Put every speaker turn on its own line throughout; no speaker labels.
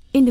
verscheen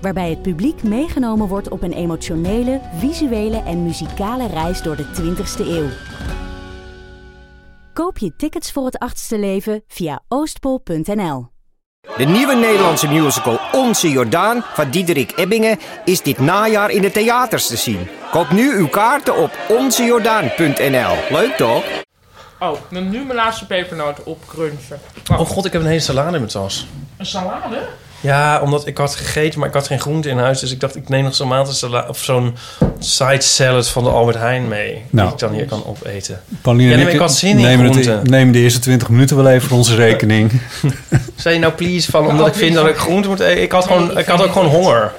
Waarbij het publiek meegenomen wordt op een emotionele, visuele en muzikale reis door de 20ste eeuw. Koop je tickets voor het achtste leven via oostpol.nl.
De nieuwe Nederlandse musical Onze Jordaan van Diederik Ebbingen is dit najaar in de theaters te zien. Koop nu uw kaarten op onzejordaan.nl. Leuk toch?
Oh, dan nu mijn laatste pepernoot opcrunchen. Wow.
Oh god, ik heb een hele salade in mijn tas.
Een salade?
Ja, omdat ik had gegeten, maar ik had geen groente in huis. Dus ik dacht, ik neem nog zo'n maatensala- of zo'n side salad van de Albert Heijn mee.
Nou.
Die ik dan hier kan opeten.
Pauline
Ja,
en
nee,
ik
ik had zin in
nemen,
groenten.
het, nemen de eerste 20 minuten wel even voor onze rekening.
Zei je nou please van, omdat
Oh,
ik vind dat ik groente moet eten. Ik had,
Nee,
gewoon,
ik
ik had
vind
ook
het
gewoon honger.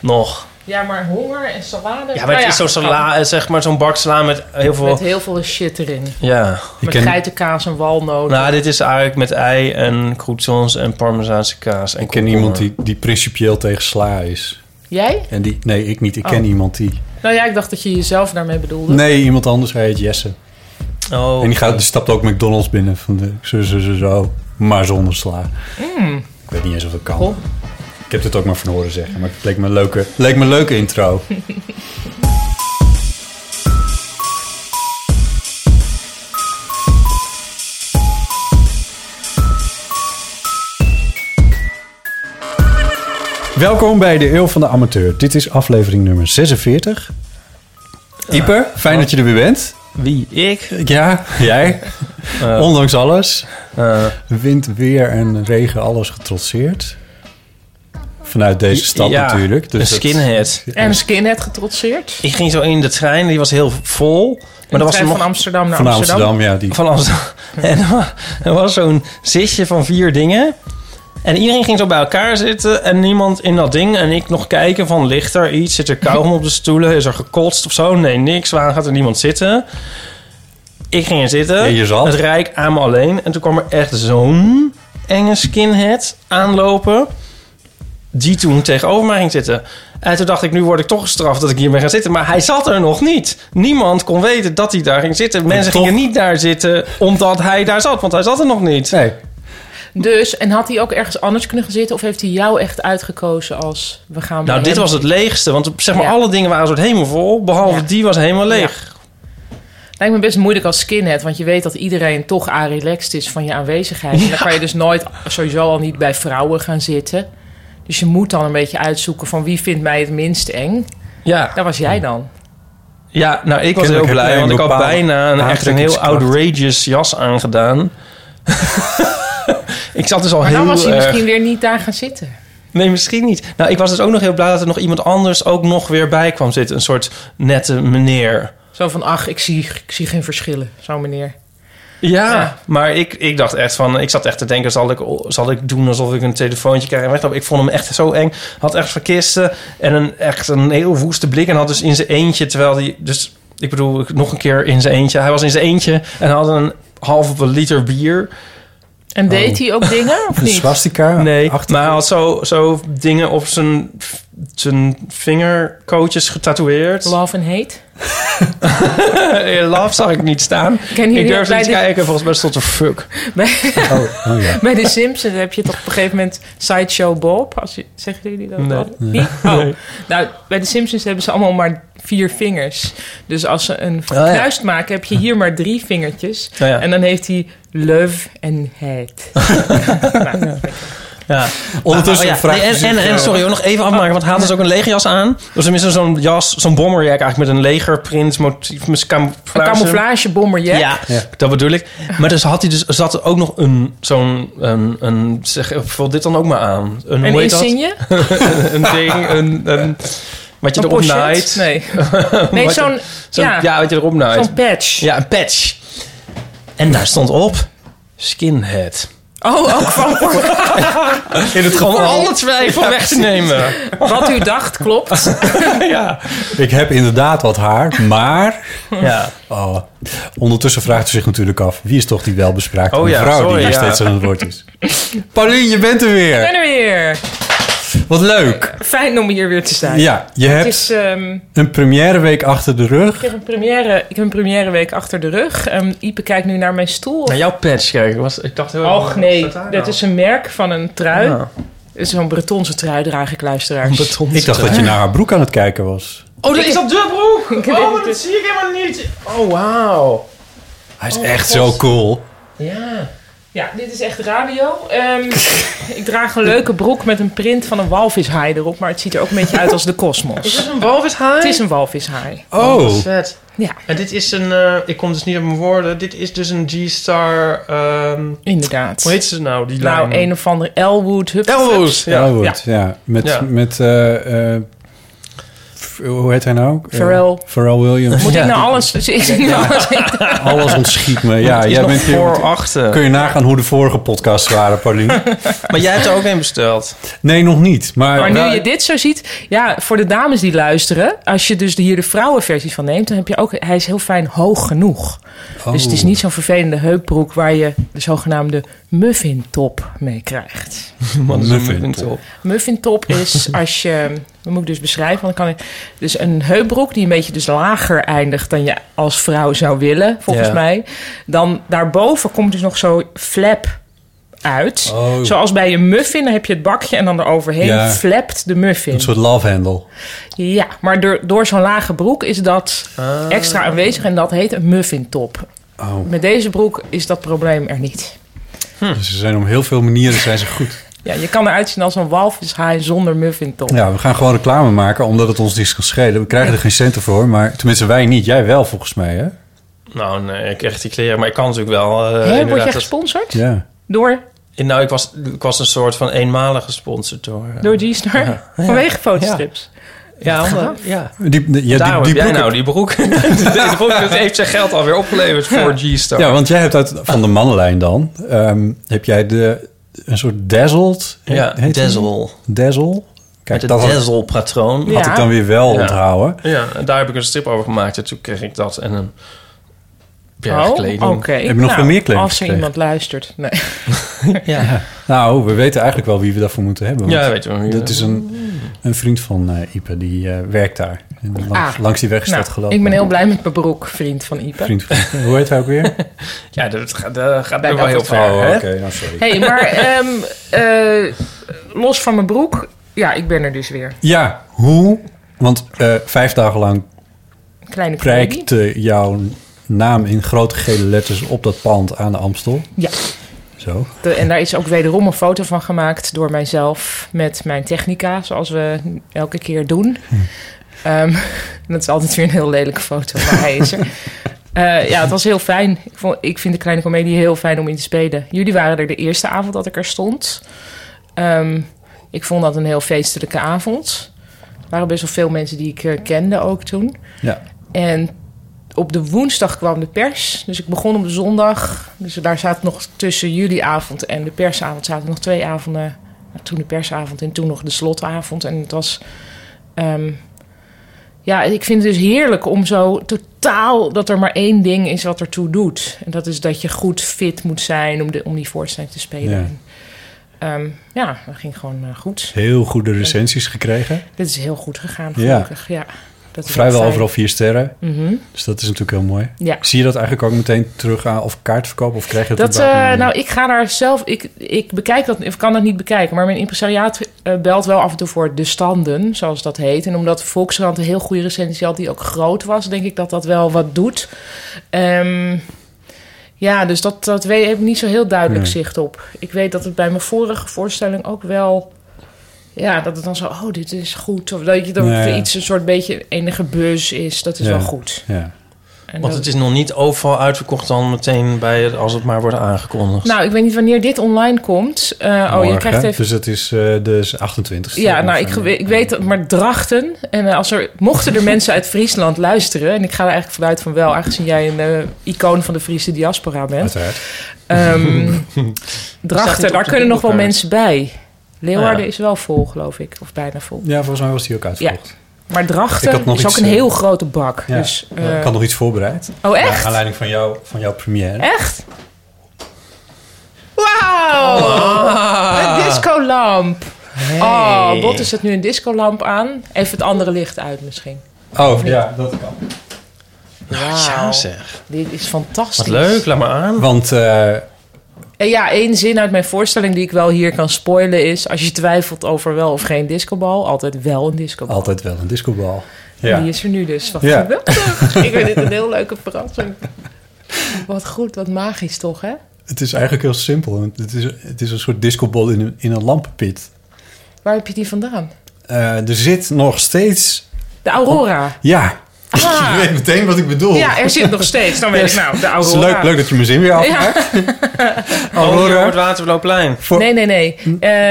Nog.
Ja, maar honger en salade. Nou
Ja, maar het is zo'n sala, zeg maar, zo'n bak sla met heel
Met
veel...
heel veel shit erin.
Ja.
Met
ken-
geitenkaas en walnoten.
Nou, dit is eigenlijk met ei en croutons en parmezaanse kaas. En
Ik ken iemand die, die principieel tegen sla is.
Jij?
En die, nee, ik niet. Ik ken
Oh.
iemand die...
Nou ja, ik dacht dat je jezelf daarmee bedoelde.
Nee, iemand anders. Hij heet Jesse.
Oh,
En die, gaat, die stapt ook McDonald's binnen. Van de zo, zo, zo, zo. Maar zonder sla. Ik weet niet eens of dat kan.
Goh.
Ik heb dit ook maar van horen zeggen. Maar het leek me een leuke, leek me een leuke intro. Welkom bij de Eeuw van de Amateur. Dit is aflevering nummer 46. Ieper, fijn dat je er weer bent.
wie? Ik?
Ja, jij. Ondanks alles.
Eh,
Wind, weer en regen, alles getrotseerd. Vanuit deze stad
ja,
natuurlijk. Dus
een
dat-
skinhead.
En een skinhead getrotseerd.
Ik ging zo in de trein, die was heel vol. Maar
Maar
er
dat
was
was
er nog
van Amsterdam naar
Van
Amsterdam.
Amsterdam, ja. Die,
van Amsterdam. En er wa- er was zo'n zitje van vier dingen. En iedereen ging zo bij elkaar zitten en niemand in dat ding. En ik nog kijken van, ligt er iets? Zit er kauwgom op de stoelen? Is er gekotst of zo? Nee, niks. Waar gaat er niemand zitten? Ik ging er zitten.
En je zat?
Het rijk aan me alleen. En toen kwam er echt zo'n enge skinhead aanlopen. Die toen tegenover mij ging zitten. En toen dacht ik, nu word ik toch gestraft dat ik hier ben gaan zitten. Maar hij zat er nog niet. Niemand kon weten dat hij daar ging zitten. Mensen
toch-
gingen niet daar zitten omdat hij daar zat. Want hij zat er nog niet.
nee,
Dus, en had hij ook ergens anders kunnen gaan zitten? Of heeft hij jou echt uitgekozen als we gaan...
Nou,
bij
dit
hem
was het
zitten?
leegste. Want zeg maar,
Ja.
alle dingen waren een soort helemaal vol. Behalve
Ja.
die was helemaal leeg.
Lijkt me best moeilijk als skinhead. Want je weet dat iedereen toch aan relaxed is van je aanwezigheid. En dan kan je dus nooit sowieso al niet bij vrouwen gaan zitten. Dus je moet dan een beetje uitzoeken van wie vindt mij het minst eng.
Ja,
Daar was jij dan.
ja nou, ik was
Kennelijk
heel
heb jij
blij.
een
Want ik had
bepaalde
bijna een, echt een heel
aantrekkingskracht.
outrageous jas aangedaan. ik zat dus al
Maar
heel
dan was hij
erg-
misschien weer niet daar gaan zitten.
Nee, misschien niet. Nou, ik was dus ook nog heel blij dat er nog iemand anders ook nog weer bij kwam zitten. Een soort nette meneer.
Zo van, ach, ik zie, ik zie geen verschillen. Zo
Oh.
meneer.
Ja,
Ja.
maar ik, ik dacht echt van... Ik zat echt te denken, zal ik, zal ik doen alsof ik een telefoontje krijg en wegloop? Ik vond hem echt zo eng. Had echt verkisten en een, echt een heel woeste blik. En had dus in zijn eentje, terwijl hij... Dus ik bedoel, nog een keer in zijn eentje. Hij was in zijn eentje en had een halve liter bier.
En deed hij ook dingen of
een
niet?
swastika.
nee,
achter-
maar hij had zo, zo dingen op zijn, zijn vingerkootjes getatoeëerd.
Love and hate.
Eh, Love zag ik niet staan.
Ken
Ik
jullie
durfde
bij
niet
de-
kijken, volgens mij stond er fuck.
Oh, oh ja.
Bij de Simpsons heb je toch op een gegeven moment Sideshow Bob. Als je, zeggen jullie dat
Nee.
al? Niet? Oh. Nou, bij de Simpsons hebben ze allemaal maar vier vingers. Dus als ze een
ja.
vuist maken, heb je hier maar drie vingertjes.
Nou ja.
En dan heeft hij love en hate.
Ja.
Ondertussen
Oh ja,
vraag
nee,
je
en,
zich,
en, en
eh,
sorry, hoor, nog even afmaken. Want hij had dus ook een legerjas aan. Dus tenminste zo'n jas, zo'n bomberjack eigenlijk met een legerprint motief. Met
Een
camouflage.
camouflagebomber,
Ja,
ja.
dat bedoel ik. Maar dus had hij dus, zat er ook nog een, zo'n, een, een, zeg, vul dit dan ook maar aan. Een,
En
hoe heet dat?
insigne?
Een ding, een, een, wat je
Een
erop
pochet?
naait.
Nee, nee
Wat
zo'n
Zo'n-
ja,
ja, wat je erop naait.
zo'n patch.
Ja, een patch. En daar stond op, skinhead.
Oh, ook van voor
In het
Om alle twijfel weg te nemen.
wat u dacht, klopt.
ja.
Ik heb inderdaad wat haar, maar...
ja.
Oh. Ondertussen vraagt ze zich natuurlijk af... wie is toch die welbespraakte
Oh ja,
mevrouw die
sorry,
hier
ja.
steeds aan het woord is. Paulien, je bent er
Ik ben
weer.
er weer.
Wat leuk.
Fijn om hier weer te zijn.
Ja, je
Het
hebt
is, ehm,
een première week achter de rug.
ik, heb een première, ik heb een première week achter de rug. Ehm, Ipe kijkt nu naar mijn stoel.
Maar jouw patch, kijk. Was, ik dacht heel
Och nee, dat
is
is een merk van een trui.
nou? Ja.
Het is Zo'n Bretonse trui draag ik luisteraars.
Ik dacht dat je naar haar broek aan het kijken was.
Oh, dat is dat de broek!
weet
Oh,
het
maar dat
dus.
zie ik helemaal niet. Oh, wauw.
Hij
Oh,
is echt zo cool.
Ja.
Ja, dit is echt radio. Ehm, ik draag een leuke broek met een print van een walvishaai erop, maar het ziet er ook een beetje uit als de
Is
kosmos.
een walvishaai?
Het is een walvishaai.
Oh,
Vet.
Ja,
En dit is een... eh, ik kom dus niet op mijn woorden. Dit is dus een G-Star... ehm,
inderdaad.
hoe heet ze nou, die lijn?
Nou, een of ander Elwood. Hup,
Elwood. Ja.
ja. goed. Ja, met...
Ja.
met eh, eh, f- hoe heet hij nou? ook? Eh,
Pharrell.
Pharrell Williams.
Moet ik nou alles... Is ik nou alles
Alles ontschiet me. Ja,
Het is
jij
nog
bent hier...
voor achter.
Kun je nagaan hoe de vorige podcasts waren, Paulien?
Maar jij hebt er ook een besteld.
Nee, nog niet. Maar, Nou,
Maar nu je dit zo ziet, ja, voor de dames die luisteren, als je dus de- hier de vrouwenversie van neemt, dan heb je ook, hij is heel fijn hoog genoeg. Dus
Oh.
het is niet zo'n vervelende heupbroek waar je de zogenaamde muffin top mee krijgt.
Man, dat is
Muffin
een muffin
top.
top.
Muffin top is als je, dat moet ik dus beschrijven, want dan kan ik, dus een heupbroek die een beetje dus lager eindigt dan je als vrouw zou willen, volgens
Ja.
mij. Dan daarboven komt dus nog zo'n flap uit.
Oh.
Zoals bij een muffin dan heb je het bakje en dan eroverheen
Ja.
flapt de muffin.
Een soort love handle.
Ja, maar door, door zo'n lage broek is dat extra aanwezig en dat heet een muffin top.
Ah. Oh,
Met deze broek is dat probleem er niet.
Hm.
dus ze zijn om heel veel manieren zijn ze goed.
Ja, je kan eruit zien als een walvishaai zonder muffin top.
Ja, we gaan gewoon reclame maken, omdat het ons niets kan schelen. We krijgen er geen centen voor, maar tenminste wij niet. Jij wel, volgens mij, hè?
Nou, nee, ik krijg die kleren. Maar ik kan natuurlijk wel... eh,
Hè, word
inderdaad
jij
dat-
gesponsord?
Ja.
Door,
Nou, ik was, ik was een soort van eenmalig gesponsord door... eh,
door G-Star? Vanwege fotostrips.
Ja, omdat- ja.
Die, de- ja,
Daarom
die,
heb
die
jij
broek-
nou die broek. Deze broek heeft zijn geld alweer opgeleverd voor G-Star.
Ja, want jij hebt uit, van de mannenlijn dan, ehm, heb jij de, een soort dazzled... he-
Ja,
heet die?
dazzle.
Dazzle? Kijk,
Met
dat
het
had,
Dazzle-patroon.
Ja.
had ik dan weer wel
Ja.
onthouden.
Ja, en daar heb ik een strip over gemaakt. En toen kreeg ik dat en een berg
Oh,
kleding.
oké.
Heb je nog veel meer kleding
Als er
gekregen?
iemand luistert. Nee.
Ja,
Nou, we weten eigenlijk wel wie we daarvoor moeten hebben. want-
ja weet je wel.
Dat is een, een vriend van eh Ipe, die eh, werkt daar. En langs,
Ah.
langs die weg is
Nou,
dat gelopen.
ik ben heel blij met mijn broek, vriend van Ipe.
Vriend van, hoe heet hij ook weer?
Ja, dat gaat, dat gaat
Bij
nog wel heel
dat
ver.
oh,
hè?
oké, nou sorry.
hey, maar ehm, eh, los van mijn broek, ja, ik ben er dus weer.
Ja, hoe? Want eh, vijf dagen lang
Kleine kleding.
prijkte jouw naam in grote gele letters op dat pand aan de Amstel.
Ja.
Zo.
De- en daar is ook wederom een foto van gemaakt door mijzelf met mijn technica, zoals we elke keer doen. Ehm, dat is altijd weer een heel lelijke foto, maar hij is er. Eh, ja, het was heel fijn. Ik, vond, ik vind de kleine comedie heel fijn om in te spelen. Jullie waren er de eerste avond dat ik er stond. Ehm, ik vond dat een heel feestelijke avond. Er waren best wel veel mensen die ik eh, kende ook toen.
Ja.
En op de woensdag kwam de pers. Dus ik begon op de zondag. Dus daar zaten nog tussen juliavond en de persavond zaten nog twee avonden. Nou, Toen de persavond en toen nog de slotavond. En het was. ehm, ja, ik vind het dus heerlijk om zo totaal dat er maar één ding is wat ertoe doet. En dat is dat je goed fit moet zijn om, de, om die voorstelling te spelen.
Ja.
En, ehm, ja, dat ging gewoon eh, goed.
Heel goede recensies gekregen.
Dit is heel goed gegaan,
Ja.
gelukkig. Ja. dat is
Vrijwel
wel
overal
fijn.
vier sterren.
Mhm.
Dus dat is natuurlijk heel mooi.
Ja.
Zie je dat eigenlijk ook meteen terug aan of kaartverkoop? Of krijg je dat,
Dat,
überhaupt
eh,
nog mee?
nou, ik ga daar zelf. Ik, ik bekijk dat, of kan dat niet bekijken. Maar mijn impresariaat eh, belt wel af en toe voor de standen, zoals dat heet. En omdat Volkskrant een heel goede recensie had, die ook groot was, denk ik dat dat wel wat doet. Ehm, ja, dus dat, dat weet, heb ik niet zo heel duidelijk
Nee.
zicht op. Ik weet dat het bij mijn vorige voorstelling ook wel. Ja, dat het dan zo, oh, dit is goed. Of dat je dat
Ja, ja.
iets een soort beetje enige bus is. Dat is
Ja.
wel goed.
Ja.
En
Want
dat-
het is nog niet overal uitverkocht dan meteen bij het, als het maar wordt aangekondigd.
Nou, ik weet niet wanneer dit online komt. Eh, oh, je
Morgen,
krijgt
hè?
even...
Dus het is eh dus 28
Ja, nou, ik, ge- ik weet dat, maar drachten. En eh, als er, mochten er mensen uit Friesland luisteren... en ik ga er eigenlijk vanuit van wel... aangezien jij een eh, icoon van de Friese diaspora bent...
Uiteraard.
Ehm,
Staat niet
drachten,
op
daar
de
kunnen nog wel
boekkaart.
mensen bij.
Ah,
Leeuwarden
Ja.
is wel vol, geloof ik. Of bijna vol.
Ja, volgens mij was die ook uitverkocht.
Maar
Ik
drachten
had nog
is ook
iets,
een
eh,
heel grote bak.
Ja.
Dus,
Ja,
eh,
ik had nog iets voorbereid.
Oh,
Naar
echt?
aanleiding van, jou, van jouw première.
Echt? Wauw! Een discolamp. Oh, Bot is het nu een discolamp aan. Even het andere licht uit misschien.
Oh, ja, dat kan.
Wauw.
Ja zeg.
Dit is fantastisch.
Wat leuk, laat maar aan.
Want eh,
En ja, één zin uit mijn voorstelling die ik wel hier kan spoilen is... als je twijfelt over wel of geen discobal, altijd wel een discobal.
altijd wel een discobal.
En Die is er nu dus. Wat
Ja.
geweldig. Ik vind dit een heel leuke verrassing. Wat goed, wat magisch toch, hè?
Het is eigenlijk heel simpel. want Het is, het is een soort discobal in een, in een lampenpit.
Waar heb je die vandaan?
Eh, er zit nog steeds...
De Aurora.
Ja,
Ah.
je weet meteen wat ik bedoel.
Ja, er zit nog steeds. Dan weet ik nou, de
Het is
Aurora.
leuk, leuk dat je mijn zin weer afmaakt.
Ja.
Oh, hier op het Waterloopplein.
Voor- Hm?
Nee, nee, nee.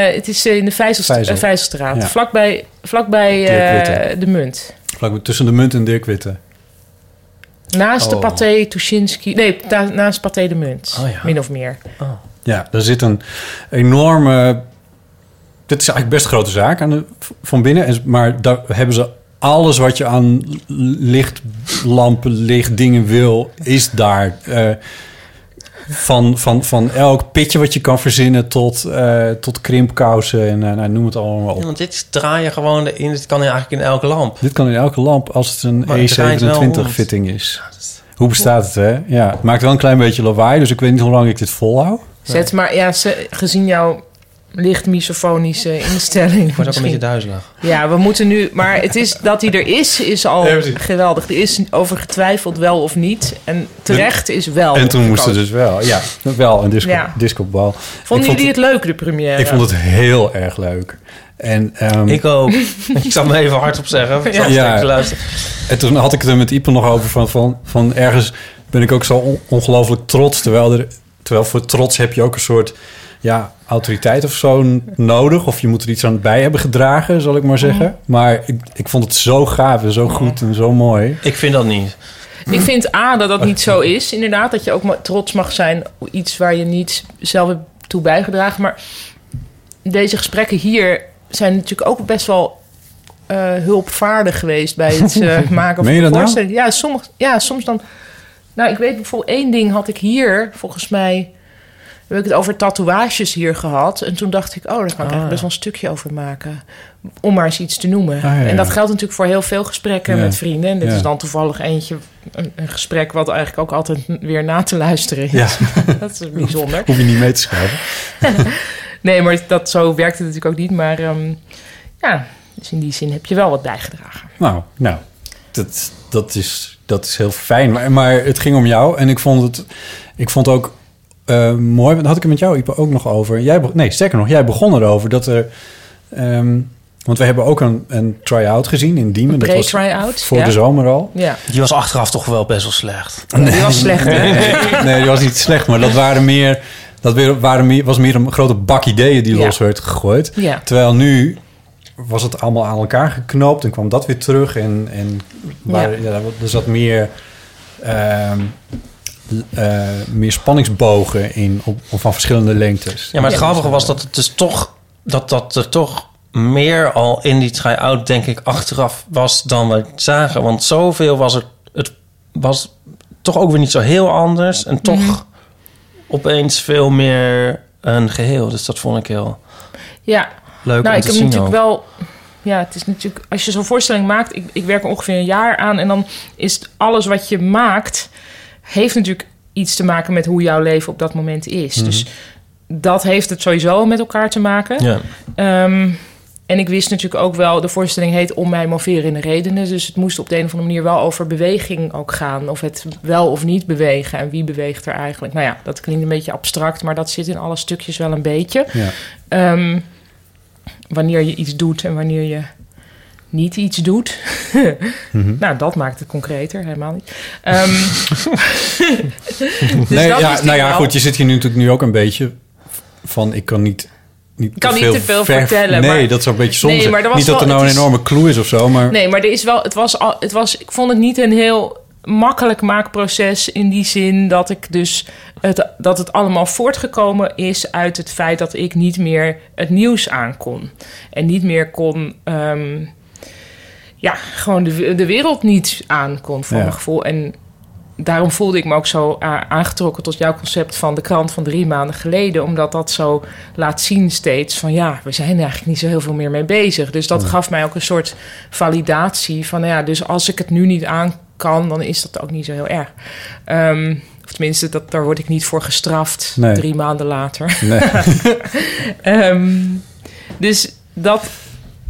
Eh, het is eh, in de Vijzelst-
Vijzel.
eh, Vijzelstraat.
Ja.
Vlakbij, vlakbij
Dirk
eh,
Witte.
de munt.
Vlak tussen de munt en Dirk Witte.
Naast de
Oh.
Pathé Tuschinski. Nee, da- naast Pathé de munt.
Oh, ja.
Min of meer.
Ja, daar zit een enorme... Dit is eigenlijk best een grote zaak aan de, van binnen. en- Maar daar hebben ze alles wat je aan lichtlampen, lichtdingen wil, is daar. Eh, van, van, van elk pitje wat je kan verzinnen tot, eh, tot krimpkousen en eh, nou, noem het allemaal
Ja,
op.
want dit draai je gewoon in. Dit kan eigenlijk in elke lamp.
Dit kan in elke lamp als het een
Maar het draait wel rond.
E27-fitting is. Hoe bestaat het, hè? Ja, het maakt wel een klein beetje lawaai, dus ik weet niet hoe lang ik dit volhoud.
Zet maar, ja, ze- gezien jouw licht misofonische instelling.
Wordt ook een
misschien.
beetje duizelig.
Ja, we moeten nu. Maar het is dat hij er is, is al
Ja, precies.
geweldig. Er is over getwijfeld wel of niet. En terecht is wel.
En toen moest
gekozen.
het dus wel, ja, wel een disco,
Ja.
discobal.
Vonden
ik vond
jullie
het,
het leuk, de première?
Ik vond het heel erg leuk. En, ehm,
Ik ook. ik zal me even hardop zeggen.
Ja.
Ja.
Ja.
te luisteren.
en toen had ik het er met Ipe nog over van, van, van ergens ben ik ook zo on- ongelooflijk trots. Terwijl, er, terwijl voor trots heb je ook een soort ja, autoriteit of zo n- nodig. Of je moet er iets aan bij hebben gedragen, zal ik maar zeggen.
Mhm.
Maar ik, ik vond het zo gaaf en zo goed en zo mooi.
Ik vind dat niet.
Ik vind A, dat dat niet zo is. Inderdaad, dat je ook maar trots mag zijn op iets waar je niet zelf hebt toe bijgedragen. Maar deze gesprekken hier zijn natuurlijk ook best wel eh, hulpvaardig geweest bij het eh, maken van
Meen je
de
dat nou?
voorstelling. Ja, sommig, ja, soms dan. Nou, ik weet bijvoorbeeld één ding had ik hier, volgens mij. Heb ik het over tatoeages hier gehad. En toen dacht ik, oh, daar kan ik
Ah.
eigenlijk best wel een stukje over maken. Om maar eens iets te noemen.
ja, ja.
En dat geldt natuurlijk voor heel veel gesprekken
Ja.
met vrienden. En dit
Ja.
is dan toevallig eentje, een, een gesprek wat eigenlijk ook altijd n- weer na te luisteren is.
Ja,
Dat is bijzonder.
hoef je niet mee te schrijven.
Nee, maar dat, zo werkt het natuurlijk ook niet. Maar ehm, ja, dus in die zin heb je wel wat bijgedragen.
Nou, nou dat, dat, is, dat is heel fijn. Maar, maar het ging om jou en ik vond het, ik vond het ook eh, mooi. want Daar had ik het met jou, Ipe, ook nog over. Jij, be- nee, sterker nog, jij begon erover dat er... ehm, want we hebben ook een, een try-out gezien in Diemen. Dat was
Pre-try-out,
voor
ja.
de zomer al.
Ja,
Die was achteraf toch wel best wel slecht.
die was slecht, hè?
Nee, dat was niet slecht, maar dat waren meer... Dat weer- waren meer, was meer een grote bak ideeën die
Ja.
los werd gegooid.
Ja.
Terwijl nu was het allemaal aan elkaar geknoopt en kwam dat weer terug. En, en waren- ja. er zat meer, ehm, l- eh, meer spanningsbogen in op, op van verschillende lengtes.
Ja, maar het grappige was dat het dus toch... Dat, dat er toch meer al in die try-out, denk ik, achteraf was dan we zagen. Want zoveel was het... Het was toch ook weer niet zo heel anders. En toch opeens veel meer een geheel. Dus dat vond ik heel
Ja,
leuk
nou,
om
ik
te
heb
zien
natuurlijk
ook.
wel. Ja, het is natuurlijk. Als je zo'n voorstelling maakt, ik, ik werk er ongeveer een jaar aan. En dan is het- alles wat je maakt, heeft natuurlijk iets te maken met hoe jouw leven op dat moment is. Dus dat heeft het sowieso met elkaar te maken.
Mhm. Ja.
Ehm, en ik wist natuurlijk ook wel, de voorstelling heet Om mij moverende redenen. Dus het moest op de een of andere manier wel over beweging ook gaan. Of het wel of niet bewegen en wie beweegt er eigenlijk. Nou ja, dat klinkt een beetje abstract, maar dat zit in alle stukjes wel een beetje.
Ja.
Ehm, wanneer je iets doet en wanneer je niet iets doet. Nou, dat maakt het concreter, helemaal niet. Ehm, dus
nee,
dat
ja,
is die
nou ja,
wel.
goed, je zit hier nu natuurlijk nu ook een beetje van... ik kan niet, niet,
kan niet te veel
ver-
vertellen,
Nee,
maar-
dat zou een beetje zonde
Nee,
zijn.
maar er was
Niet dat er
wel-
nou een
het is-
enorme clue is of zo, maar...
Nee, maar er is wel, het was al, het was, ik vond het niet een heel makkelijk maakproces in die zin dat ik dus het, dat het allemaal voortgekomen is uit het feit dat ik niet meer het nieuws aan kon en niet meer kon. ehm, ja, gewoon de, we- de wereld niet aan kon voor
Ja.
mijn gevoel. En daarom voelde ik me ook zo a- aangetrokken tot jouw concept van de krant van drie maanden geleden. Omdat dat zo laat zien steeds van ja, we zijn er eigenlijk niet zo heel veel meer mee bezig. Dus dat gaf mij ook een soort validatie van nou ja, dus als ik het nu niet aan kan, dan is dat ook niet zo heel erg. Ehm, of tenminste, dat, daar word ik niet voor gestraft
Nee.
drie maanden later.
Nee.
Ehm, dus dat,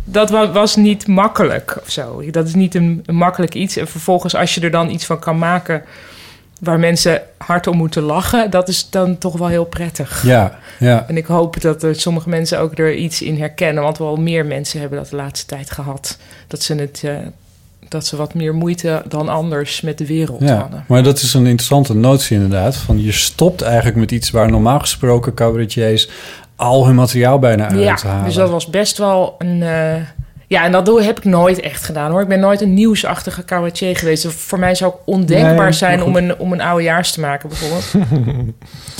dat wa- was niet makkelijk of zo. Dat is niet een, een makkelijk iets. En vervolgens, als je er dan iets van kan maken waar mensen hard om moeten lachen, dat is dan toch wel heel prettig.
Ja, ja.
En ik hoop dat er sommige mensen ook er iets in herkennen. Want wel meer mensen hebben dat de laatste tijd gehad. Dat ze, het, eh, dat ze wat meer moeite dan anders met de wereld
Ja,
hadden.
maar dat is een interessante notie inderdaad. Van je stopt eigenlijk met iets waar normaal gesproken cabaretiers al hun materiaal bijna uit
Ja,
halen.
dus dat was best wel een. eh, ja, en dat doe- heb ik nooit echt gedaan hoor. Ik ben nooit een nieuwsachtige cabaretier geweest. Dus Voor mij zou het ondenkbaar
Nee,
zijn
maar
om een, om een oudejaars te maken, bijvoorbeeld.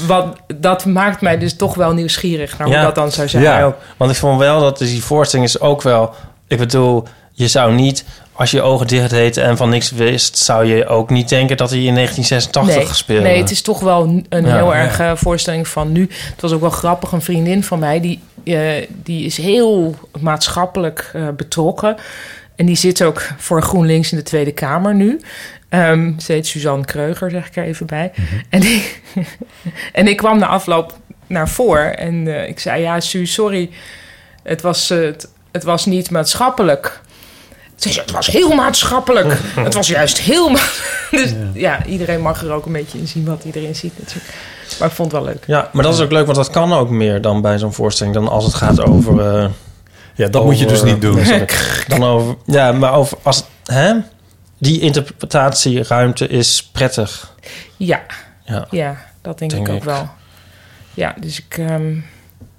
Want dat maakt mij dus toch wel nieuwsgierig naar
Ja.
hoe dat dan zou zijn.
Ja.
Ja, ook. Want ik vond wel dat dus die voorstelling is ook wel... Ik bedoel, je zou niet... Als je je ogen dicht deed en van niks wist... zou je ook niet denken dat hij in 1986
nee,
speelde.
nee, het is toch wel een een
Ja,
heel
ja.
erg eh, voorstelling van nu. Het was ook wel grappig. Een vriendin van mij, die, eh, die is heel maatschappelijk eh, betrokken. En die zit ook voor GroenLinks in de Tweede Kamer nu. Ehm ze heet Suzanne Kreuger, zeg ik er even bij.
Mhm.
En, die- en ik kwam na afloop naar voor en eh, ik zei... Ja, Suus, sorry, het was, eh, het, het was niet maatschappelijk. Ze zei, het was heel maatschappelijk. het was juist heel... ma- dus ja. iedereen mag er ook een beetje in zien wat iedereen ziet natuurlijk. Maar ik vond het wel leuk.
Ja, maar dat is ook leuk, want dat kan ook meer dan bij zo'n voorstelling... dan als het gaat over... eh,
ja, dat moet je dus
over-
niet doen.
Nee, sorry. dan over... Ja, maar over... Als, hè? Die interpretatieruimte is prettig.
Ja,
Ja.
ja dat denk,
Denk
ik ook
ik.
wel. Ja, dus ik, ehm,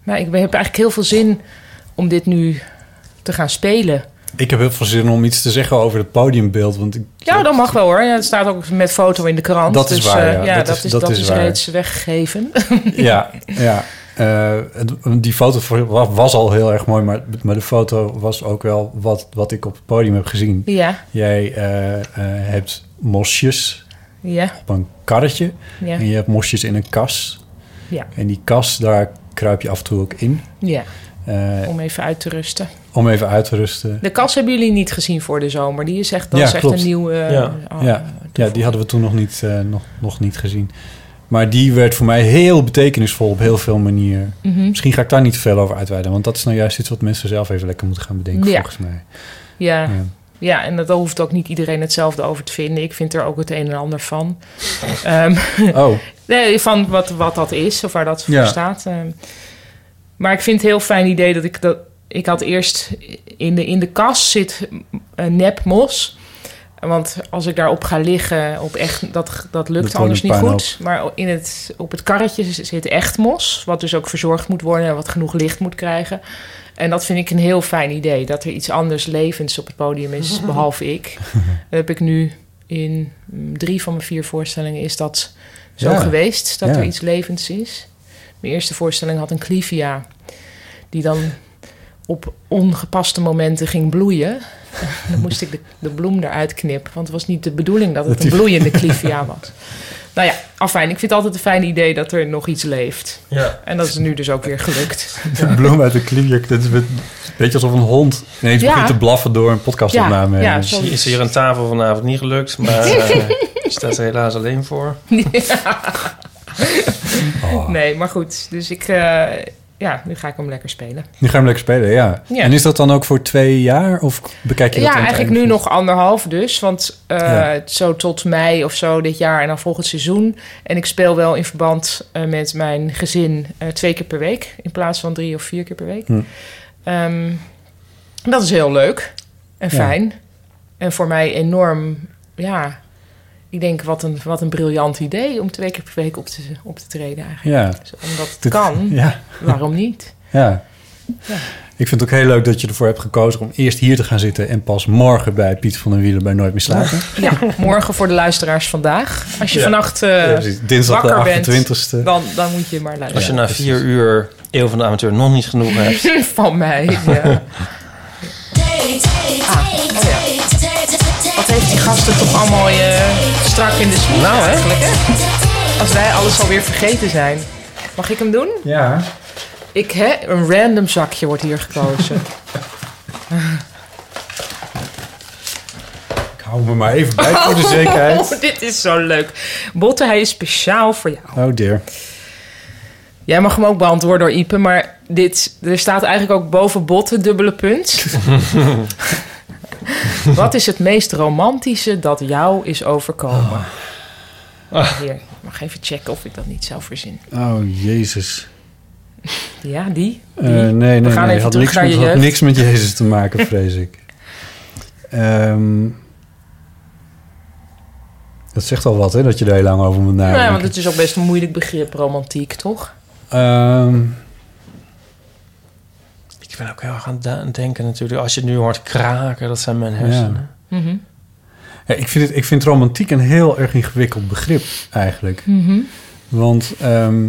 nou, ik heb eigenlijk heel veel zin om dit nu te gaan spelen.
Ik heb heel veel zin om iets te zeggen over het podiumbeeld. Want ik,
Ja, dat mag wel hoor. Ja, het staat ook met foto in de krant.
Dat is
dus,
waar,
eh,
ja.
dat, is, dat, is,
waar.
reeds weggegeven.
Ja, ja. Eh, het- die foto voor- wa- was al heel erg mooi, maar, maar de foto was ook wel wat, wat ik op het podium heb gezien.
ja,
Jij eh, eh, hebt mosjes
ja,
op een karretje
ja,
en je hebt mosjes in een kas.
ja,
En die kas, daar kruip je af en toe ook in.
ja.
eh,
Om even uit te rusten.
om even uit te rusten.
De kas hebben jullie niet gezien voor de zomer. Die is echt, dat
Ja,
is echt
klopt.
een nieuw... eh,
Ja,
ah,
Ja, ja, die hadden we toen nog niet, eh, nog, nog niet gezien. Maar die werd voor mij heel betekenisvol op heel veel manieren.
mhm.
Misschien ga ik daar niet te veel over uitweiden, want dat is nou juist iets wat mensen zelf even lekker moeten gaan bedenken,
Ja.
volgens mij.
Ja,
Ja.
ja. en dat hoeft ook niet iedereen hetzelfde over te vinden. Ik vind er ook het een en ander van. Ehm,
Oh,
nee, van wat, wat dat is of waar dat voor
Ja.
staat. Ehm, maar ik vind het heel fijn idee dat ik dat. Ik had eerst in de, in de kas zit eh, nep mos. Want als ik daarop ga liggen, op echt, dat, dat
Dat
lukt
wordt
anders
een
niet
puinhoop.
goed. Maar in het, op het karretje z- zit echt mos. Wat dus ook verzorgd moet worden en wat genoeg licht moet krijgen. En dat vind ik een heel fijn idee. Dat er iets anders levends op het podium is, behalve ik. Dat heb ik nu in mm, drie van mijn vier voorstellingen is dat zo
Ja.
geweest. Dat
Ja.
er iets levends is. Mijn eerste voorstelling had een clivia. Die dan op ongepaste momenten ging bloeien. Dan moest ik de, de bloem eruit knippen. Want het was niet de bedoeling dat het een bloeiende clivia was. Nou ja, afijn. Ik vind het altijd een fijn idee dat er nog iets leeft.
Ja.
En dat is nu dus ook weer gelukt.
een bloem uit de kliniek. Dat is een beetje alsof een hond ineens
Ja.
begint te blaffen door een podcastopname.
Ja,
Dus
ja,
heen.
zo.
Hier Is hier een tafel vanavond niet gelukt, maar... eh, staat er helaas alleen voor.
Oh.
Nee, maar goed. Dus ik, eh, ja, nu ga ik hem lekker spelen.
Nu gaan we lekker spelen, ja.
Ja.
En is dat dan ook voor twee jaar of bekijk je dat
Ja,
aan het
eigenlijk
einde
nu
van-
nog anderhalf dus. Want eh,
Ja.
zo tot mei of zo dit jaar en dan volgend seizoen. En ik speel wel in verband eh, met mijn gezin eh, twee keer per week. In plaats van drie of vier keer per week.
Hm.
Ehm, dat is heel leuk. en fijn. En voor mij enorm, ja, ik denk wat een, wat een briljant idee om twee keer per week op te, op te treden eigenlijk.
Ja.
Dus omdat het
Dit-
kan,
Ja,
waarom niet?
ja. Ik vind het ook heel leuk dat je ervoor hebt gekozen om eerst hier te gaan zitten en pas morgen bij Piet van den Wielen bij Nooit meer slapen.
Ja, morgen voor de luisteraars vandaag. Als je
Ja.
vannacht eh,
Ja, precies. Dinsdag de
wakker
28e.
bent, dan, dan moet je maar luisteren.
Als je na vier uur Eeuw van de Amateur nog niet genoeg hebt.
Van mij, ja. Wat heeft die gasten toch allemaal eh, strak in de smoel
Nou, hè?
eigenlijk, hè? Als wij alles alweer vergeten zijn. Mag ik hem doen?
Ja.
Ik, hè? Een random zakje wordt hier gekozen.
Ik hou me maar even bij voor de zekerheid.
Oh, dit is zo leuk. Botte, hij is speciaal voor jou.
Oh dear.
Jij mag hem ook beantwoorden door Ipe, maar dit, er staat eigenlijk ook boven Botte dubbele punt. Wat is het meest romantische dat jou is overkomen?
Ah.
Hier, ik mag even checken of ik dat niet zelf verzin.
Oh jezus.
Ja, die?
Eh, nee, nee,
We gaan
nee.
even
had
terug
niks,
naar
met,
je
had
jeugd.
niks met Jezus te maken, vrees ik. Ehm, dat zegt al wat, hè? Dat je er heel lang over moet
Nou Ja,
nadenken.
want het is ook best een moeilijk begrip, romantiek, toch?
Ehm,
Ik ben ook heel erg aan het da- denken natuurlijk. Als je het nu hoort kraken, dat zijn mijn hersenen.
Mhm.
ja, ik, vind het, ik vind romantiek een heel erg ingewikkeld begrip, eigenlijk.
Mhm.
Want, ehm,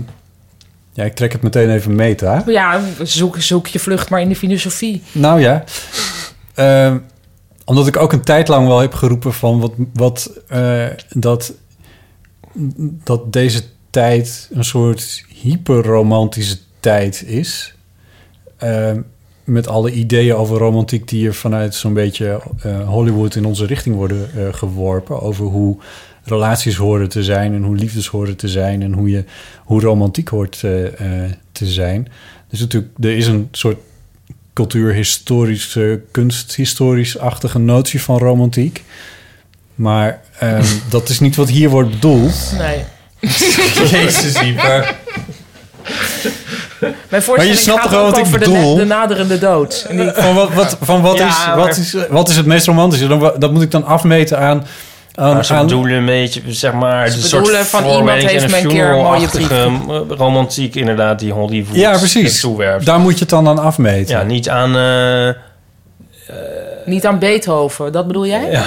ja, ik trek het meteen even meta.
Ja, zoek, zoek je vlucht maar in de filosofie.
Nou ja. Ehm, omdat ik ook een tijd lang wel heb geroepen van wat, wat eh, dat, dat deze tijd een soort hyperromantische tijd is. Ehm, met alle ideeën over romantiek die er vanuit zo'n beetje eh, Hollywood in onze richting worden eh, geworpen. Over hoe relaties horen te zijn en hoe liefdes horen te zijn en hoe, je, hoe romantiek hoort eh, eh, te zijn. Dus natuurlijk, er is een soort cultuurhistorische, kunsthistorisch-achtige notie van romantiek. Maar ehm, dat is niet wat hier wordt bedoeld.
Nee.
Jezus, Ieper.
Mijn voorstelling
snapt
gaat
toch wel
ook
wat ik
over de,
bedoel?
ne- de naderende dood. En die-
Van wat, wat, van wat,
Ja,
is,
maar-
wat, is, wat is het meest romantische? Dan, wa- dat moet ik dan afmeten aan... aan,
Maar ze
aan-
bedoelen een beetje, zeg maar...
Ze
de
bedoelen
soort
van
voorwees
iemand heeft
en
me een keer een mooie brief
funeral-achtige, eh, romantiek inderdaad die Hollywood
ja, precies.
toewerpt.
Daar moet je het dan aan afmeten.
Ja, niet aan... eh,
Niet aan Beethoven, dat bedoel jij?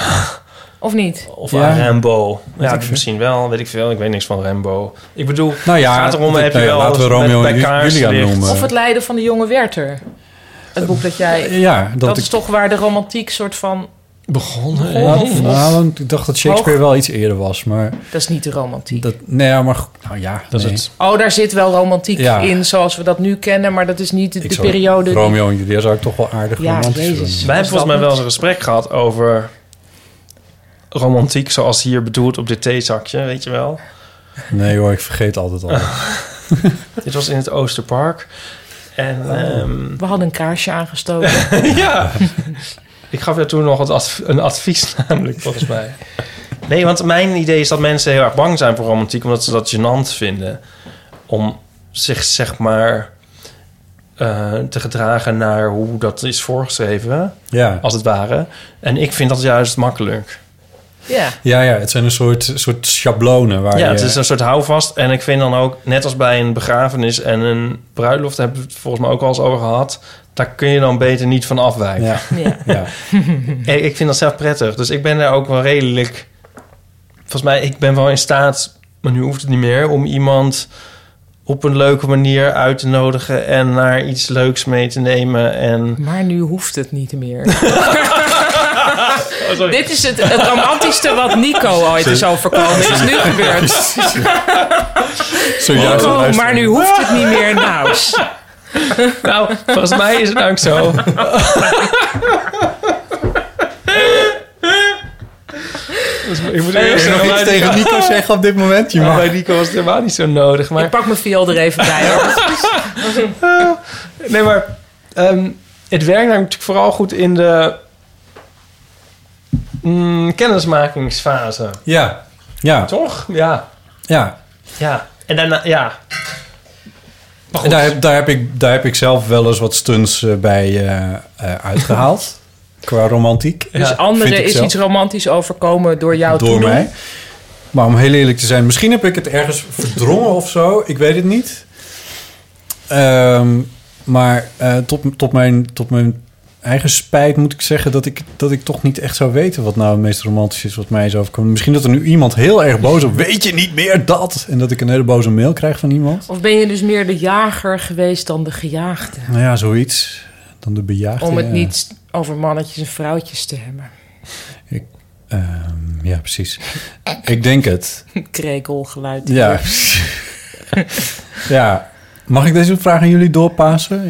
Of niet?
Of
Ja.
aan Rambo. Ja,
ik veel.
misschien wel. Weet ik veel. Ik weet niks van Rambo. Ik bedoel,
Nou ja,
het gaat erom,
dit-
heb je
nou ja,
wel
laten we
met-
Romeo
bij
en Ju-
kaarslicht.
Julia noemen.
Of het lijden van de jonge Werther. Het boek dat jij...
Ja, Eh, dat,
dat
ik...
is toch waar de romantiek soort van...
Begonnen.
Ja,
of- of-
nou, want ik dacht dat Shakespeare wel iets eerder was, maar...
Dat is niet de romantiek.
Dat, nee, ja, maar goed, nou ja,
Dat is
nee.
het.
Oh, daar zit wel romantiek
Ja.
in zoals we dat nu kennen. Maar dat is niet de,
Ik
de
zou-
periode... die-
Romeo en Julia zou ik toch wel aardig
Ja,
romantisch
Jezus.
Wij
vinden.
Was
hebben volgens
dat
mij wel
het?
eens een gesprek gehad over romantiek, zoals hier bedoeld op dit theezakje, weet je wel.
Nee hoor, ik vergeet altijd al.
dit was in het Oosterpark. En ehm,
We hadden een kaarsje aangestoken.
ja, ik gaf jou toen nog het adv- een advies namelijk, volgens mij. Nee, want mijn idee is dat mensen heel erg bang zijn voor romantiek... omdat ze dat gênant vinden om zich, zeg maar, eh, te gedragen naar hoe dat is voorgeschreven,
Ja.
als het ware. En ik vind dat juist makkelijk.
ja.
Ja, ja, het zijn een soort, soort schablonen waar
ja,
je...
het is een soort houvast. En ik vind dan ook, net als bij een begrafenis en een bruiloft... daar hebben we het volgens mij ook al eens over gehad... daar kun je dan beter niet van afwijken.
Ja,
ja.
ja.
Ik, ik vind dat zelf prettig. Dus ik ben daar ook wel redelijk... Volgens mij, ik ben wel in staat... maar nu hoeft het niet meer... om iemand op een leuke manier uit te nodigen... en naar iets leuks mee te nemen. En,
Maar nu hoeft het niet meer.
Oh,
Dit is het, het romantischste wat Nico ooit is overkomen. Het is nu gebeurd.
Oh,
Zojuist
Nico,
luisteren.
maar nu hoeft het niet meer nou.
nou, volgens mij is het ook zo. Dus ik moet
Kun
eerst
je nog iets tegen Nico zeggen op dit moment? Je
Maar
mag...
bij Nico was het helemaal niet zo nodig. Maar
Ik pak mijn viool er even bij hoor.
Nee, maar ehm, het werkt natuurlijk vooral goed in de mm, kennismakingsfase.
Ja, ja,
Toch? Ja.
ja.
Ja. En daarna, ja. Maar
En
goed.
daar, heb, daar, heb ik, daar heb ik zelf wel eens wat stunts eh, bij eh, eh, uitgehaald. qua romantiek.
Dus anderen is iets romantisch overkomen door jou
door
toedoen.
mij. Maar om heel eerlijk te zijn, misschien heb ik het ergens verdrongen of zo. Ik weet het niet. Ehm, maar eh, tot, tot, mijn, tot mijn eigen spijt moet ik zeggen dat ik, dat ik toch niet echt zou weten wat nou het meest romantisch is wat mij is overkomen. Misschien dat er nu iemand heel erg boos op weet je niet meer dat. En dat ik een hele boze mail krijg van iemand.
Of ben je dus meer de jager geweest dan de gejaagde?
Nou ja, zoiets. Dan de bejaagde.
Om het
ja.
niet over mannetjes en vrouwtjes te hebben.
Ehm, ja, precies. Ik denk het.
Krekelgeluid.
Ja. Eh, ja. Mag ik deze vraag aan jullie doorpassen?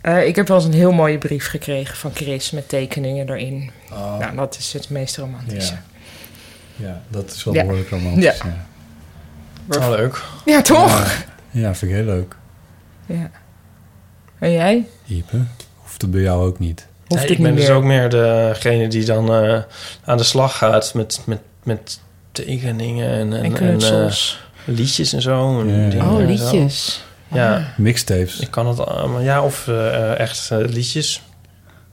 Eh, ik heb wel eens een heel mooie brief gekregen van Chris met tekeningen erin. Nou, dat is het meest romantische.
Oh. Ja. Ja, dat is wel
Ja.
behoorlijk romantisch. Ja.
Ja.
Ja.
Oh, leuk.
Ja, toch?
vind ik heel leuk.
Ja. En jij?
Ipe, hoeft het bij jou ook niet.
Hoeft het
Nee, ik ben
niet
dus
meer.
ook meer degene die dan eh, aan de slag gaat met, met, met tekeningen en, en,
En
en,
knutsels.
eh, liedjes en zo. en
Ja.
dingen
oh,
en zo.
liedjes.
Ja,
Mixtapes.
ik kan het allemaal. Ja, of eh, eh, echt eh, liedjes.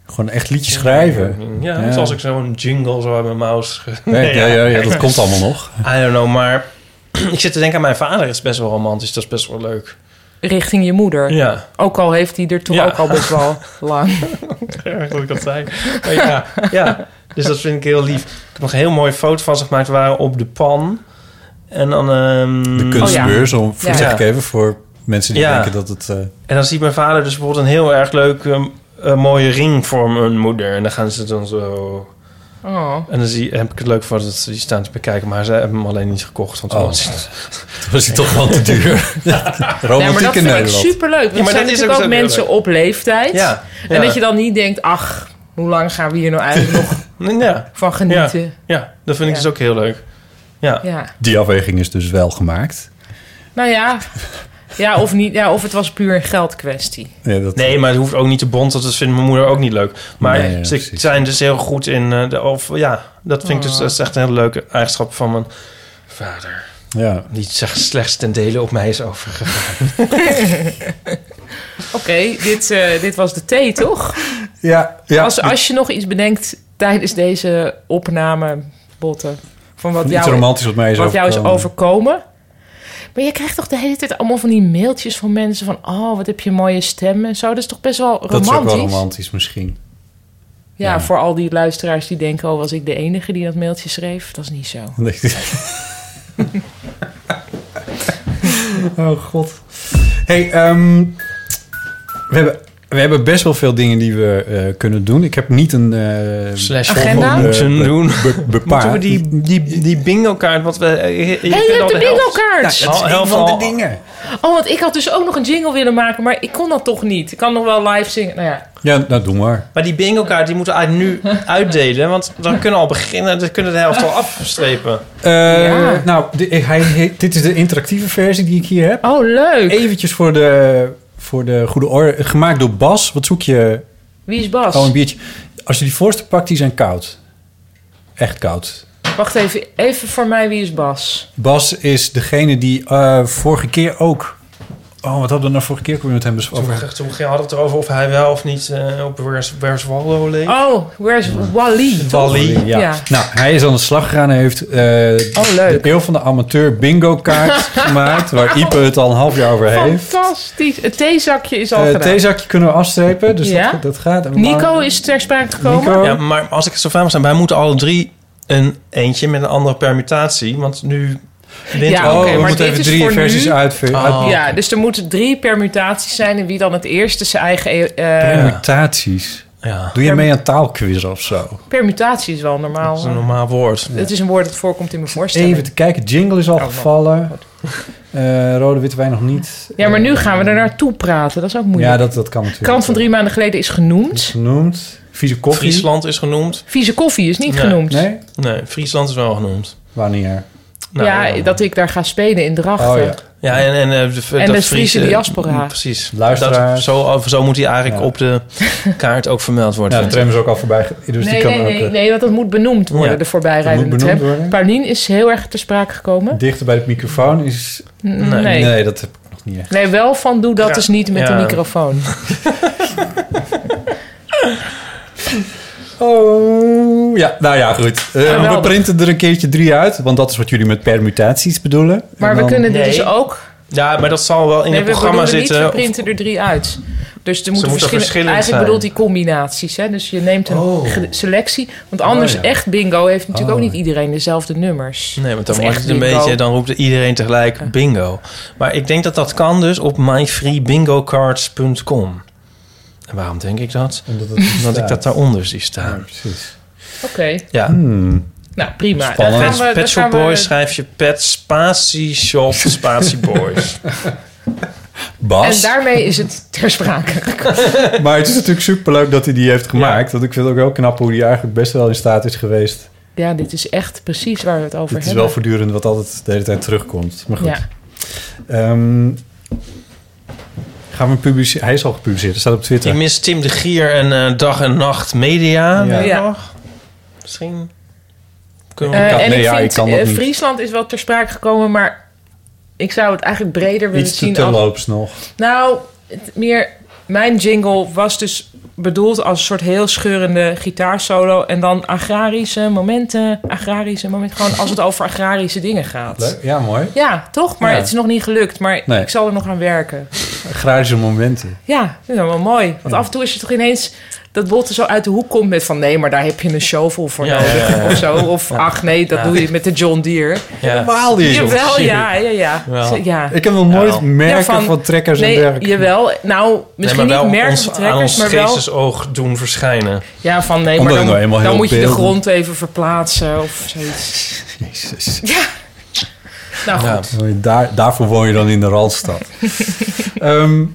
Gewoon echt liedjes schrijven.
Ja,
Ja.
zoals ik zo'n jingle zo uit mijn mouse... ge-
Nee, ja, ja, ja, dat komt allemaal nog.
I don't know, maar ik zit te denken aan mijn vader. is best wel romantisch, dat is best wel leuk.
Richting je moeder.
Ja,
Ook al heeft hij er toch
Ja.
ook al best wel lang.
erg dat ik dat zei. Maar ja, ja, dus dat vind ik heel lief. Ik heb nog een heel mooie foto van ze gemaakt. We waren op de pan. En dan... ehm,
Oh,
De kunstbeurs, om, zeg ik
Ja.
even, voor mensen die
Ja.
denken dat het... eh,
En dan ziet mijn vader dus bijvoorbeeld een heel erg leuk... ehm, een mooie ring voor mijn moeder. En dan gaan ze dan zo...
Oh.
En dan zie, heb ik het leuk voor dat ze die staan te bekijken. Maar ze hebben hem alleen niet gekocht. Want
Oh.
het-
het was hier toch wel te duur.
Ja, maar
Romantiek
dat
in
vind ik
Nederland.
superleuk. Want
Ja,
er
maar
zijn
dat is
natuurlijk ook,
ook zo
mensen op leeftijd.
Ja,
En dat je dan niet denkt, ach, hoe lang gaan we hier nou eigenlijk nog
dan... Ja,
van genieten? Ja.
ja, dat vind ik
Ja.
dus ook heel leuk. Ja,
Die afweging is dus wel gemaakt.
Nou ja. Ja, of niet. Ja, of het was puur een geldkwestie.
Ja, dat,
Nee, maar het hoeft ook niet te bont, want dat vindt mijn moeder ook niet leuk. Maar
Nee, ja,
ze
precies.
zijn dus heel goed in eh, de of ja, dat vind ik
Oh.
dus dat is echt een hele leuke eigenschap van mijn vader.
Ja.
Die zeg, slechts ten dele op mij is overgegaan.
Oké, dit, eh, dit was de thee, toch?
Ja, ja,
Als, als je nog iets bedenkt tijdens deze opname, botten, van wat
iets
jou,
romantisch wat mij is
wat jou is
overkomen.
overkomen. Maar je krijgt toch de hele tijd allemaal van die mailtjes van mensen van... oh, wat heb je mooie stem en zo. Dat is toch best wel
Dat
romantisch?
is ook wel romantisch misschien.
Ja,
Ja.
voor al die luisteraars die denken... oh, was ik de enige die dat mailtje schreef? Dat is niet zo.
Nee. oh god. Hey, ehm, we, hebben, we hebben best wel veel dingen die we eh, kunnen doen. Ik heb niet een eh,
Slash
Agenda?
eh,
moeten
be-
doen.
be- bepaard.
Moeten we die, die, die bingo kaart, wat we... eh, Hé,
Hé, je hebt de Nou, bingo-kaart!
Dat is
Al-
een
helft
van de
al-
dingen.
Oh, want ik had dus ook nog een jingle willen maken... maar ik kon dat toch niet. Ik kan nog wel live zingen. Nou ja,
Ja, nou doe maar.
Maar die bingo kaart, die moeten we eigenlijk nu uitdelen. Want dan kunnen we al beginnen, dan kunnen we de helft al afstrepen.
Eh,
Ja.
Nou, di- hij, hij- dit is de interactieve versie die ik hier heb.
oh, leuk.
Eventjes voor de, voor de goede orde. Gemaakt door Bas. Wat zoek je?
Wie is Bas?
Oh, een biertje. Als je die voorste pakt, die zijn koud. Echt koud.
Wacht even, even voor mij, wie is Bas?
Bas is degene die eh, vorige keer ook. Oh, wat hadden we nou vorige keer ook weer met hem besproken?
Toen, toen hadden we het erover of hij wel of niet eh, op Where's, Where's Waldo leek.
Oh, where's Wally? toch?
Wally.
Ja.
Ja.
Nou, hij is aan de slag gegaan. Hij heeft eh,
Oh, leuk.
de eeuw van de amateur bingo kaart gemaakt. Waar Ipe het al een half jaar over heeft.
Fantastisch. Het theezakje is al
Eh
gedaan.
theezakje kunnen we afstrepen. Dus
Ja.
dat, dat gaat. En
Nico
maar-
is ter sprake gekomen.
Nico.
Ja, maar als ik het zo vaak mag zijn, wij moeten alle drie een eentje met een andere permutatie. Want nu wint
Ja,
ook-
oh,
oké,
we
maar
moeten
dit
even
is
drie
voor
versies
nu.
uitve- uit.
Oh.
Ja, dus er moeten drie permutaties zijn. En wie dan het eerste zijn eigen... eh,
Permutaties.
Ja,
Doe jij mee aan taalquiz of zo?
Permutatie is wel normaal.
dat is een normaal woord.
Het is een woord dat voorkomt in mijn voorstelling.
Even te kijken. Jingle is al
man.
gevallen. Eh, rode witte wijn nog niet. Eh,
Ja, maar nu gaan we er naartoe praten. Dat is ook moeilijk.
Ja, dat, dat kan natuurlijk.
Krant van drie maanden geleden is genoemd.
genoemd. Vieze koffie.
Friesland is genoemd.
Vieze koffie is niet
Nee.
genoemd.
Nee?
Nee, Friesland is wel genoemd.
Wanneer?
Nou,
ja, dat ik daar ga spelen in Drachten.
Oh ja.
Ja, en, en, eh, de,
En
dat
de Friese
Friese-
diaspora.
Precies.
Luisteraars.
Dat, zo, oh, zo moet hij eigenlijk
Ja.
op de kaart ook vermeld worden.
Nou, de tram is ook al voorbij. ge- Dus die
Nee,
kan
nee,
ook
nee,
eh,
nee, want dat moet benoemd worden, de
Ja.
Dat moet
voorbijrijdende
benoemd
tram.
worden.
Paulien is heel erg ter sprake gekomen.
dichter bij de microfoon is...
N-
Nee.
nee.
Nee, dat heb ik nog niet echt.
Nee, wel van doe dat
Ja.
dus niet met
Ja.
de microfoon.
Oh, ja. Nou ja, goed. Eh, we
Geweldig.
printen er een keertje drie uit, want dat is wat jullie met permutaties bedoelen.
Maar
En
we
dan-
kunnen dit
Nee.
dus ook.
Ja, maar dat zal wel in
Nee,
het
we
programma
bedoelen niet, we
zitten.
printen er drie uit. Dus er moeten
moeten
verschillen-
verschillend
Eigenlijk
zijn.
bedoelt die combinaties. Hè? Dus je neemt een
Oh.
ge- selectie. Want anders,
Oh, ja.
echt bingo, heeft natuurlijk
Oh.
ook niet iedereen dezelfde nummers.
Nee, want dan
Of
wordt
echt
het een
bingo.
beetje, dan roept iedereen tegelijk bingo. Maar ik denk dat dat kan dus op myfreebingocards.com. En waarom denk ik dat?
Omdat het
Omdat ik dat
bestaat.
daaronder zie staan.
Ja, precies.
Oké,
Ja.
Hmm.
nou prima. Dan
Spannend.
gaan we, dan
Pet Shop
gaan we-
Boys schrijf je Pet Spatie Shop Spatie Boys.
Bas.
En daarmee is het ter sprake.
Maar het is natuurlijk superleuk dat hij die heeft gemaakt. Want ik vind het ook heel knap hoe hij eigenlijk best wel in staat is geweest.
Ja, dit is echt precies waar we het over
Het is
hebben.
wel voortdurend wat altijd de hele tijd terugkomt. Maar goed.
ja.
Ehm, gaan we hem publiceren? Hij is al gepubliceerd. Dat staat op Twitter.
Ik mis Tim de Gier en eh, Dag en Nacht Media.
Ja.
Ja.
Nog? Misschien kunnen we...
Eh,
kan-
en
nee,
ik
ja,
vind,
ik kan dat
eh,
niet.
Friesland is wel ter sprake gekomen, maar ik zou het eigenlijk breder willen
Iets te
zien. als-
terloops nog.
Nou, het meer mijn jingle was dus bedoeld als een soort heel scheurende gitaarsolo en dan agrarische momenten, agrarische momenten, gewoon als het over agrarische dingen gaat.
Leuk. Ja, mooi.
Ja, toch? Maar
Ja.
het is nog niet gelukt, maar
Nee.
ik zal er nog aan werken.
Agrarische momenten.
Ja, dat is dan wel mooi. Want af en toe is het toch ineens dat Botte zo uit de hoek komt met van... nee, maar daar heb je een shovel voor
Ja,
nodig
ja, ja.
of zo. Of ach nee, dat doe je met de John Deere.
Ja.
Waal die
Jawel, ja, ja, ja.
Wel.
ja.
Ik heb nog nooit
Ja.
merken
Ja,
van,
van-
trekkers en
Nee,
dergelijke.
jawel. Nou,
Nee,
misschien niet merken
ons-
van
aan
trekkers,
ons
maar wel...
geestesoog doen verschijnen.
Ja, van nee,
Omdat
maar
het nou
dan,
eenmaal
dan
heel
moet je de
beeldend-
grond even verplaatsen of zoiets.
Jezus.
Nou
Ja.
goed.
Daar, daarvoor woon je dan in de Randstad. Ehm,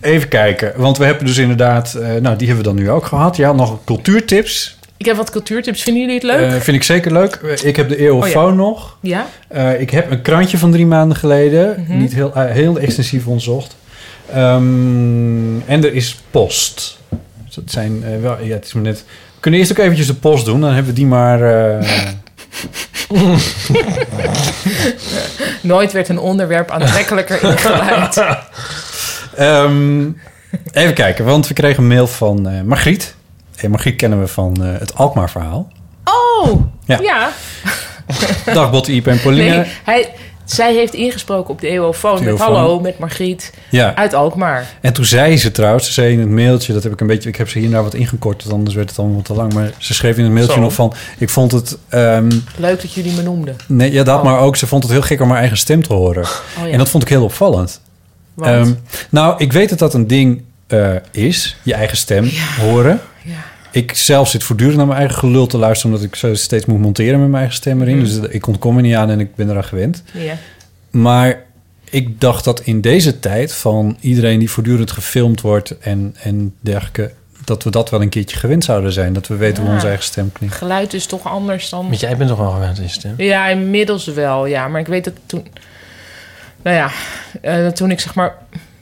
even kijken, want we hebben dus inderdaad... eh, nou, die hebben we dan nu ook gehad. Ja, nog cultuurtips.
Ik heb wat cultuurtips. Vinden jullie het leuk? Oh
Eh, vind ik zeker leuk. Eh, Ik heb de eeuwfoon nog.
ja?
Eh, ik heb een krantje van drie maanden geleden.
Mhm.
Niet heel, eh, heel extensief onderzocht. Ehm, en er is post. Dus dat zijn eh, wel... Ja, het is maar net... We kunnen eerst ook eventjes de post doen. Dan hebben we die maar... eh,
Nooit werd een onderwerp aantrekkelijker ingeleid.
Ehm, even kijken, want we kregen een mail van eh, Margriet. Hey, Margriet kennen we van eh, het Alkmaar-verhaal.
Oh,
Ja.
ja.
Dag Botte, Iep en Pauline.
Nee, hij, zij heeft ingesproken op de EOFoon met
Eeuwofoon.
hallo, met Margriet
Ja,
uit Alkmaar.
en toen zei ze trouwens, ze zei in het mailtje, dat heb ik een beetje, ik heb ze hier nou wat ingekort, want anders werd het allemaal te lang. Maar ze schreef in het mailtje
Zo.
nog van, ik vond het, ehm,
Leuk dat jullie me noemden.
nee, ja dat,
Oh.
maar ook, ze vond het heel gek om haar eigen stem te horen.
Oh ja,
En dat vond ik heel opvallend.
want-
Ehm, nou, ik weet dat dat een ding eh, is, je eigen stem horen.
ja.
Ik zelf zit voortdurend naar mijn eigen gelul te luisteren... omdat ik zo steeds moet monteren met mijn eigen stem erin.
Mhm.
Dus ik ontkom er niet aan en ik ben eraan gewend.
ja.
Maar ik dacht dat in deze tijd van iedereen die voortdurend gefilmd wordt... en, en dergelijke, dat we dat wel een keertje gewend zouden zijn. Dat we weten hoe
Ja.
onze eigen stem klinkt.
Geluid is toch anders dan...
Want jij bent toch wel gewend in je stem?
Ja, inmiddels wel, ja. Maar ik weet dat toen... Nou ja, eh, toen ik zeg maar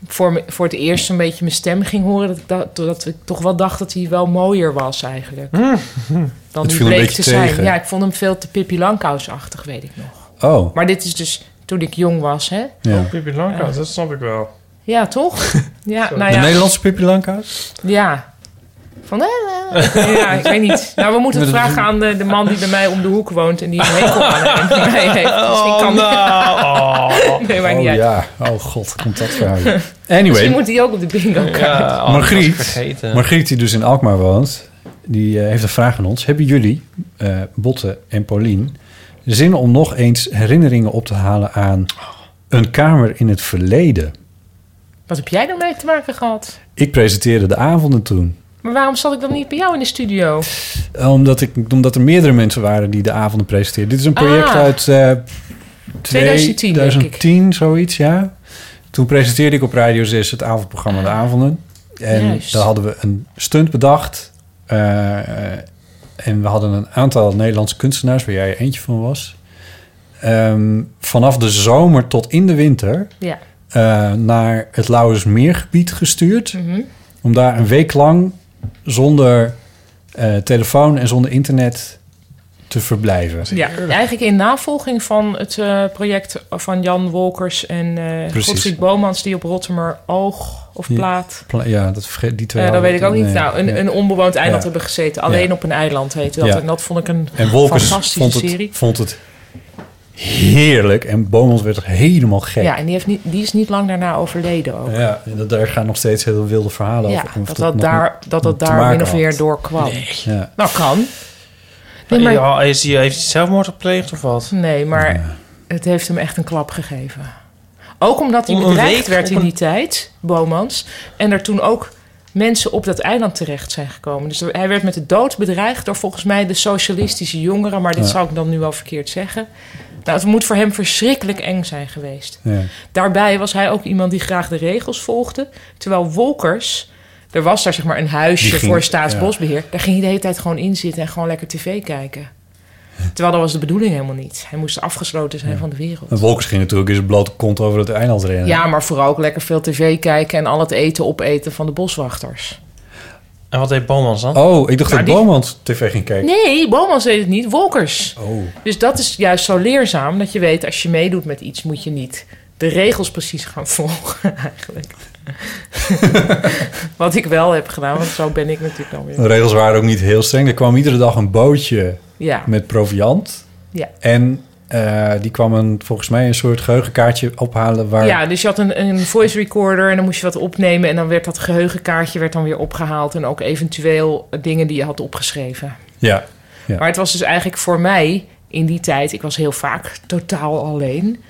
voor, me- voor het eerst een beetje mijn stem ging horen... Dat ik, da- dat ik toch wel dacht dat hij wel mooier was eigenlijk. Dan
Hm. Het
die
viel een
bleek
beetje
te zijn.
tegen.
Ja, ik vond hem veel te Pippi Langkous-achtig, weet ik nog.
Oh,
Maar dit is dus toen ik jong was, hè?
ja.
Pippi Langkous, dat snap ik wel.
Ja, toch? Ja, nou
De
ja.
Nederlandse Pippi Langkous?
Ja. Van, eh, eh. ja, ik weet niet. Nou, we moeten het vragen aan de, de man die bij mij om de hoek woont... en die een hekel aan hem- mij heeft. Misschien kan
nou, oh.
Nee, maar
Oh
niet uit.
ja, oh god, komt dat verhaal. Anyway,
Misschien moet hij ook op de bingo kaart.
Ja, oh,
Margriet.
ik was vergeten.
Margriet, die dus in Alkmaar woont, die eh, heeft een vraag aan ons. Hebben jullie, eh Botte en Paulien, zin om nog eens herinneringen op te halen aan een kamer in het verleden?
Wat heb jij daarmee te maken gehad?
Ik presenteerde de avonden toen.
Maar waarom zat ik dan niet bij jou in de studio?
Eh, Omdat, ik, omdat er meerdere mensen waren die de avonden presenteerden. Dit is een project
Ah.
uit eh
2010, denk ik.
2010, zoiets, ja. Toen presenteerde ik op Radio 6 het avondprogramma De Avonden. En
Juist.
daar hadden we een stunt bedacht. Eh, en we hadden een aantal Nederlandse kunstenaars... waar jij eentje van was. Ehm, vanaf de zomer tot in de winter...
Ja.
eh, naar het Lauwersmeergebied gestuurd
Mhm.
om daar een week lang zonder eh, telefoon en zonder internet te verblijven.
Ja, eigenlijk in navolging van het eh, project van Jan Wolkers en eh
Precies.
Godfried Bomans... die op Rottermer Oog of
Ja.
Plaat...
Pla- Ja, dat vergeet die twee.
eh dat
hadden
weet ik ook
het-
niet.
nee.
nou, een,
Ja.
een onbewoond eiland
Ja.
hebben gezeten. Alleen
Ja.
op een eiland heette dat.
Ja.
En dat vond ik een
En Wolkers
fantastische
vond het,
serie.
vond het heerlijk. En Bomans werd er helemaal gek.
Ja, en die, heeft niet, die is niet lang daarna overleden ook.
Ja, en dat, daar gaan nog steeds heel wilde verhalen
Ja,
over. Of
dat dat
nog
daar, dat dat
te
daar
maken
min of meer
had.
door kwam.
Ja.
Nou, kan. Nee, maar,
Ja, is hij, heeft hij zelfmoord gepleegd of wat?
nee, maar het heeft hem echt een klap gegeven. Ook omdat hij
Om een
bedreigd
week
werd
op
in
een-
die tijd, Bomans. En er toen ook mensen op dat eiland terecht zijn gekomen. Dus er- hij werd met de dood bedreigd door volgens mij de socialistische jongeren. Maar dit
Ja.
zou ik dan nu wel verkeerd zeggen. Nou, het moet voor hem verschrikkelijk eng zijn geweest.
Ja.
Daarbij was hij ook iemand die graag de regels volgde. Terwijl Wolkers, er was daar zeg maar een huisje
Die ging-
voor staatsbosbeheer. Daar ging hij de hele tijd gewoon in zitten en gewoon lekker tv kijken. Terwijl dat was de bedoeling helemaal niet. Hij moest afgesloten zijn van de wereld.
En Wolkers ging natuurlijk in zijn blote kont over het eiland rennen.
Ja, maar vooral ook lekker veel tv kijken en al het eten opeten van de boswachters.
En wat deed Bomans dan?
Oh, ik dacht
Nou,
dat
die-
Bomans tv ging kijken.
Nee, Bomans deed het niet, Wolkers.
Oh.
Dus dat is juist zo leerzaam dat je weet als je meedoet met iets moet je niet de regels precies gaan volgen eigenlijk. Wat ik wel heb gedaan, want zo ben ik natuurlijk dan weer.
De regels waren ook niet heel streng. Er kwam iedere dag een bootje
Ja,
met proviant.
ja.
En eh, die kwam een, volgens mij een soort geheugenkaartje ophalen waar...
ja dus je had een, een voice recorder en dan moest je wat opnemen en dan werd dat geheugenkaartje werd dan weer opgehaald en ook eventueel dingen die je had opgeschreven.
Ja. Ja.
Maar het was dus eigenlijk voor mij in die tijd, ik was heel vaak totaal alleen.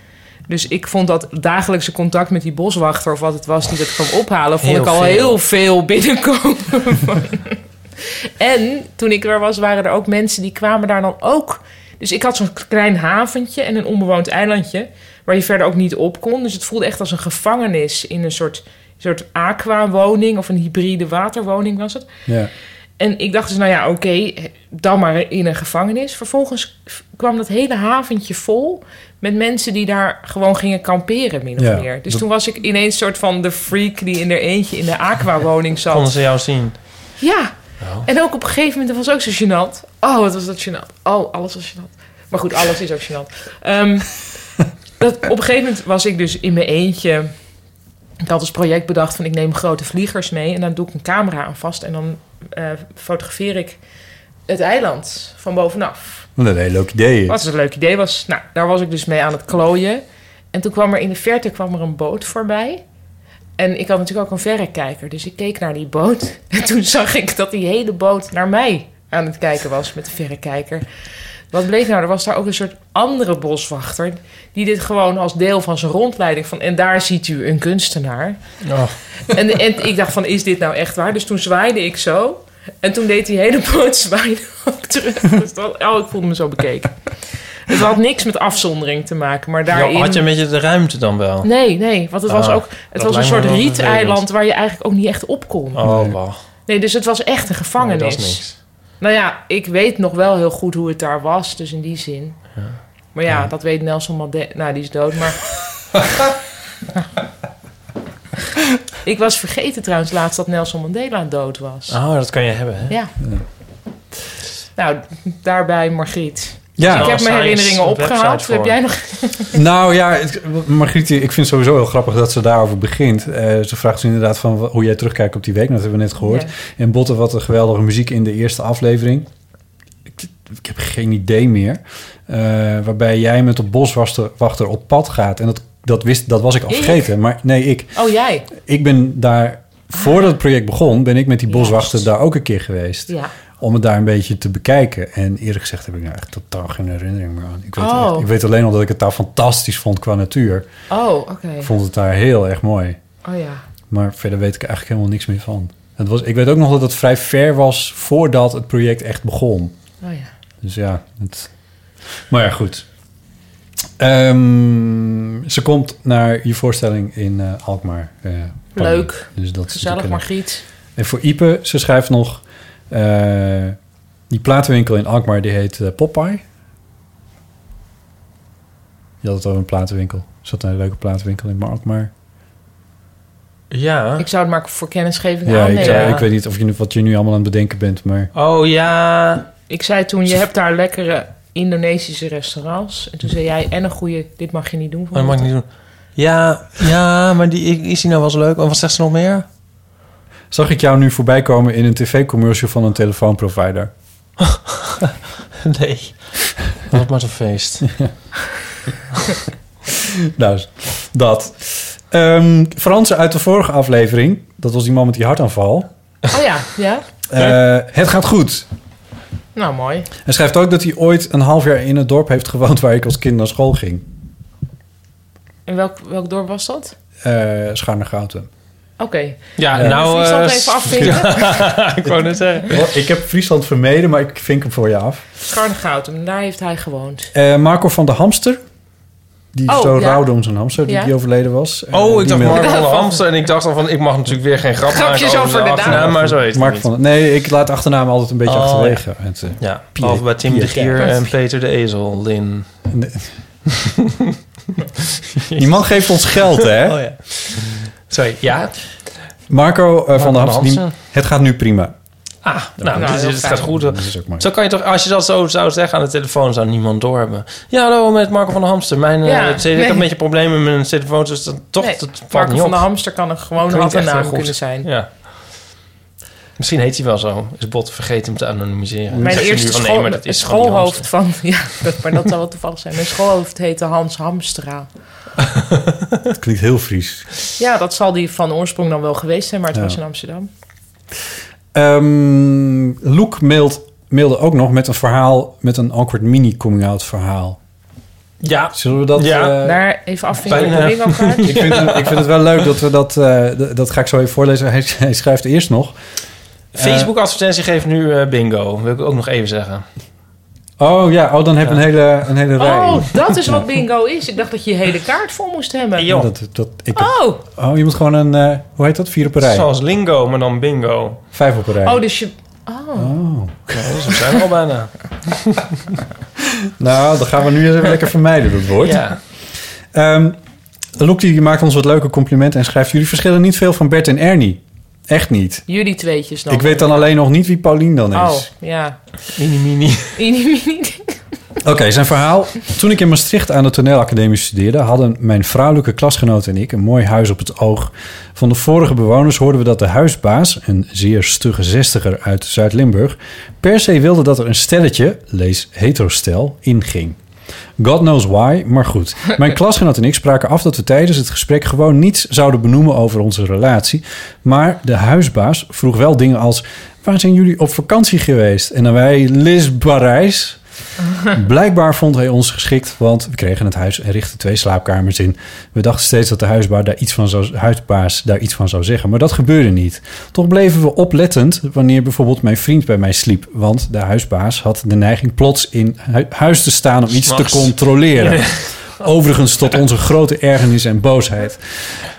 Dus ik vond dat dagelijkse contact met die boswachter of wat het was die dat kwam ophalen, vond
Heel
ik al
veel.
heel veel binnenkomen. en toen ik er was, waren er ook mensen die kwamen daar dan ook. Dus ik had zo'n klein haventje en een onbewoond eilandje waar je verder ook niet op kon. Dus het voelde echt als een gevangenis in een soort, soort aqua-woning of een hybride waterwoning was het.
ja.
En ik dacht dus, nou ja, oké, dan maar in een gevangenis. Vervolgens kwam dat hele haventje vol met mensen die daar gewoon gingen kamperen, min of
Ja,
meer. Dus
dat-
toen was ik ineens soort van de freak die in er eentje in de aqua-woning zat.
Konden ze jou zien?
Ja, en ook op een gegeven moment, dat was ook zo gênant. Oh, wat was dat gênant. Oh, alles was gênant. Maar goed, alles is ook gênant. Ehm, dat, op een gegeven moment was ik dus in mijn eentje... Ik had als project bedacht van ik neem grote vliegers mee... en dan doe ik een camera aan vast en dan eh, fotografeer ik het eiland van bovenaf.
Wat een heel leuk idee.
Wat een leuk idee was. Nou, daar was ik dus mee aan het klooien. En toen kwam er in de verte kwam er een boot voorbij. En ik had natuurlijk ook een verrekijker. Dus ik keek naar die boot. En toen zag ik dat die hele boot naar mij aan het kijken was met de verrekijker. Wat bleek nou? Er was daar ook een soort andere boswachter. Die dit gewoon als deel van zijn rondleiding van. En daar ziet u een kunstenaar.
Oh.
En, en ik dacht van, is dit nou echt waar? Dus toen zwaaide ik zo. En toen deed die hele boot zwaaien ook terug. Dus dat- oh, ik voelde me zo bekeken. Het had niks met afzondering te maken, maar daarin...
Ja, had je een beetje de ruimte dan wel?
Nee, nee, want het was
Ah,
ook... Het
dat
was een
lijkt me
soort
wel
rieteiland
vervelend.
waar je eigenlijk ook niet echt op kon.
Oh, wow.
Nee, dus het was echt een
Nee,
gevangenis.
dat is niks.
Nou ja, ik weet nog wel heel goed hoe het daar was, dus in die zin. Maar ja, dat weet Nelson Mandela. Nou, die is dood, maar... ik was vergeten trouwens laatst dat Nelson Mandela dood was.
Oh, dat kan je hebben, hè?
Ja. Nou, daarbij Margriet.
ja.
ik heb mijn
Science
herinneringen
website
opgehaald.
voor.
Heb jij nog...
Nou ja, het, Margriet, ik vind het sowieso heel grappig dat ze daarover begint. Eh, ze vraagt dus inderdaad van hoe jij terugkijkt op die week. Dat hebben we net gehoord.
Ja.
En Botte, wat een geweldige muziek in de eerste aflevering. Ik, ik heb geen idee meer. Eh, waarbij jij met de boswachter wachter op pad gaat. En dat, dat, wist, dat was ik al
Ik?
vergeten. Maar nee, ik,
Oh, jij.
ik ben daar...
Ah.
Voordat het project begon, ben ik met die boswachter daar ook een keer geweest.
Ja.
Om het daar een beetje te bekijken. En eerlijk gezegd heb ik nou echt totaal geen herinnering meer aan. Ik weet,
Oh.
echt- ik weet alleen al dat ik het daar fantastisch vond qua natuur.
Oh, oké.
Ik vond het daar heel erg mooi.
Oh ja.
Maar verder weet ik eigenlijk helemaal niks meer van. Het was, ik weet ook nog dat het vrij ver was voordat het project echt begon.
Oh ja.
Dus ja, het... maar ja, goed. Ehm, ze komt naar je voorstelling in eh, Alkmaar. eh, Paulien.
Leuk.
Dus dat is
Gezellig,
natuurlijk een-
Margriet.
en voor Ipe, ze schrijft nog... eh, die platenwinkel in Alkmaar, die heet eh, Popeye. Je had het over een platenwinkel. Er zat een leuke platenwinkel in Alkmaar.
Ja.
Ik zou het maar voor kennisgeving
Ja, ik,
aannemen.
ik weet niet of je, nu- wat je nu allemaal aan het bedenken bent, maar...
Oh, ja.
Ik zei toen, je hebt daar lekkere Indonesische restaurants. En toen zei jij, en een goede, dit mag je niet doen.
Oh, dat mag ik niet doen. Ja, ja maar die, is die nou wel zo leuk? En wat zegt ze nog meer?
Zag ik jou nu voorbij komen in een tv-commercial van een telefoonprovider?
Nee. Wat maar zo'n feest.
Nou, dat. Ehm Fransen uit de vorige aflevering, dat was die man met die hartaanval.
Oh ja, ja.
Eh, het gaat goed.
Nou, mooi.
Hij schrijft ook dat hij ooit een half jaar in het dorp heeft gewoond waar ik als kind naar school ging.
En welk, welk dorp was dat?
Eh Scharnergouten.
Oké.
Ja,
Nou,
nou...
dus ik zal het
eh,
even afvinken.
ik wou net zeggen.
Ik heb Friesland vermeden, maar ik vink hem voor je af.
Scharnegoutem, daar heeft hij gewoond.
Eh, Marco van de Hamster. Die
Oh,
zo
ja.
rouwde om zijn hamster, die,
Ja.
die overleden was. Eh,
Oh,
die
ik dacht
mailde-
Mark van de Hamster. En ik dacht al van, ik mag natuurlijk weer geen grap
Grapjes
maken
over de
achternaam,
naam.
Maar zo heet het
Mark
niet.
van, nee, ik laat de achternaam altijd een beetje
Oh,
achterwege. Het, eh,
Ja,
Piet-
behalve bij Tim de
Piet-
Gier en Peter de Ezel, Lin.
Die man geeft ons geld, hè?
Oh,
Oh
ja. Sorry, ja?
Marco eh, van
van de
de Hamster. die-
Hamster.
het gaat nu prima.
Ah, nou,
Nou,
dit,
heel
dit gaat
fijn.
goed.
Dat is ook mooi.
Zo kan je toch, als je dat zo zou zeggen aan de telefoon, zou niemand doorhebben. Ja, hallo, met Marco van de Hamster. Mijn, eh,
Ja,
tele- Ik
nee.
heb een beetje problemen met mijn telefoon, dus dat, toch,
Nee,
dat valt
Marco
niet
van
op.
de Hamster kan een gewone
Klinkt echt heel
handnaam
goed.
kunnen zijn.
Ja. Misschien heet hij wel zo. Is Bot vergeten hem te anonimiseren.
Mijn
Zeg je
eerste
nu van,
school,
nee, maar dat is gewoon die
schoolhoofd van... Ja, dat, maar dat zou wel toevallig zijn. Mijn schoolhoofd heette Hans Hamstra.
Het klinkt heel Fries.
Ja, dat zal die van oorsprong dan wel geweest zijn, maar het
Ja.
was in Amsterdam.
Ehm Luke mailt, mailde ook nog met een verhaal, met een awkward mini-coming-out verhaal.
Hamster. Ja,
Zullen we dat...
Ja.
eh,
Daar even afvinken op de
bijna.
bingo-kaart.
ik, vind het, ik vind het wel leuk dat we dat... eh, d- dat ga ik zo even voorlezen. Hij, hij schrijft eerst nog.
Eh,
Facebook-advertentie geeft nu eh, bingo. Wil ik ook nog even zeggen.
Oh ja, oh, dan heb ik een hele, een hele rij.
Oh, dat is wat bingo is. Ik dacht dat je je hele kaart vol moest hebben.
joh.
Dat, dat, ik,
Oh,
oh, je moet gewoon een... eh, hoe heet dat? Vier op een rij.
Zoals lingo, maar dan bingo.
Vijf op een rij.
oh, dus je... Oh,
Nou, zo zijn we al bijna.
Nou, dat gaan we nu eens even lekker vermijden, dat woord.
Ja.
Ehm Loek die maakt ons wat leuke complimenten en schrijft... jullie verschillen niet veel van Bert en Ernie. Echt niet.
jullie tweetjes dan.
Ik weet dan alleen nog niet wie Paulien dan is.
Nou. Oh, ja.
Mini, mini.
Ini, mini.
Oké, zijn verhaal. Toen ik in Maastricht aan de toneelacademie studeerde... hadden mijn vrouwelijke klasgenoot en ik een mooi huis op het oog. Van de vorige bewoners hoorden we dat de huisbaas... een zeer stugge zestiger uit Zuid-Limburg... per se wilde dat er een stelletje, lees heterostel, inging. God knows why, maar goed. Mijn klasgenoot en ik spraken af dat we tijdens het gesprek gewoon niets zouden benoemen over onze relatie. Maar de huisbaas vroeg wel dingen als: Waar zijn jullie op vakantie geweest? En dan wij Lis Parijs. Blijkbaar vond hij ons geschikt, want we kregen het huis en richtten twee slaapkamers in. We dachten steeds dat de huisbaar daar iets van zou, huisbaas daar iets van zou zeggen, maar dat gebeurde niet. Toch bleven we oplettend wanneer bijvoorbeeld mijn vriend bij mij sliep, want de huisbaas had de neiging plots in hu- huis te staan om iets te
S'nachts.
controleren. Overigens tot onze grote ergernis en boosheid.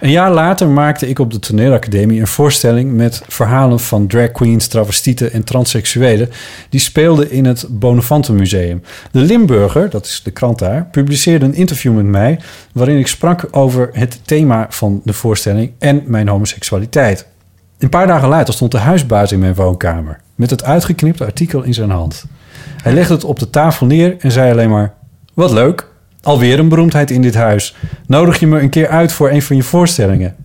Een jaar later maakte ik op de toneelacademie een voorstelling met verhalen van drag queens, travestieten en transseksuelen. Die speelden in het Bonafante Museum. De Limburger, dat is de krant daar, publiceerde een interview met mij waarin ik sprak over het thema van de voorstelling en mijn homoseksualiteit. Een paar dagen later stond de huisbaas in mijn woonkamer met het uitgeknipte artikel in zijn hand. Hij legde het op de tafel neer en zei alleen maar: Wat leuk, alweer een beroemdheid in dit huis. Nodig je me een keer uit voor een van je voorstellingen?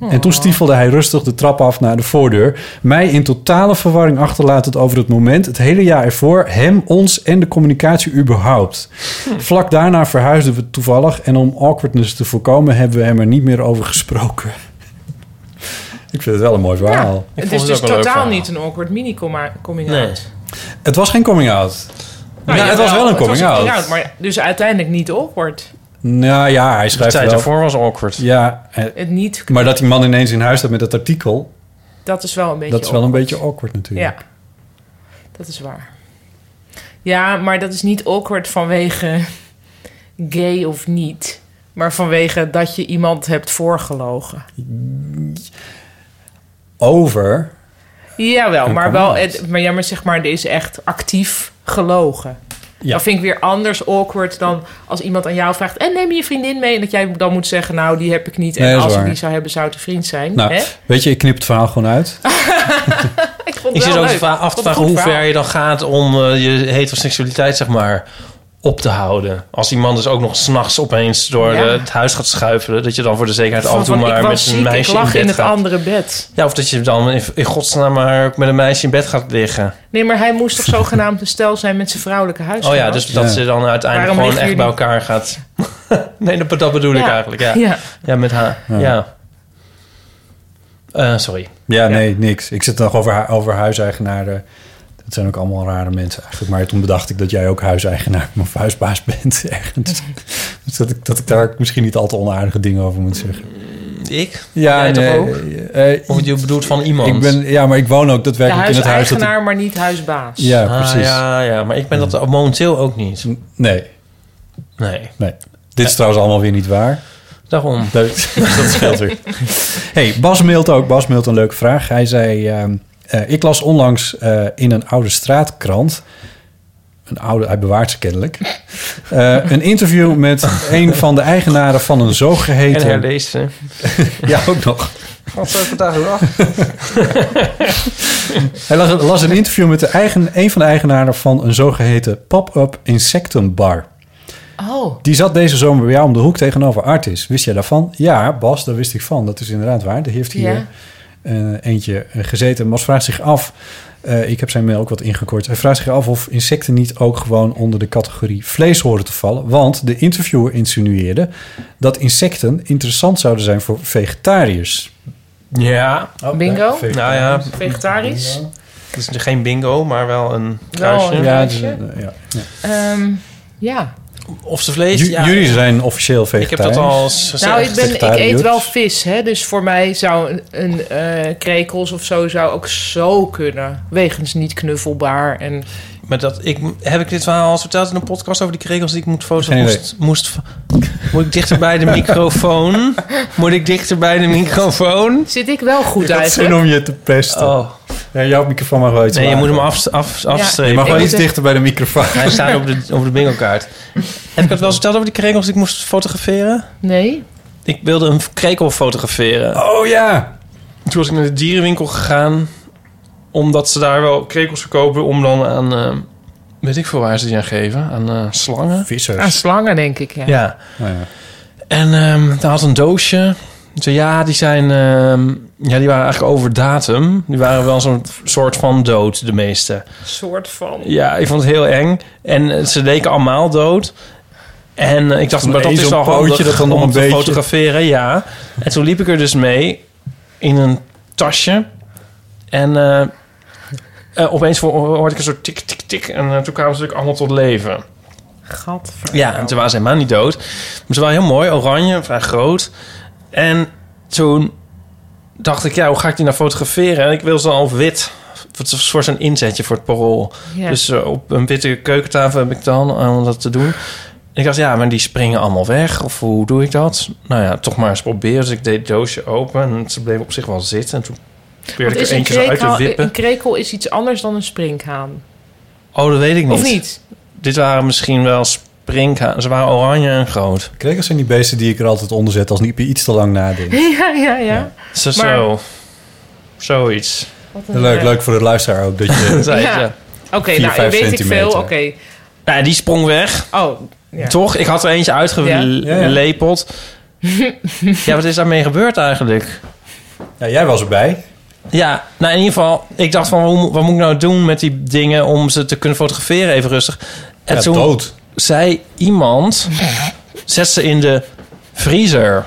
En toen stiefelde hij rustig de trap af naar de voordeur. Mij in totale verwarring achterlatend over het moment, het hele jaar ervoor, hem, ons en de communicatie überhaupt. Vlak daarna verhuisden we toevallig en om awkwardness te voorkomen hebben we hem er niet meer over gesproken. Ik vind het wel een mooi verhaal.
Het
vond
is
het
dus
ook een leuk
totaal
verhaal.
niet een awkward mini-coming-out.
Nee.
Het was geen coming out. Nou, het was wel een coming out.
maar dus uiteindelijk niet awkward.
Nou ja, hij
De
schrijft
tijd
wel.
daarvoor was awkward.
Ja, eh,
Het niet,
maar dat die man ineens in huis staat met dat artikel,
dat is wel een beetje
dat is wel een
awkward.
beetje awkward natuurlijk.
Ja, dat is waar. Ja, maar dat is niet awkward vanwege gay of niet. Maar vanwege dat je iemand hebt voorgelogen.
Over.
Jawel, maar, wel,
comment.
het, maar, ja, maar zeg maar, er is echt actief gelogen.
Ja.
Dat vind ik weer anders awkward dan als iemand aan jou vraagt... en neem je vriendin mee? En dat jij dan moet zeggen, nou, die heb ik niet. En
Nee, dat is
als ik
Nou,
waar.
die zou hebben, zou het een vriend zijn.
Nou,
hè?
weet je, ik knip het verhaal gewoon uit.
ik vond
Ik
het
zit
wel
ook te
leuk.
vra- af te
Vond het
vragen
een
hoe
goed
ver
verhaal.
je dan gaat om eh, je heteroseksualiteit, zeg maar, op te houden. Als die man dus ook nog s'nachts opeens door
Ja.
eh, het huis gaat schuifelen, dat je dan voor de zekerheid
Van-
af en toe
van, ik
maar
was
met
ziek,
een meisje
ik lag
in bed
het
gaat.
andere bed.
Ja, of dat je dan in, in godsnaam maar ook met een meisje in bed gaat liggen.
Nee, maar hij moest toch zogenaamd een stel zijn met zijn vrouwelijke
Oh
huisgenoot?
ja, dus dat
Ja.
ze dan uiteindelijk
Waarom
gewoon echt
liggen
bij elkaar gaat. nee, dat, dat bedoel ik
Ja.
eigenlijk. Ja, ja.
Ja.
met haar. Ja.
Ja.
Eh, sorry.
Ja, nee, niks. Ik zit nog over, hu- over huiseigenaren. Dat zijn ook allemaal rare mensen eigenlijk. Maar toen bedacht ik dat jij ook huiseigenaar of huisbaas bent ergens. Dus dat ik, dat ik daar misschien niet al te onaardige dingen over moet zeggen.
Ik?
Ja,
Jij toch
nee,
ook?
eh,
Of je bedoelt van iemand?
Ik ben, ja, maar ik woon ook
De
daadwerkelijk in het huis. Dat ik-
huiseigenaar, maar niet huisbaas.
ja,
Ah,
precies.
ja, ja, maar ik ben dat momenteel ook niet.
Nee,
Nee,
nee. Dit is trouwens allemaal weer niet waar.
daarom.
Dat, dat scheelt weer. Hey, Bas mailt ook. Bas mailt een leuke vraag. Hij zei... ehm, eh, ik las onlangs eh, in een oude straatkrant... Een oude, hij bewaart ze kennelijk. eh, een interview met een van de eigenaren van een
En
zogeheten...
herlezen.
Ja, ook nog.
Wat zou ik vandaag doen?
Hij las, las een interview met de eigen, een van de eigenaren van een zogeheten pop-up insectenbar.
Oh,
Die zat deze zomer bij jou om de hoek tegenover Artis. Wist jij daarvan? Ja, Bas, daar wist ik van. Dat is inderdaad waar. Er heeft hier
Ja.
eh, eentje eh, gezeten. Bas vraagt zich af... eh, ik heb zijn mail ook wat ingekort. Hij vraagt zich af of insecten niet ook gewoon onder de categorie vlees horen te vallen. Want de interviewer insinueerde dat insecten interessant zouden zijn voor vegetariërs.
Ja,
bingo?
nou ja,
Vegetarisch?
het is geen bingo, maar wel een
Wel
kruisje.
een-
Ja,
Weet
dus,
je?
eh, ja.
Ehm, ja.
Of ze vlees.
Ju-
ja.
Jullie zijn officieel
Ik heb dat
vegetariërs.
al eens gezegd.
Nou, ik, ben, ik eet
vegetariërs.
wel vis, hè, dus voor mij zou een, een eh, krekels of zo zou ook zo kunnen. Wegens niet knuffelbaar. En,
Maar dat, ik, heb ik dit verhaal al eens verteld in een podcast over die krekels die ik moet foto's
Geen idee.
moest, moest, Moet ik dichter bij de microfoon? Moet ik dichter bij de microfoon?
zit ik wel goed
Ik had zin
eigenlijk?
om je te pesten.
Oh,
Ja, jouw microfoon mag wel iets
nee, je
lager.
moet hem af, af,
Je
afstrepen.
mag wel
Ik
iets
moet-
dichter bij de microfoon.
Hij staat op de, op de bingo-kaart. Heb ik dat wel eens verteld over die krekels die ik moest fotograferen?
Nee?
Ik wilde een krekel fotograferen.
Oh ja!
Toen was ik naar de dierenwinkel gegaan. Omdat ze daar wel krekels verkopen. Om dan aan. eh, weet ik veel waar ze die aan geven. Aan eh, slangen.
Vissers.
Aan Ah, slangen, denk ik, ja.
Ja.
Nou ja.
En ehm daar had een doosje. Ik zei, ja, die zijn. ehm, ja, die waren eigenlijk over datum. Die waren wel zo'n soort van dood, de meeste.
soort van.
Ja, ik vond het heel eng. En eh, ze leken allemaal dood. En eh, ik dacht,
Van
maar dat
één
is wel
zo'n pootje
handig
dat dan nog
om
een
te
beetje-
fotograferen, ja. En toen liep ik er dus mee in een tasje. En eh, eh, opeens ho- hoorde ik een soort tik, tik, tik. En eh, toen kwamen ze natuurlijk allemaal tot leven.
Gadver.
Ja, en toen waren ze helemaal niet dood. Maar ze waren heel mooi, oranje, vrij groot. En toen dacht ik, ja, hoe ga ik die nou fotograferen? En ik wil ze al wit. Het is een soort van inzetje voor het parool.
Ja.
Dus eh, op een witte keukentafel heb ik dan eh, om dat te doen. En ik dacht, ja, maar die springen allemaal weg. Of hoe doe ik dat? Nou ja, toch maar eens proberen. Dus ik deed het doosje open en ze bleven op zich wel zitten. En toen
Want
probeerde ik
is
er
een,
eentje zo uit te
krekel,
wippen.
een krekel is iets anders dan een springhaan.
Oh, dat weet ik niet.
Of niet?
Dit waren misschien wel springhaan. Ze waren oranje en groot.
Krekels zijn die beesten die ik er altijd onder zet als ik iets te lang nadenk.
Ja, ja, ja.
Zo,
Maar-
zo. Zoiets.
Wat een-
Leuk, leuk voor de luisteraar ook. Dat je,
Zei
Ja.
ze.
Oké,
Vier,
nou,
vijf
weet ik
centimeter.
veel. Oké.
Nou, die sprong weg.
Oh, ja.
Toch? Ik had er eentje
Ja. Ja, ja.
uitgelepeld. Ja, wat is daarmee gebeurd eigenlijk?
ja, jij was erbij.
Ja, nou in ieder geval, ik dacht van, hoe- wat moet ik nou doen met die dingen om ze te kunnen fotograferen even rustig? En
Ja,
toen
dood.
zei iemand, zet ze in de vriezer.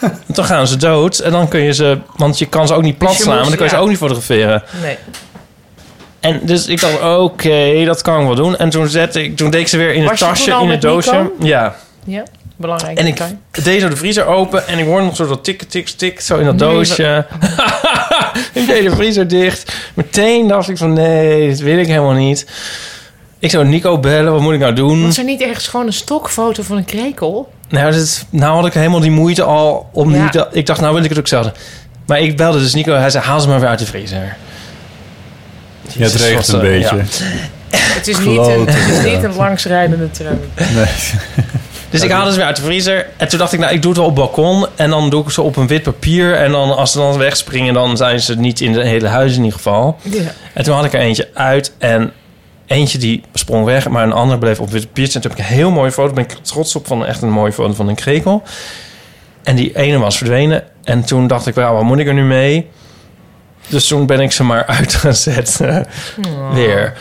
En dan gaan ze dood en dan kun je ze, want je kan ze ook niet plat
Dus je
slaan, want
moest-
dan kun je ze
ja.
ook niet fotograferen.
Nee.
En dus ik dacht, oké, dat kan ik wel doen. En toen, zette ik, toen deed ik ze weer in het
Was je
tasje,
toen al
in het
met
doosje.
Nico?
Ja.
Ja, belangrijk.
En ik
detail.
deed zo de vriezer open en ik hoorde nog zo dat tik, tik, tik, zo in dat
Nee,
doosje. ik deed de vriezer dicht. Meteen dacht ik van nee, dit wil ik helemaal niet. Ik zou Nico bellen, wat moet ik nou doen?
Was er niet ergens gewoon een stokfoto van een krekel?
Nou, dit, nou had ik helemaal die moeite al om
Ja.
niet dat- Ik dacht, nou wil ik het ook zelf. doen. Maar ik belde dus Nico, hij zei haal ze maar weer uit de vriezer.
Ja, het
Jezus,
regent
wat,
een
eh,
beetje.
ja.
Het is niet een,
Klote,
het is
ja.
niet een langsrijdende tram.
Nee.
Dus ik haalde ze weer uit de vriezer. En toen dacht ik, nou, ik doe het wel op het balkon. En dan doe ik ze op een wit papier. En dan, als ze dan wegspringen, dan zijn ze niet in het hele huis in ieder geval.
Ja.
En toen had ik er eentje uit. En eentje die sprong weg, maar een ander bleef op wit papier. zitten. En toen heb ik een heel mooie foto. Daar ben ik trots op van echt een mooie foto van een krekel. En die ene was verdwenen. En toen dacht ik, wel, wat moet ik er nu mee? Dus toen ben ik ze maar uit gaan zetten. Weer.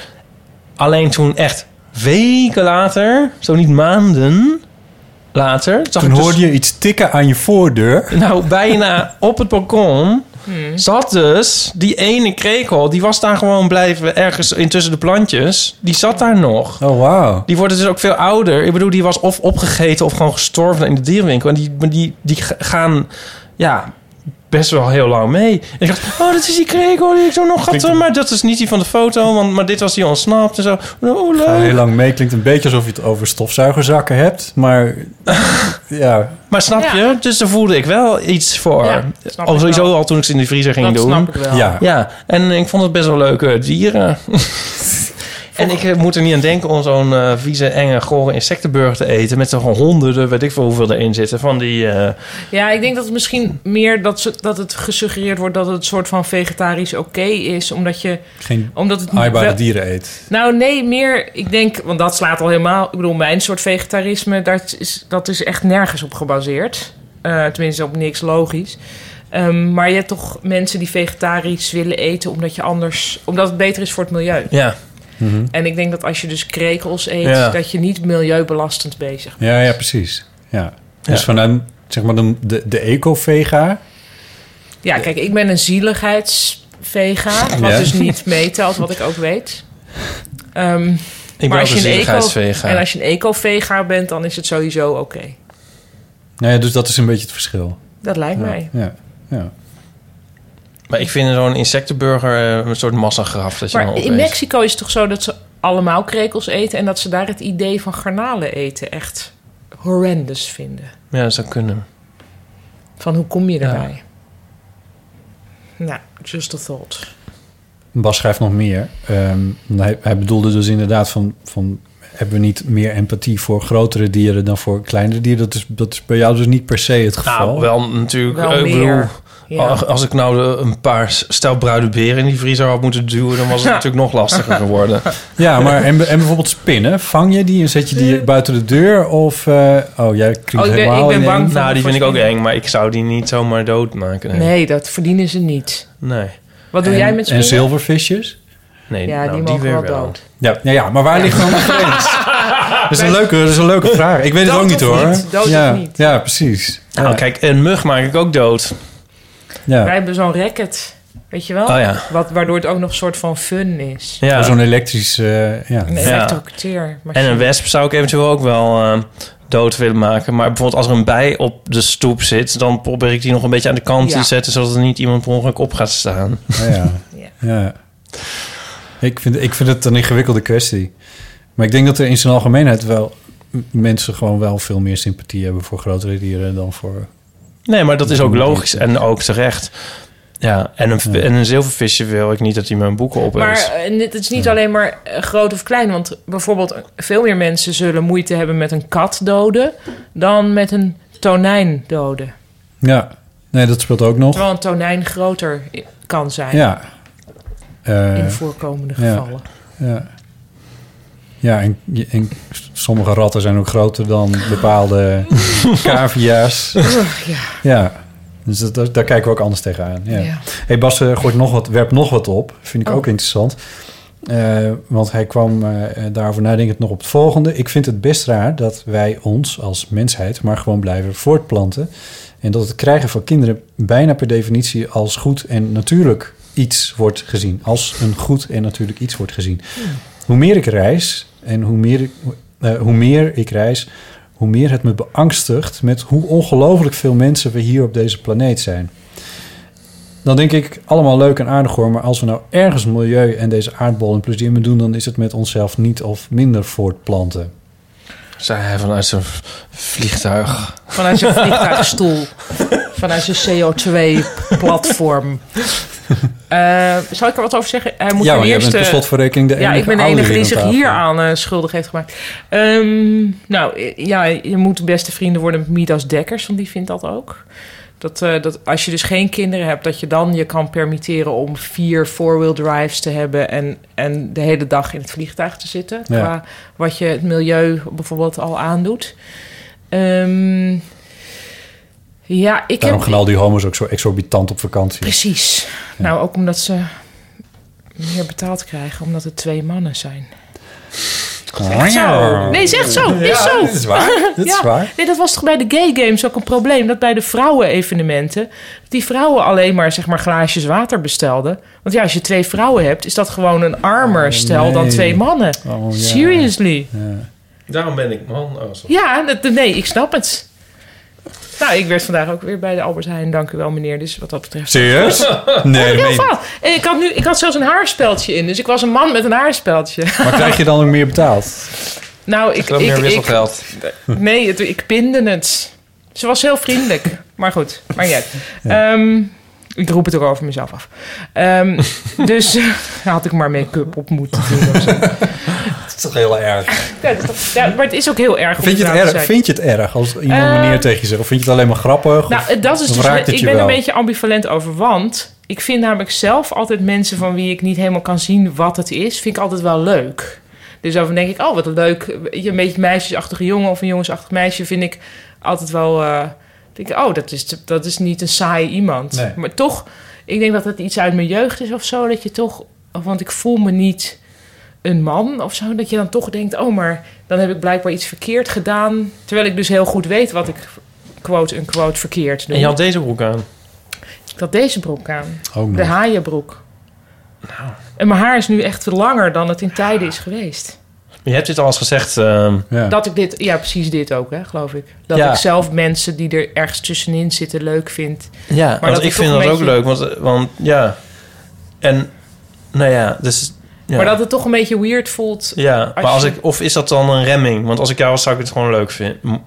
Alleen toen echt weken later, zo niet maanden later... zag
Toen
ik dus-
hoorde je iets tikken aan je voordeur.
nou, bijna op het balkon
Hmm.
zat dus die ene krekel. Die was daar gewoon blijven ergens intussen de plantjes. Die zat daar nog.
Oh, wauw.
Die worden dus ook veel ouder. Ik bedoel, die was of opgegeten of gewoon gestorven in de dierenwinkel. En die, maar die, die g- gaan, ja, best wel heel lang mee. En ik dacht, oh, dat is die krekel die ik zo nog had. eh, Maar dat is niet die van de foto, want, maar dit was die ontsnapt en zo. Oh,
Ga
leuk.
heel lang mee. Klinkt een beetje alsof je het over stofzuigerzakken hebt. Maar ja,
Maar snap
Ja.
je? Dus daar voelde ik wel iets voor.
Ja, snap
of
ik
sowieso
wel.
al toen ik ze in de vriezer ging
Dat
doen.
snap ik wel.
ja.
Ja, en ik vond het best wel leuke dieren. en ik eh, moet er niet aan denken om zo'n eh, vieze, enge, gore insectenburger te eten... met zo'n honderden, weet ik veel hoeveel erin zitten, van die... eh,
Ja, ik denk dat het misschien meer dat, ze- dat het gesuggereerd wordt dat het een soort van vegetarisch oké is. Omdat, je,
geen
omdat het
aaibare
wel-
dieren eet.
Nou, nee, meer. Ik denk, want dat slaat al helemaal. Ik bedoel, mijn soort vegetarisme, dat is, dat is echt nergens op gebaseerd. Eh, tenminste, op niks logisch. Ehm, maar je hebt toch mensen die vegetarisch willen eten omdat, je anders, omdat het beter is voor het milieu.
ja,
En ik denk dat als je dus krekels eet,
Ja.
dat je niet milieubelastend bezig bent.
Ja, ja, precies. Ja. Dus
Ja.
vanuit zeg maar de, de, de eco-vega.
Ja, kijk, ik ben een zieligheidsvega. Wat
Ja.
dus niet meetelt, wat ik ook weet. Ehm,
ik ben
maar
ook
als
een
je, een eco,
zieligheidsvega.
en als je een eco-vega bent, dan is het sowieso oké.
Nou ja, dus dat is een beetje het verschil.
Dat lijkt mij.
Ja. ja.
Maar ik vind zo'n insectenburger eh, een soort massagraf dat je
Maar
dan
in
opeet.
Mexico is het toch zo dat ze allemaal krekels eten... en dat ze daar het idee van garnalen eten echt horrendous vinden.
Ja, dat zou kunnen.
Van hoe kom je daarbij? Nou, just a thought.
Bas schrijft nog meer. Ehm, hij, hij bedoelde dus inderdaad van, van... hebben we niet meer empathie voor grotere dieren dan voor kleinere dieren? Dat is, dat is bij jou dus niet per se het geval.
Nou, wel natuurlijk.
Wel
eh, ik
meer,
bedoel,
ja.
als- als ik nou de- een paar stel bruine beren in die vriezer had moeten duwen... dan was het natuurlijk nog lastiger geworden.
Ja, maar en, en bijvoorbeeld spinnen. Vang je die en zet je die buiten de deur? Of, eh, oh, jij klinkt
Oh, ik ben-
helemaal
ik ben
in-
bang.
nou, die vind ik ook eng, maar ik zou die niet zomaar doodmaken. Nee.
Nee, dat verdienen ze niet.
nee.
Wat doe
en,
jij met
En
spinnen?
zilvervisjes?
Nee,
Ja,
nou,
die
die,
mogen
weer
wel
wel.
dood.
Ja, ja, ja, maar waar ligt dan de grens? Dat is, een leuke, dat is een leuke vraag. Ik weet
Dood
het ook niet
of
hoor.
niet? Dood
ja,
of niet?
Ja, precies.
Nou,
ja,
kijk, een mug maak ik ook dood.
ja.
Wij hebben zo'n racket, weet je wel?
Oh ja.
Wat, waardoor het ook nog een soort van fun is.
Ja.
Zo'n elektrisch... eh, ja.
Een
Ja.
elektrocuteermachine.
En een wesp zou ik eventueel ook wel eh, dood willen maken. Maar bijvoorbeeld als er een bij op de stoep zit... dan probeer ik die nog een beetje aan de kant
Ja.
te zetten... zodat er niet iemand per ongeluk op gaat staan.
Oh, ja.
Ja.
ja. Ik, vind, ik vind het een ingewikkelde kwestie. Maar ik denk dat er in zijn algemeenheid wel... m- mensen gewoon wel veel meer sympathie hebben voor grotere dieren dan voor...
Nee, maar dat is ook logisch en ook terecht. Ja, en een, en een zilvervisje wil ik niet dat hij mijn boeken op
Maar
is.
eh, het is niet alleen maar eh, groot of klein. Want bijvoorbeeld veel meer mensen zullen moeite hebben met een kat doden... dan met een tonijn doden.
Ja, nee, dat speelt ook nog.
Terwijl een tonijn groter i- kan zijn
Ja. Eh,
in voorkomende
ja.
gevallen.
ja. Ja, en, en sommige ratten zijn ook groter dan bepaalde cavia's. Ja, dus dat, dat- daar kijken we ook anders tegenaan. Ja.
Ja.
Hey Bas eh, gooit nog wat, werpt nog wat op. Vind ik ook interessant. Eh, want hij kwam eh, eh, daarover nadenkend nog op het volgende. Ik vind het best raar dat wij ons als mensheid maar gewoon blijven voortplanten. En dat het krijgen van kinderen bijna per definitie als goed en natuurlijk iets wordt gezien. Als een goed en natuurlijk iets wordt gezien. Hoe meer ik reis en hoe meer ik, eh, hoe meer ik reis, hoe meer het me beangstigt met hoe ongelooflijk veel mensen we hier op deze planeet zijn. Dan denk ik, allemaal leuk en aardig hoor, maar als we nou ergens milieu en deze aardbol een plezier mee doen, dan is het met onszelf niet of minder voortplanten.
Zei hij vanuit zijn vliegtuig.
Vanuit zijn vliegtuigstoel. Vanuit zijn CO2-platform. Eh, zal ik er wat over zeggen? Hij moet
ja,
ten
maar jij bent
eerste-
per slotverrekening de enige
eh, ja, ik ben de enige
ouder
die
aan
zich
tafel.
hier aan eh, schuldig heeft gemaakt. Ehm, nou, eh, ja, je moet beste vrienden worden met Midas Dekkers, want die vindt dat ook. Dat, eh, dat als je dus geen kinderen hebt, dat je dan je kan permitteren om vier four-wheel drives te hebben en, en de hele dag in het vliegtuig te zitten.
Ja.
Qua wat je het milieu bijvoorbeeld al aandoet. Ehm, ja, ik
Daarom
heb...
gaan al die homo's ook zo exorbitant op vakantie.
Precies. Nou, ook omdat ze meer betaald krijgen, omdat het twee mannen zijn. Zo. Nee, is echt zo.
Ah, Ja,
is zo.
dit is waar. Dit is
Ja.
waar.
Nee, dat was toch bij de gay games ook een probleem. Dat bij de vrouwen-evenementen. die vrouwen alleen maar, zeg maar glaasjes water bestelden. Want ja, als je twee vrouwen hebt. is dat gewoon een armer
Oh,
stel dan
nee.
twee mannen.
Oh, ja.
Seriously.
Ja.
Daarom ben ik man. Oh, sorry.
Ja, dat- nee, ik snap het. Nou, ik werd vandaag ook weer bij de Albert Heijn. Dank u wel, meneer. Dus wat dat betreft.
Serieus? Nee,
Heel
meen-
fout. En ik had, nu, ik had zelfs een haarspeldje in. Dus ik was een man met een haarspeldje.
maar krijg je dan ook meer betaald?
Nou, ik.
Ik heb
ik,
meer
ik,
wisselgeld.
Nee, het- ik pinde het. Ze was heel vriendelijk. Maar goed, maar niet uit. Ehm, ik roep het ook over mezelf af. Ehm, dus had ik maar make-up op moeten doen. of zo.
Dat is toch heel erg.
Ja, dat is toch- ja, maar het is ook heel erg. om
Vind je het
vrouw te
erg,
zijn.
vind je het erg als iemand
Eh,
meneer tegen je zegt? Of vind je het alleen maar grappig? Of-
Nou, dat is
dan
dus.
raakt het
Ik
je
ben
wel.
een beetje ambivalent over. Want ik vind namelijk zelf altijd mensen van wie ik niet helemaal kan zien wat het is, vind ik altijd wel leuk. Dus daarvan denk ik, oh wat een leuk. weet je, Een beetje meisjesachtige jongen of een jongensachtig meisje vind ik altijd wel. eh, denk ik, oh, dat is, dat is niet een saai iemand.
Nee.
Maar toch, ik denk dat het iets uit mijn jeugd is of zo. Dat je toch, want ik voel me niet een man of zo. Dat je dan toch denkt, oh, maar dan heb ik blijkbaar iets verkeerd gedaan. Terwijl ik dus heel goed weet wat ik quote een quote verkeerd doe.
En je had deze broek aan.
Ik had deze broek aan.
ook
De
nog.
haaienbroek.
Nou.
En mijn haar is nu echt langer dan het in tijden is geweest.
Je hebt dit al eens gezegd. ehm,
Ja.
Dat ik dit, ja, precies dit ook, hè, geloof ik. Dat
Ja.
ik zelf mensen die er ergens tussenin zitten leuk vind.
Ja, want
dat
ik
is toch
vind dat
een
ook
beetje-
leuk. Want, eh, want ja. En nou ja, dus. Ja,
Maar dat het toch een beetje weird voelt.
ja maar
je-
als ik. Of is dat dan een remming? Want als ik jou was, zou ik het gewoon leuk vin- m- vinden.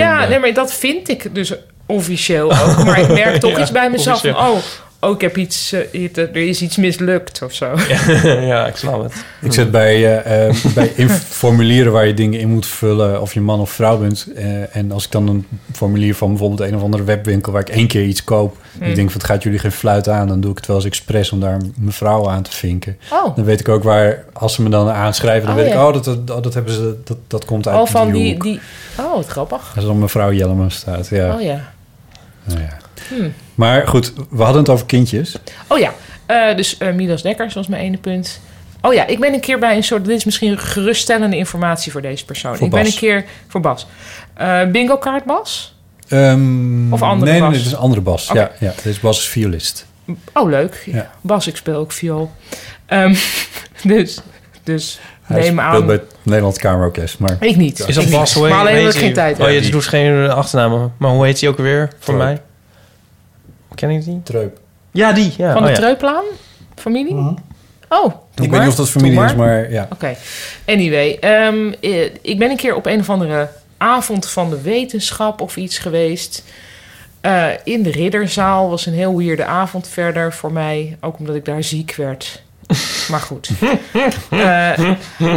Ja, nee, maar dat vind ik dus officieel ook. Maar ik merk toch
Ja,
iets bij mezelf van,
officieel.
oh, oh, ik heb iets, eh, hier- er is iets mislukt of zo.
ja, ik snap het.
Ik zit bij, eh, eh, bij in formulieren waar je dingen in moet vullen of je man of vrouw bent. eh, en als ik dan een formulier van bijvoorbeeld een of andere webwinkel waar ik één keer iets koop.
Mm.
en Ik denk van het gaat jullie geen fluit aan. Dan doe ik het wel eens expres om daar mevrouw aan te vinken.
Oh,
Dan weet ik ook waar, als ze me dan aanschrijven, dan
Oh,
weet
ja.
ik, oh, dat, dat, dat, hebben ze, dat, dat komt uit
oh van
die,
die,
hoek.
die, oh, wat grappig.
Als er dan mevrouw Jellema staat, ja.
Oh ja. Hm.
Nou ja. Maar goed, we hadden het over kindjes.
Oh ja, eh, dus eh, Midas Dekkers was mijn ene punt. Oh ja, ik ben een keer bij een soort... Dit is misschien geruststellende informatie voor deze persoon.
Voor
ik ben
Bas.
een keer... Voor Bas. Eh, bingo kaart Bas?
Ehm,
Of andere
nee,
Bas.
Nee, dit is een andere Bas.
Oké.
Ja, ja, deze Bas is violist.
Oh, leuk.
Ja.
Bas, ik speel ook viool. Ehm, dus dus
Hij
neem
speelt
aan...
bij het Nederlands Kamerorkest, maar...
Ik niet.
Is dat
Ik
Bas?
niet.
Hoe heet-
Maar alleen
hoe
omdat
heet
ik geen
hij?
tijd
Oh,
heb.
je doet geen achternaam. Maar hoe heet hij ook weer voor
Troep.
mij? Ken ik die?
Treup.
Ja, die. Ja.
Van de
oh, ja.
Treuplaan? Familie? Oh, doe
Mhm. Ik weet
maar.
niet of dat
Doe
familie is, maar ja.
Oké. Anyway, ehm, eh, ik ben een keer op een of andere avond van de wetenschap of iets geweest. Eh, in de Ridderzaal was een heel weirde avond verder voor mij. Ook omdat ik daar ziek werd. Maar goed. Eh,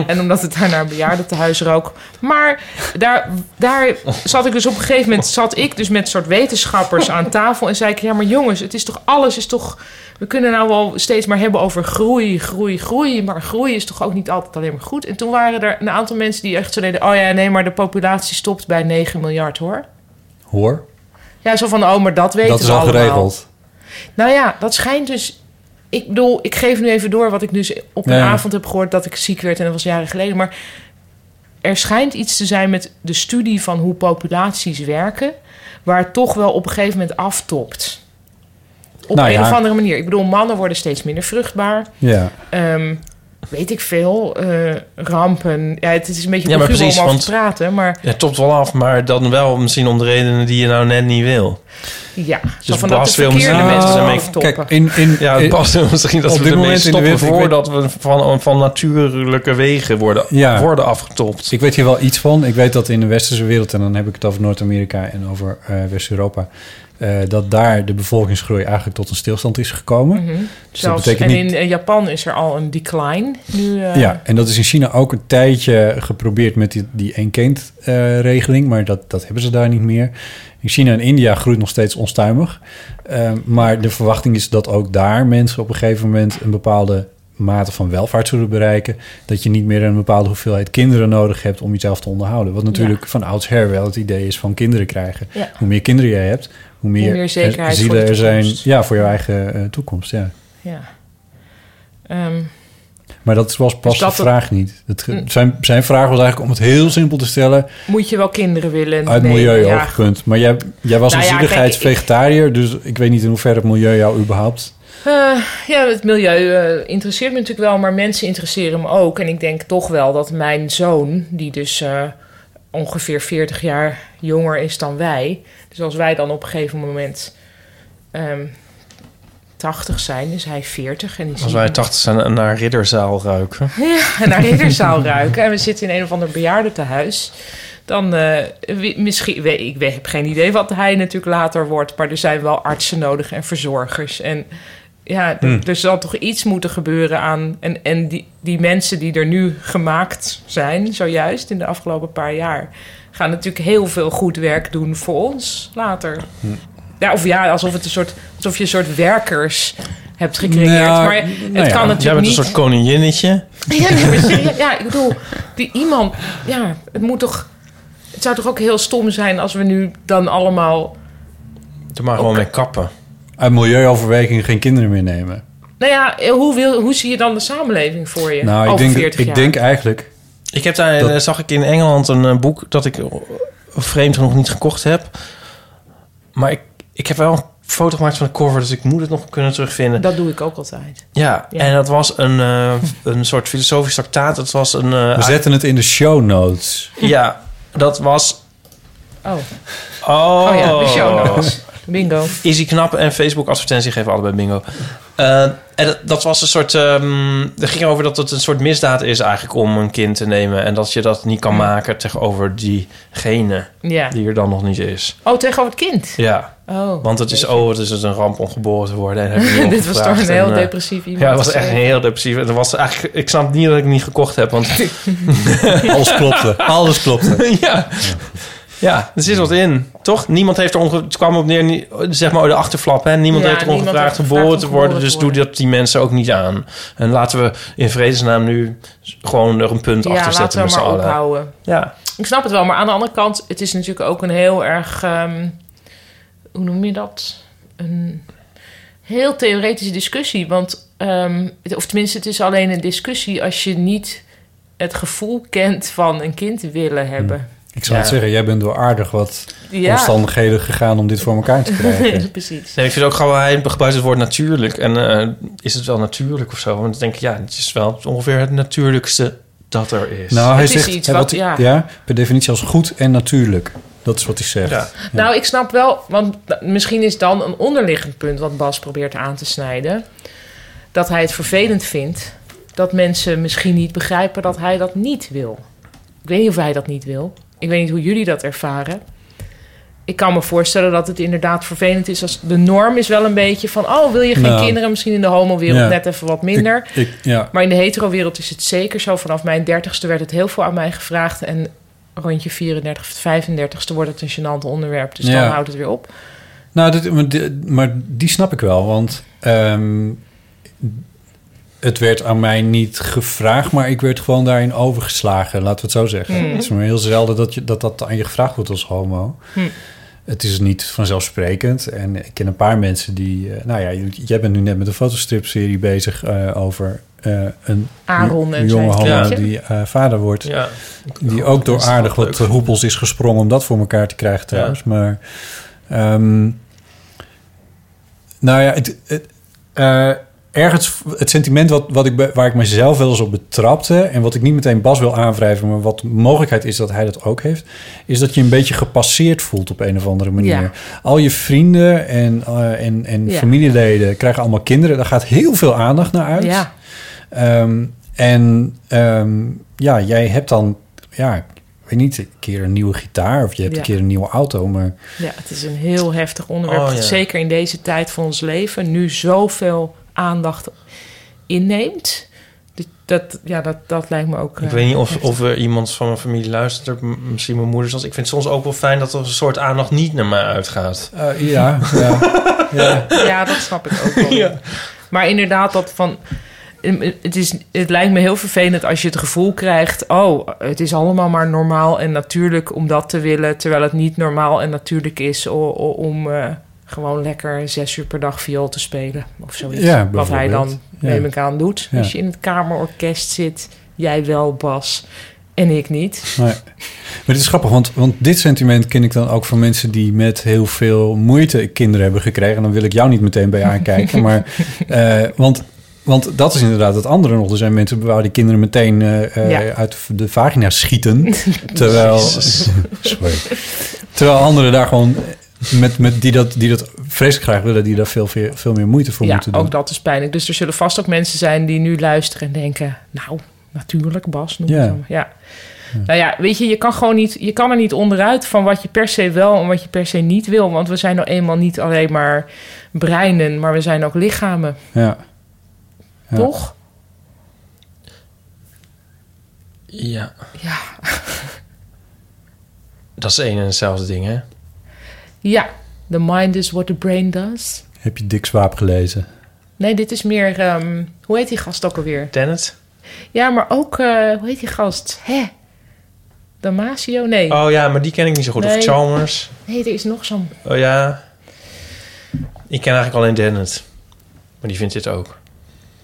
en omdat het daar naar een bejaardentehuis rook. Maar daar, daar zat ik dus op een gegeven moment... zat ik dus met soort wetenschappers aan tafel... en zei ik, ja maar jongens, het is toch alles is toch... we kunnen nou wel steeds maar hebben over groei, groei, groei... maar groei is toch ook niet altijd alleen maar goed. En toen waren er een aantal mensen die echt zo deden... oh ja, nee, maar de populatie stopt bij 9 miljard hoor.
Hoor,
Ja, zo van, oh, maar dat weten
dat is
we
al
allemaal.
geregeld.
Nou ja, dat schijnt dus... Ik bedoel, ik geef nu even door wat ik dus op een
Ja, ja.
avond heb gehoord... dat ik ziek werd en dat was jaren geleden. Maar er schijnt iets te zijn met de studie van hoe populaties werken... waar het toch wel op een gegeven moment aftopt. Op
Nou
een
ja.
of andere manier. Ik bedoel, mannen worden steeds minder vruchtbaar.
Ja.
Ehm, weet ik veel. eh, rampen. Ja, het is een beetje
Ja, maar
luguber om
precies,
over
want-
te praten. Maar
Het topt wel af, maar dan wel misschien om de redenen die je nou net niet wil.
ja, zo
Dus
van dat de
Bas wil
verkeerde
misschien-
mensen
Nou,
zijn
mee
aftoppen.
Ah, Kijk, in, in,
Ja, het
in-
past misschien dat
Eh,
we
op
ermee
dit moment in de
stoppen
wereld, ik
voordat we van, van natuurlijke wegen worden,
Ja.
worden afgetopt.
ik weet hier wel iets van. Ik weet dat in de westerse wereld, en dan heb ik het over Noord-Amerika en over eh, West-Europa. eh, dat daar de bevolkingsgroei eigenlijk tot een stilstand is gekomen. Dus
Mhm. Zelfs,
dat
en
betekent niet...
in eh, Japan is er al een decline nu. eh,
Ja, en dat is in China ook een tijdje geprobeerd met die, die één-kind-regeling, maar dat, dat hebben ze daar niet meer. In China en India groeit nog steeds onstuimig. Eh, maar de verwachting is dat ook daar mensen op een gegeven moment een bepaalde mate van welvaart zullen bereiken. Dat je niet meer een bepaalde hoeveelheid kinderen nodig hebt om jezelf te onderhouden. Wat natuurlijk van oudsher wel het idee is van kinderen krijgen.
Ja.
Hoe meer kinderen jij hebt, hoe meer,
meer zekerheid
zielen
voor de
er zijn
toekomst.
ja, voor jouw eigen eh, toekomst. Ja.
ja. Ehm,
Maar dat was pas
Dus dat Mm.
de vraag niet. Dat, ge- zijn, zijn vraag was eigenlijk om het heel simpel te stellen...
moet je wel kinderen willen?
uit
Nee, ja.
milieuoogpunt. Maar jij, jij was
Nou
een
ja,
zieligheidsvegetariër... dus ik weet niet in hoeverre het milieu jou überhaupt...
Eh, ja, het milieu eh, interesseert me natuurlijk wel, maar mensen interesseren me ook. En ik denk toch wel dat mijn zoon, die dus eh, ongeveer 40 jaar jonger is dan wij. Dus als wij dan op een gegeven moment ehm 80 zijn, is hij 40. En is
Als
hij-
wij 80 zijn naar ridderzaal ruiken.
ja, naar ridderzaal ruiken en we zitten in een of ander bejaardentehuis. Dan eh, wie- misschien, we- ik we- heb geen idee wat hij natuurlijk later wordt, maar er zijn wel artsen nodig en verzorgers. En ja, d-
Hmm.
er zal toch iets moeten gebeuren aan. En, en die, die mensen die er nu gemaakt zijn, zojuist in de afgelopen paar jaar, gaan natuurlijk heel veel goed werk doen voor ons later.
Hmm.
Ja, of ja, alsof, het een soort, alsof je een soort werkers hebt gecreëerd.
Nou,
maar het kan
nou ja, jij
natuurlijk
Jij bent
niet.
een soort koninginnetje.
Ja, nee, maar serieus. ja, ik bedoel, die iemand, ja, het moet toch. Het zou toch ook heel stom zijn als we nu dan allemaal.
Doe maar gewoon mee kappen.
uit milieuoverwegingen geen kinderen meer nemen.
Nou ja, hoe, wil, hoe zie je dan de samenleving voor je?
Nou, ik,
over
denk,
40
dat- ik
jaar?
denk eigenlijk...
Ik heb daar,
Dat-
eh, zag ik in Engeland een eh, boek dat ik eh, vreemd genoeg niet gekocht heb. Maar ik, ik heb wel een foto gemaakt van de cover, dus ik moet het nog kunnen terugvinden.
Dat doe ik ook altijd.
ja,
Ja.
en dat was een, eh, een soort filosofisch tractaat. Dat was een... eh,
We zetten het in de show notes.
ja, dat was...
Oh,
Oh,
oh ja, de show notes. Bingo.
Easy Knap en Facebook advertentie geven allebei bingo. Eh, en dat, dat was een soort... ehm er ging over dat het een soort misdaad is eigenlijk om een kind te nemen. En dat je dat niet kan maken tegenover diegene
Ja.
die er dan nog niet is.
Oh, tegenover het kind.
Ja,
Oh.
want het is, oh, het is een ramp om geboren te worden. En heb je nog
Dit was toch
gevraagd.
een heel
En, eh,
depressief iemand.
Ja, dat was echt een heel depressief. En dat was eigenlijk, ik snap niet dat ik het niet gekocht heb, want
Alles klopte. Alles klopte.
ja. Ja, er zit wat in, toch? Niemand heeft er onge... Het kwam op neer, ni- zeg maar, de achterflap, hè? Niemand
Ja,
heeft er
niemand
ongevraagd
heeft
geboren
gevraagd
te
om
worden,
geboren
dus
te
doe
worden.
dat die mensen ook niet aan. En laten we in vredesnaam nu gewoon er een punt
Ja,
achter zetten
laten we
met z'n
maar
allen.
ophouden.
Ja.
Ik snap het wel, maar aan de andere kant, het is natuurlijk ook een heel erg. ehm, hoe noem je dat? Een heel theoretische discussie. Want, ehm, het- of tenminste, het is alleen een discussie als je niet het gevoel kent van een kind willen hebben.
Ik zou het
Ja.
zeggen, jij bent door aardig wat
Ja.
omstandigheden gegaan... om dit voor elkaar te krijgen.
Precies.
Nee, ik vind ook gewoon, hij gebruikt het woord natuurlijk. En eh, is het wel natuurlijk of zo? Want dan denk ik, ja, het is wel ongeveer het natuurlijkste dat er is.
Nou, hij
Het is
zegt
iets
hè,
wat-
wat,
ja.
ja. per definitie als goed en natuurlijk. Dat is wat hij zegt.
Ja.
Nou, ik snap wel, want misschien is dan een onderliggend punt wat Bas probeert aan te snijden. Dat hij het vervelend vindt dat mensen misschien niet begrijpen dat hij dat niet wil. Ik weet niet of hij dat niet wil. Ik weet niet hoe jullie dat ervaren. Ik kan me voorstellen dat het inderdaad vervelend is als de norm is wel een beetje van: oh, wil je geen
Nou.
kinderen? Misschien in de homo-wereld
Ja.
net even wat minder.
Ik, ik- ja.
Maar in de hetero-wereld is het zeker zo. Vanaf mijn dertigste werd het heel veel aan mij gevraagd. En rondje 34, 35ste wordt het een gênant onderwerp. Dus
Ja.
dan houdt het weer op.
Nou, dit, maar, di- maar die snap ik wel, want ehm, het werd aan mij niet gevraagd, maar ik werd gewoon daarin overgeslagen, laten we het zo zeggen. Het is maar heel zelden dat, je, dat dat aan je gevraagd wordt als homo. Het is niet vanzelfsprekend. En ik ken een paar mensen die... eh, nou ja, j- jij bent nu net met een fotostripserie bezig eh, over eh, een
Aaron en
jonge
zijn
homo
vriendje.
die eh, vader wordt.
Ja.
Die ook door aardig wat hoepels is gesprongen om dat voor elkaar te krijgen trouwens. Maar ehm, nou ja, het, het, eh, ergens het sentiment wat, wat ik, be- waar ik mezelf wel eens op betrapte... en wat ik niet meteen Bas wil aanwrijven... maar wat de mogelijkheid is dat hij dat ook heeft... is dat je een beetje gepasseerd voelt op een of andere manier.
Ja.
Al je vrienden en, eh, en, en
Ja.
familieleden krijgen allemaal kinderen. Daar gaat heel veel aandacht naar uit.
Ja,
Ehm, en ehm, ja, jij hebt dan ja, weet niet, een keer een nieuwe gitaar of je hebt
Ja.
een keer een nieuwe auto. Maar
Ja, het is een heel heftig onderwerp.
Oh,
dat
ja.
Zeker in deze tijd van ons leven. Nu zoveel aandacht inneemt. Dus Dat, ja, dat, dat lijkt me ook...
Ik
eh,
weet niet of,
heftig.
of er iemand van mijn familie luistert. ook m- Misschien mijn moeder. Zoals. Ik vind het soms ook wel fijn dat er een soort aandacht niet naar mij uitgaat.
eh, ja, ja, ja.
Ja, dat snap ik ook wel. Maar inderdaad, dat van. Het, is, het lijkt me heel vervelend als je het gevoel krijgt: oh, het is allemaal maar normaal en natuurlijk om dat te willen. Terwijl het niet normaal en natuurlijk is o- o- om eh, gewoon lekker zes uur per dag viool te spelen of zoiets.
Ja,
Wat hij dan,
bijvoorbeeld. Ja.
neem ik aan, doet.
Ja.
Als je in het kamerorkest zit, jij wel, Bas. En ik niet.
Nee. Maar het is grappig, want, want dit sentiment ken ik dan ook van mensen die met heel veel moeite kinderen hebben gekregen. En dan wil ik jou niet meteen bij aankijken. maar, eh, want, want dat is inderdaad het andere nog. Er zijn mensen waar die kinderen meteen eh, eh,
Ja.
uit de vagina schieten. terwijl, sorry, terwijl anderen daar gewoon met, met die, dat, die dat vreselijk graag willen, die daar veel, veel, veel meer moeite voor
ja,
moeten doen.
ook dat is pijnlijk. Dus er zullen vast ook mensen zijn die nu luisteren en denken... nou, natuurlijk Bas, noem
Ja.
het dan. Ja. Nou ja, weet je, je kan, gewoon niet, je kan er niet onderuit van wat je per se wel en wat je per se niet wil. Want we zijn nou eenmaal niet alleen maar breinen, maar we zijn ook lichamen,
Ja. Ja.
toch?
Ja.
Ja.
Dat is één en hetzelfde ding, hè?
Ja, the mind is what the brain does.
Heb je Dick Swaap gelezen?
Nee, dit is meer, ehm, hoe heet die gast ook alweer?
Tenet?
Ja, maar ook, eh, hoe heet die gast? Hè? Damasio? Nee.
Oh ja, maar die ken ik niet zo goed.
Nee.
Of Chalmers.
Nee, er is nog zo'n
Oh ja. Ik ken eigenlijk alleen Dennett. Maar die vindt dit ook.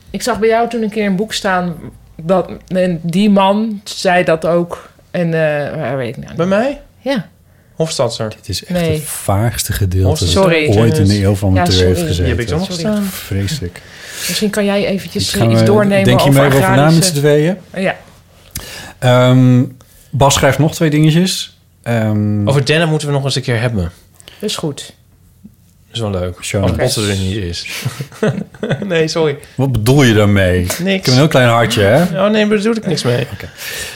Ik zag bij jou toen een keer een boek staan. Dat, en die man zei dat ook. En eh, maar weet ik nou.
Bij
niet.
mij?
Ja,
Hofstadser.
Het is echt
Nee.
het vaagste gedeelte
Oh,
dat
sorry.
ooit in de eeuw van
Ja,
amateur
sorry.
heeft gezeten.
Die heb ik dan nog
Sorry.
staan.
Vreselijk.
misschien kan jij eventjes eh,
Gaan
iets
we-
doornemen
Denk je
over
mee over na met z'n
agrarische...
tweeën?
Ja,
Ehm, Bas schrijft nog twee dingetjes. Ehm,
Over Dennett moeten we nog eens een keer hebben.
dat is goed.
Dat is wel leuk.
Show
Als
notes.
Potter er niet is. nee, sorry.
Wat bedoel je daarmee? Ik
Niks.
heb een heel klein hartje, hè?
Oh nee, maar daar doe ik niks mee.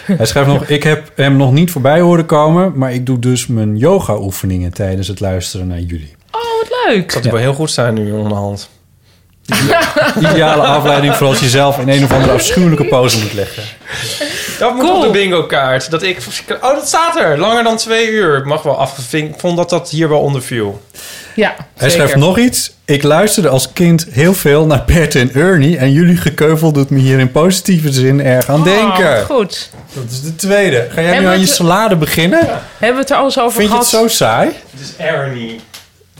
Hij schrijft nog, ik heb hem nog niet voorbij horen komen... maar ik doe dus mijn yoga-oefeningen tijdens het luisteren naar jullie.
Oh, wat leuk.
Dat die wel heel goed zijn nu onderhand.
Ideale afleiding voor als je zelf in een of andere afschuwelijke pose moet leggen.
Dat moet
Cool.
op de bingo kaart. Dat ik, oh, dat staat er. Langer dan twee uur. Ik mag wel afgevinkt. Ik vond dat dat hier wel onder viel.
Ja,
Hij
zeker.
schrijft nog iets. Ik luisterde als kind heel veel naar Bert en Ernie... en jullie gekeuvel doet me hier in positieve zin erg aan
Oh,
denken.
wat goed.
Dat is de tweede. Ga jij
En
nu
wat
aan je
je-
salade beginnen?
Hebben we het er al eens over
Vind je
gehad?
het zo saai?
Het is Ernie.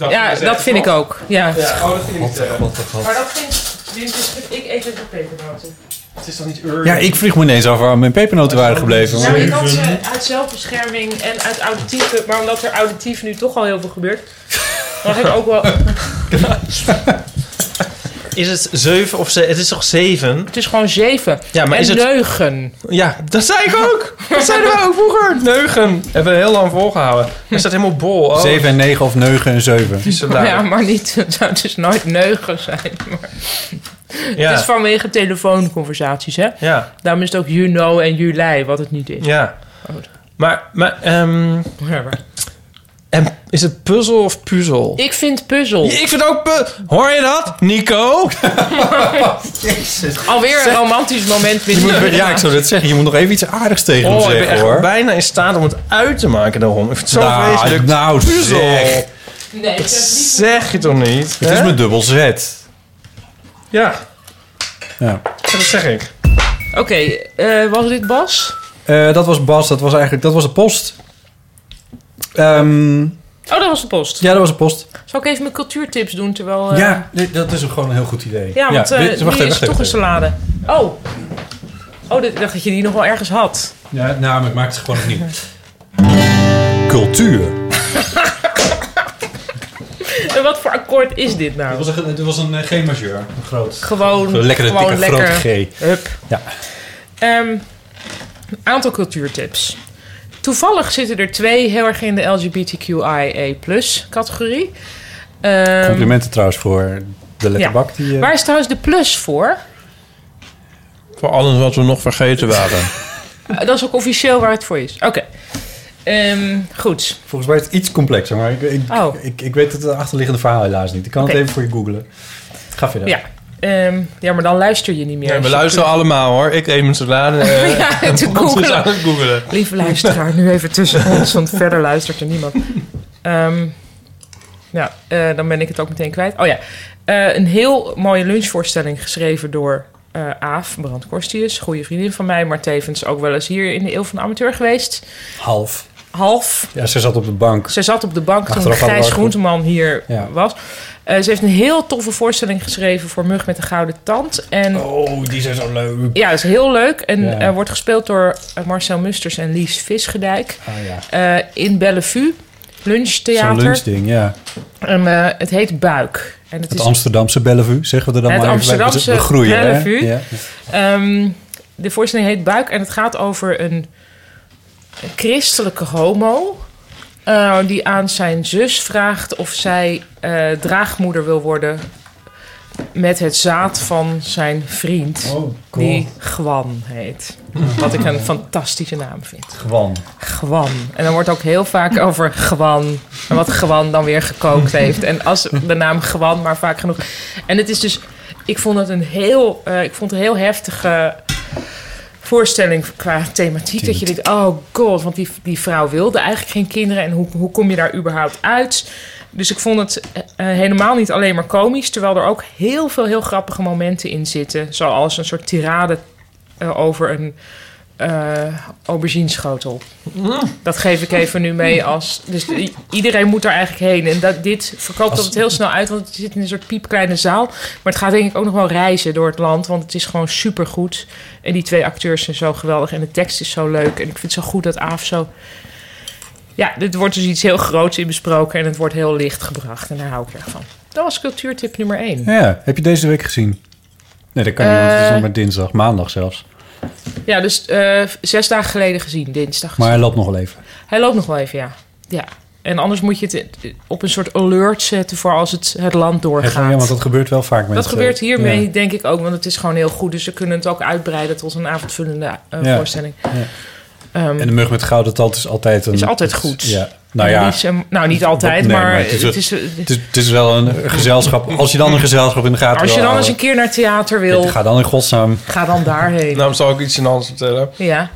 Ja, dat vind ik ook. Ja.
Ja, oh, dat vind ik eh,
Maar dat vind ik... Ik eet even pepernoten.
Het is toch niet Ernie?
Ja, ik vroeg me ineens af waar mijn pepernoten waren gebleven.
Ja,
maar-
ik had ze uit zelfbescherming en uit auditief... Maar omdat er auditief nu toch al heel veel gebeurt... mag ik ook wel...
Is het zeven of ze? Het is toch zeven?
Het is gewoon zeven.
Ja, maar
en
is het-
neugen.
Ja, dat zei ik ook. Dat zeiden we ook vroeger. Neugen. Hebben we heel lang volgehouden. Is dat helemaal bol? Oh,
7 en 9 of 9 en 7.
is het
Ja,
daar.
maar niet, het zou dus nooit neugen zijn. Maar
ja.
Het is vanwege telefoonconversaties, hè?
ja.
Daarom is het ook you know en you lie, wat het niet is.
Ja.
Oh.
Maar, maar ehm,
Ja, maar-
en is het puzzel of puzzel?
Ik vind puzzel.
Ik vind ook... pu- Hoor je dat, Nico?
Alweer een romantisch moment met
Je moet, ja, ik zou dat zeggen. Je moet nog even iets aardigs tegen hem
Oh, ik ben
zeggen,
echt
hoor.
bijna in staat om het uit te maken daarom. Ik vind het zo
Nou,
vreselijk.
nou,
puzzel.
zeg.
Nee, dat is niet...
Zeg je toch niet?
Het
hè?
is mijn dubbel Z.
Ja,
Ja.
dat zeg ik.
Oké, eh, was dit Bas?
Eh, dat was Bas, dat was eigenlijk, dat was de post. Ehm,
Oh, dat was de post.
ja, dat was de post.
Zal ik even mijn cultuurtips doen terwijl... eh,
ja, dit- dat is gewoon een heel goed idee.
Ja, want eh
dit-
die is toch een salade. Oh. Oh, dit- ik dacht dat je die nog wel ergens had.
Ja, nou, maar ik maak het gewoon opnieuw. Cultuur.
En Eh, wat voor akkoord is dit nou?
was een, het was een G-majeur. Een groot.
Gewoon,
Een lekkere,
gewoon
dikke,
lekker.
grote G.
Hup.
Ja.
Ehm, aantal cultuurtips. Toevallig zitten er twee heel erg in de LGBTQIA categorie. Ehm,
Complimenten trouwens voor de letterbak die... eh,
waar is trouwens de plus voor?
Voor alles wat we nog vergeten waren.
Eh, Dat is ook officieel waar het voor is. Oké. Ehm, goed.
Volgens mij is het iets complexer, maar ik, ik,
Oh.
ik, ik weet het achterliggende verhaal helaas niet. Ik kan
Oké.
het even voor je googlen. Ga verder.
Ja. Ehm, ja, maar dan luister je niet meer.
Ja,
Als
we
je-
luisteren allemaal Nou, hoor. Ik eet mijn salade. eh,
Ja, te
Hans is
googelen.
aan het googelen.
Lieve luisteraar, nu even tussen ons, want verder luistert er niemand. Ehm, ja, eh, dan ben ik het ook meteen kwijt. Oh ja, eh, een heel mooie lunchvoorstelling geschreven door eh Aaf Brand Korstius. Goede vriendin van mij, maar tevens ook wel eens hier in de Eeuw van de Amateur geweest.
Half.
Half
Ja, ze zat op de bank.
ze zat op de bank toen
Achteraf hadden we
Gijs
ook-
Groenteman hier
Ja.
was. Eh, ze heeft een heel toffe voorstelling geschreven voor Mug met de Gouden Tand. En
Oh, die zijn zo leuk.
ja, dat is heel leuk. En
Ja.
eh, wordt gespeeld door eh, Marcel Musters en Lies Visgedijk.
Ah ja.
eh, in Bellevue.
Zo'n
Lunchtheater.
lunchding, ja.
En, eh, het heet Buik. En het
Het
is,
Amsterdamse Bellevue, zeggen we er dan
Het
maar even bij. We-
Amsterdamse
we groeien, hè?
Bellevue.
Ja.
ehm, de voorstelling heet Buik en het gaat over een christelijke homo. eh, die aan zijn zus vraagt of zij eh, draagmoeder wil worden. met het zaad van zijn vriend.
Oh, cool.
Die Gwan heet. Wat ik een fantastische naam vind.
Gewoon.
Gwan. En dan wordt ook heel vaak over Gwan. En wat Gwan dan weer gekookt heeft. En als de naam Gwan maar vaak genoeg. En het is dus. Ik vond het een heel. eh, ik vond het een heel heftige voorstelling qua thematiek. Dat je denkt: oh god, want die, die vrouw wilde eigenlijk geen kinderen. En hoe, hoe kom je daar überhaupt uit? Dus ik vond het eh, eh, helemaal niet alleen maar komisch. Terwijl er ook heel veel heel grappige momenten in zitten. Zoals een soort tirade eh, over een eh aubergineschotel. Dat geef ik even nu mee als... Dus i- iedereen moet er eigenlijk heen. En dat, dit verkoopt altijd heel snel uit, want het zit in een soort piepkleine zaal. Maar het gaat denk ik ook nog wel reizen door het land, want het is gewoon supergoed. En die twee acteurs zijn zo geweldig en de tekst is zo leuk. En ik vind het zo goed dat Aaf zo... Ja, dit wordt dus iets heel groots in besproken en het wordt heel licht gebracht. En daar hou ik erg van. Dat was cultuurtip nummer één.
Ja, heb je deze week gezien? Nee, dat kan niet, want het
Eh.
is nog maar dinsdag, maandag zelfs.
Ja, dus eh, zes dagen geleden gezien, dinsdag
Maar hij loopt nog wel even.
Hij loopt nog wel even, ja. ja. En anders moet je het eh, op een soort alert zetten voor als het, het land doorgaat.
Ja, want dat gebeurt wel vaak. Met,
dat gebeurt
eh,
hiermee,
ja.
denk ik ook, want het is gewoon heel goed. Dus ze kunnen het ook uitbreiden tot een avondvullende eh,
Ja.
voorstelling. Ehm,
En de mug met gouden tand is altijd een...
Is altijd goed.
Ja. Nou ja,
die is, eh, nou, niet altijd,
Nee,
maar,
maar
het is,
het het is, het is wel een gezelschap. Als je dan een gezelschap in de gaten
als je
wil
dan eens een
houden,
keer naar theater wil,
Ga dan in godsnaam...
ga dan daarheen.
Nou, zal ik iets in anders vertellen.
Ja.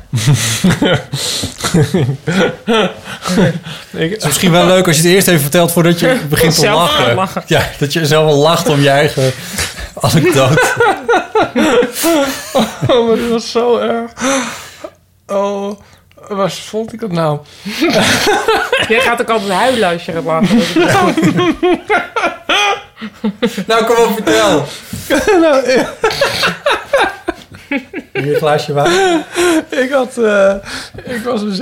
Ik,
Het is misschien wel leuk als je het eerst even vertelt voordat je begint te
Zelf
lachen.
lachen.
Ja, dat je zelf al lacht om je eigen anekdote.
oh, maar dit was zo erg. Oh, waar vond ik dat nou?
Jij gaat ook altijd huilen als je gaat lachen. Dat is goed.
Nou, kom op, vertel.
Nou,
Wil je een glaasje water?
Ik had... eh, ik was dus...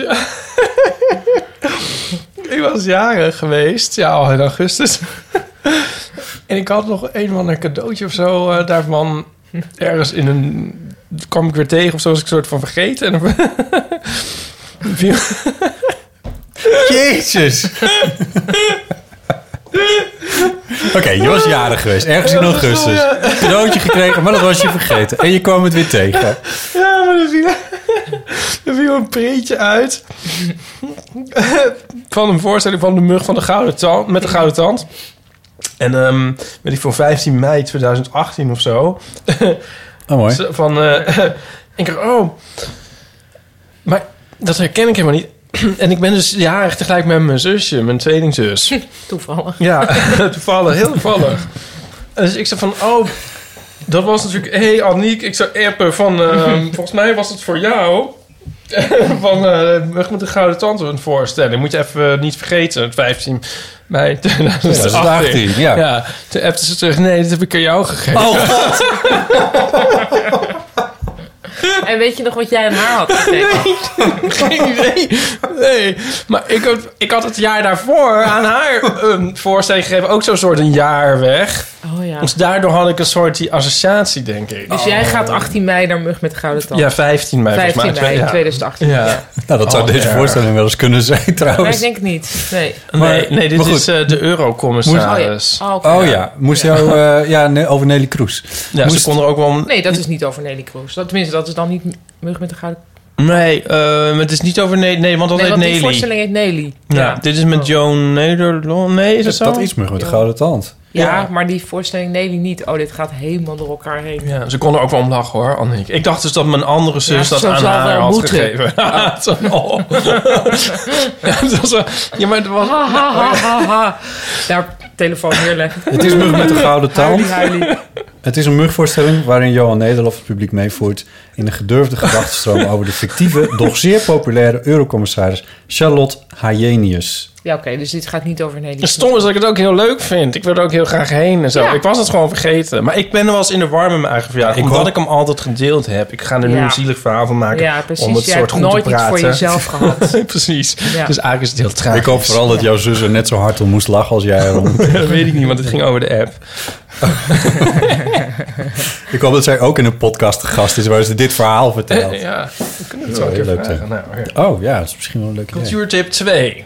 ik was jaren geweest. Ja, al in augustus. en ik had nog een of ander cadeautje of zo eh, daarvan. Ergens in een... kwam ik weer tegen of zo. Was ik soort van vergeten. En dan viel,
Jezus. Oké, je was jarig geweest, ergens in augustus. Een cadeautje gekregen, maar dat was je vergeten. En je kwam het weer tegen.
Ja, maar er viel, er viel een preetje uit. van een voorstelling van de mug van de gouden tand, met de gouden tand. En ehm weet ik voor 15 mei 2018 of zo.
Oh, mooi.
Ze- Van, eh, ik dacht, oh, maar dat herken ik helemaal niet. en ik ben dus jarig tegelijk met mijn zusje, mijn tweelingzus.
Toevallig.
Ja, toevallig, heel toevallig. En Dus ik zei van, oh, dat was natuurlijk... Hé, hey, Aniek, ik zou appen van... ehm, volgens mij was het voor jou... van eh Mug met de Gouden Tand een voorstelling. Moet je even eh, niet vergeten, het 15 mei 2018.
2018, ja.
ja, toen appte ze terug, nee, dat heb ik aan jou gegeven.
Oh, god.
En weet je nog wat jij aan haar had gegeven?
Geen idee. Nee. Maar ik had, ik had het jaar daarvoor aan haar een voorstelling gegeven. Ook zo'n soort een jaar weg.
Oh ja.
Dus daardoor had ik een soort die associatie, denk ik.
Dus jij gaat
Oh.
18 mei naar Mug met de Gouden Tand.
Ja, 15 mei.
15 mei
ja.
2018.
Ja.
Ja.
Nou, dat zou
Oh,
deze
erg.
voorstelling wel eens kunnen zijn,
Maar ik
trouwens.
denk het niet. Nee.
Nee, nee, dit
Maar goed.
is eh, de
Oh ja.
eurocommissaris.
Oh, oké.
Oh ja, moest jou... eh, ja, nee, over Nelly Kroes.
ja. ze
Moest-
kon er ook wel...
Nee, dat is niet over Nelly Kroes. Dat, tenminste, dat is dan niet Mug met de Gouden
Nee, eh, het is niet over nee, nee want dat
nee,
heet
want die
Nelly.
voorstelling Oh. heet Nelly.
Ja, dit is met Joan Nederland. Nee, is het
Dat,
zo?
dat is me met de gouden tand.
Ja,
Ja.
maar die voorstelling Nelly niet. Oh, dit gaat helemaal door elkaar heen.
Ja, ze kon er ook wel om lachen hoor, Anne en ik. Ik dacht dus dat mijn andere
Ja,
zus dat
zo
aan
zou
haar
wel
had
moeten.
gegeven. Zo, oh. ja, dat was wel- ja, maar het was...
Ha, ha, ha, ha, ha. Daar, telefoon neerleggen.
Het is mug met de gouden
Huilie,
tand.
huilie.
Het is een mugvoorstelling waarin Johan Nederlof het publiek meevoert... in een gedurfde gedachtenstroom over de fictieve, doch zeer populaire eurocommissaris Charlotte Hayenius.
Ja, oké, dus dit gaat niet over Nelly.
Het stom is dat ik het ook heel leuk vind. Ik wil er ook heel graag heen en zo.
Ja.
Ik was het gewoon vergeten. Maar ik ben wel eens in de war met mijn eigen verjaardag.
Ik
omdat
ook.
ik hem altijd gedeeld heb. Ik ga er nu
Ja.
een zielig verhaal van maken.
Ja, precies.
Om het
Jij
soort
hebt
goed
nooit
te
iets
praten.
voor jezelf gehad.
precies.
Ja.
Dus eigenlijk is het heel traag.
Ik hoop vooral dat jouw zus er net zo hard om moest lachen als jij erom.
dat weet ik niet, want het ging over de app.
Ik hoop dat zij ook in een podcast te gast is waar ze dit verhaal vertelt.
Ja, we kunnen het
Ja,
wel een
heel
keer
leuk,
vragen. Nou, ja.
Oh ja, dat is misschien wel een leuk idee.
Cultuurtip 2.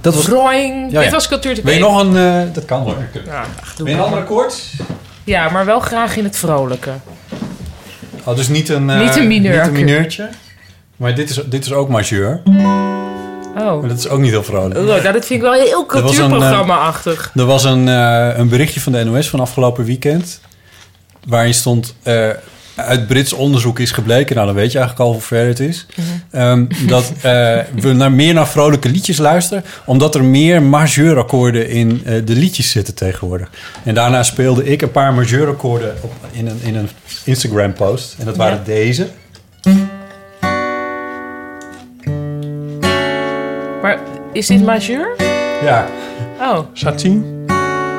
Dat was...
Drawing.
Ja, ja.
Dit was cultuur.
Wil je nog een... eh, dat kan hoor.
Ja, ach, doe
Wil je een
maar.
andere koorts?
Ja, maar wel graag in het vrolijke.
Oh, dus niet een... eh,
Niet een mineur.
Niet een mineurtje. Maar dit is, dit is ook majeur.
Oh.
Maar dat is ook niet heel vrolijk.
Nou, dat vind ik wel heel
was een, eh,
cultuurprogramma-achtig.
Er was een, eh, een berichtje van de NOS van afgelopen weekend. Waarin stond. eh, uit Brits onderzoek is gebleken, nou dan weet je eigenlijk al hoe ver het is.
Mhm.
ehm, dat eh, we naar, meer naar vrolijke liedjes luisteren. Omdat er meer majeurakkoorden in eh, de liedjes zitten tegenwoordig. En daarna speelde ik een paar majeurakkoorden op, in, een, in een Instagram post. En dat waren deze.
Maar is dit majeur?
Ja,
Oh,
Satie.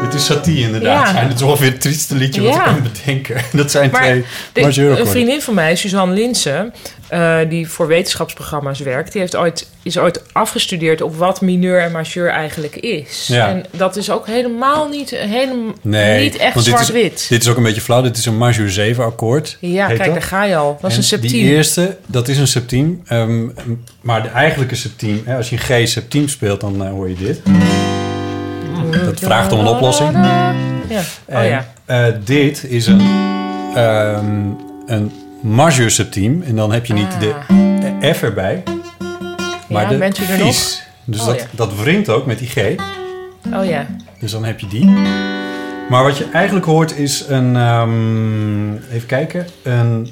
dit is Satie inderdaad.
Ja.
En het is ongeveer het trieste liedje wat
Ja.
ik kan bedenken. Dat zijn
maar
twee
de- een
majeurakkoorden.
vriendin van mij, Suzanne Linsen, eh, die voor wetenschapsprogramma's werkt, die heeft ooit, is ooit afgestudeerd op wat mineur en majeur eigenlijk is.
Ja.
En dat is ook helemaal niet, helemaal,
Nee,
niet echt
want dit is-
zwart-wit.
Dit is ook een beetje flauw. Dit is een majeur 7 akkoord.
Ja,
heet
kijk, daar ga je al. Dat is
En
een septiem.
Die eerste, dat is een septiem. ehm, maar de eigenlijke septiem, hè, als je een G septiem speelt, dan eh, hoor je dit.
Mm.
Dat vraagt om een oplossing.
Ja. Oh
En,
ja.
eh, dit is een, ehm een majeur septiem. En dan heb je niet de F erbij, maar
ja,
de
Ah. bent u er nog?
vies. Dus
Oh,
dat,
ja.
dat wringt ook met die G.
Oh ja.
Dus dan heb je die. Maar wat je eigenlijk hoort is een. ehm, even kijken. Een.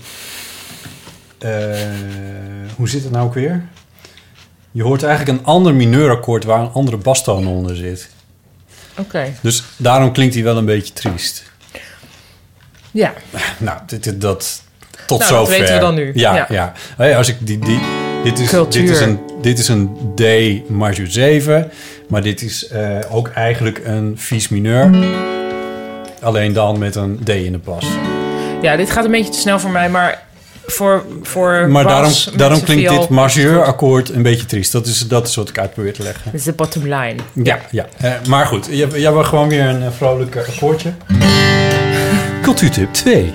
eh, hoe zit het nou ook weer? Je hoort eigenlijk een ander mineurakkoord waar een andere bastoon onder zit.
Oké.
Dus daarom klinkt hij wel een beetje triest.
Ja.
Nou, dit, dit- dat.
Nou,
Tot
dat
zover.
weten we dan nu.
Ja, ja.
Ja.
Hé, als ik die. die dit is, dit, is
Cultuur.
een, dit is een D majeur 7, maar dit is eh, ook eigenlijk een vies mineur. Alleen dan met een D in de pas.
ja, dit gaat een beetje te snel voor mij, maar voor, voor
Maar
bas,
daarom,
mensen
daarom klinkt
veel-
dit majeur akkoord een beetje triest. Dat is, dat is wat ik uit probeer te leggen.
Dat is de bottom line.
Ja, ja. Eh, maar goed, jij jij wil gewoon weer een eh, vrolijk eh, akkoordje. Cultuurtip 2.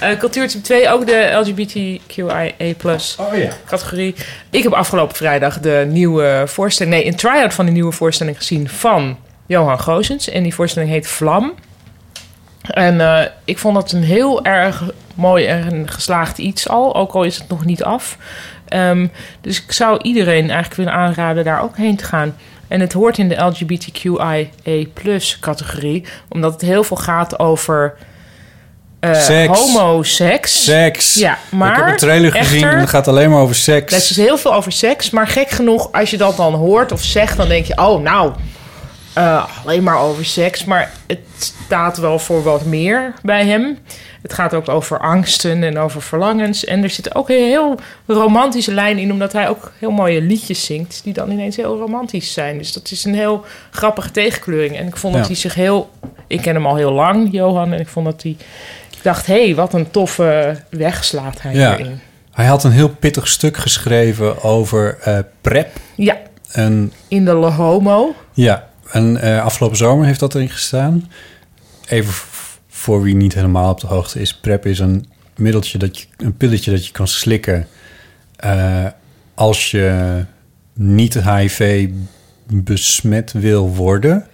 Eh cultuurtip 2, ook de LGBTQIA+.
Oh ja.
categorie. Ik heb afgelopen vrijdag de nieuwe voorstelling... Nee, een try-out van de nieuwe voorstelling gezien van Johan Gozens. En die voorstelling heet Vlam. En eh, ik vond dat een heel erg mooi en geslaagd iets al. Ook al is het nog niet af. Ehm, dus ik zou iedereen eigenlijk willen aanraden daar ook heen te gaan. En het hoort in de LGBTQIA categorie. Omdat het heel veel gaat over... eh,
Seks.
homoseks.
Seks.
Ja, maar
ik heb een trailer gezien
echter-
en het gaat alleen maar over seks.
het is heel veel over seks, maar gek genoeg, als je dat dan hoort of zegt, dan denk je, oh nou, eh, alleen maar over seks. Maar het staat wel voor wat meer bij hem. Het gaat ook over angsten en over verlangens. En er zit ook een heel romantische lijn in, omdat hij ook heel mooie liedjes zingt, die dan ineens heel romantisch zijn. Dus dat is een heel grappige tegenkleuring. En ik vond
Ja.
dat hij zich heel. Ik ken hem al heel lang, Johan, en ik vond dat hij. Ik dacht, hé, hey, wat een toffe weg slaat hij
Ja.
hierin.
Hij had een heel pittig stuk geschreven over eh, prep.
Ja,
En
in de La Homo.
ja, en eh, afgelopen zomer heeft dat erin gestaan. Even v- voor wie niet helemaal op de hoogte is: prep is een middeltje dat je, een pilletje dat je kan slikken eh, als je niet HIV besmet wil worden.
Ja,
Dus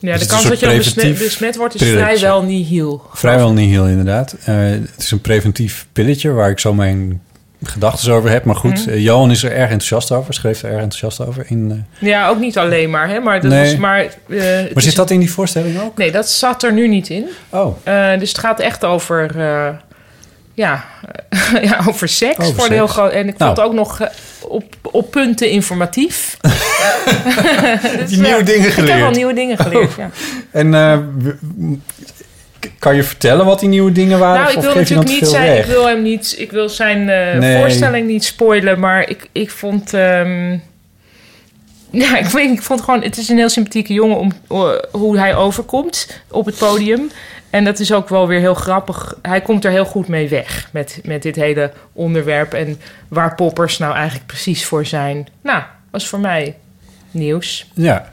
de
het is
kans
een
dat je dan
soort
besmet,
preventief
besmet wordt is
pilletje.
vrijwel niet heel.
Vrijwel niet heel inderdaad. Eh, het is een preventief pilletje waar ik zo mijn gedachten over heb. Maar goed, eh, Johan is er erg enthousiast over. Schreef er erg enthousiast over. In, eh,
Ja, ook niet alleen maar. Hè, maar dat
Nee.
was maar, eh, het
Maar
is-
zit dat in die voorstelling ook?
Nee, dat zat er nu niet in.
Oh,
Eh, dus het gaat echt over, eh, ja, ja, over seks.
Over
voor een heel
seks.
groot, en ik
Nou.
vond het ook nog eh, op, op punten informatief. Dus,
Die nieuwe
ja,
dingen
Ik heb wel
geleerd.
nieuwe dingen geleerd, ja.
en eh, w- m- k- kan je vertellen wat die nieuwe dingen waren?
Nou, ik
Of
wil
geef je
natuurlijk
dan te
niet
veel
zijn, ik
weg?
wil hem niet, ik wil zijn eh,
Nee.
voorstelling niet spoilen, maar ik, ik vond, ehm, ja, ik, weet, ik vond gewoon, het is een heel sympathieke jongen om eh, hoe hij overkomt op het podium. En dat is ook wel weer heel grappig. Hij komt er heel goed mee weg met, met dit hele onderwerp en waar poppers nou eigenlijk precies voor zijn. Nou, was voor mij nieuws.
Ja.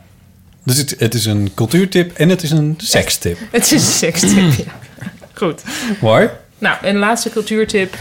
Dus het, het is een cultuurtip en het is een sekstip.
Het is een sekstip, ja. Goed.
Mooi.
Nou, en de laatste cultuurtip.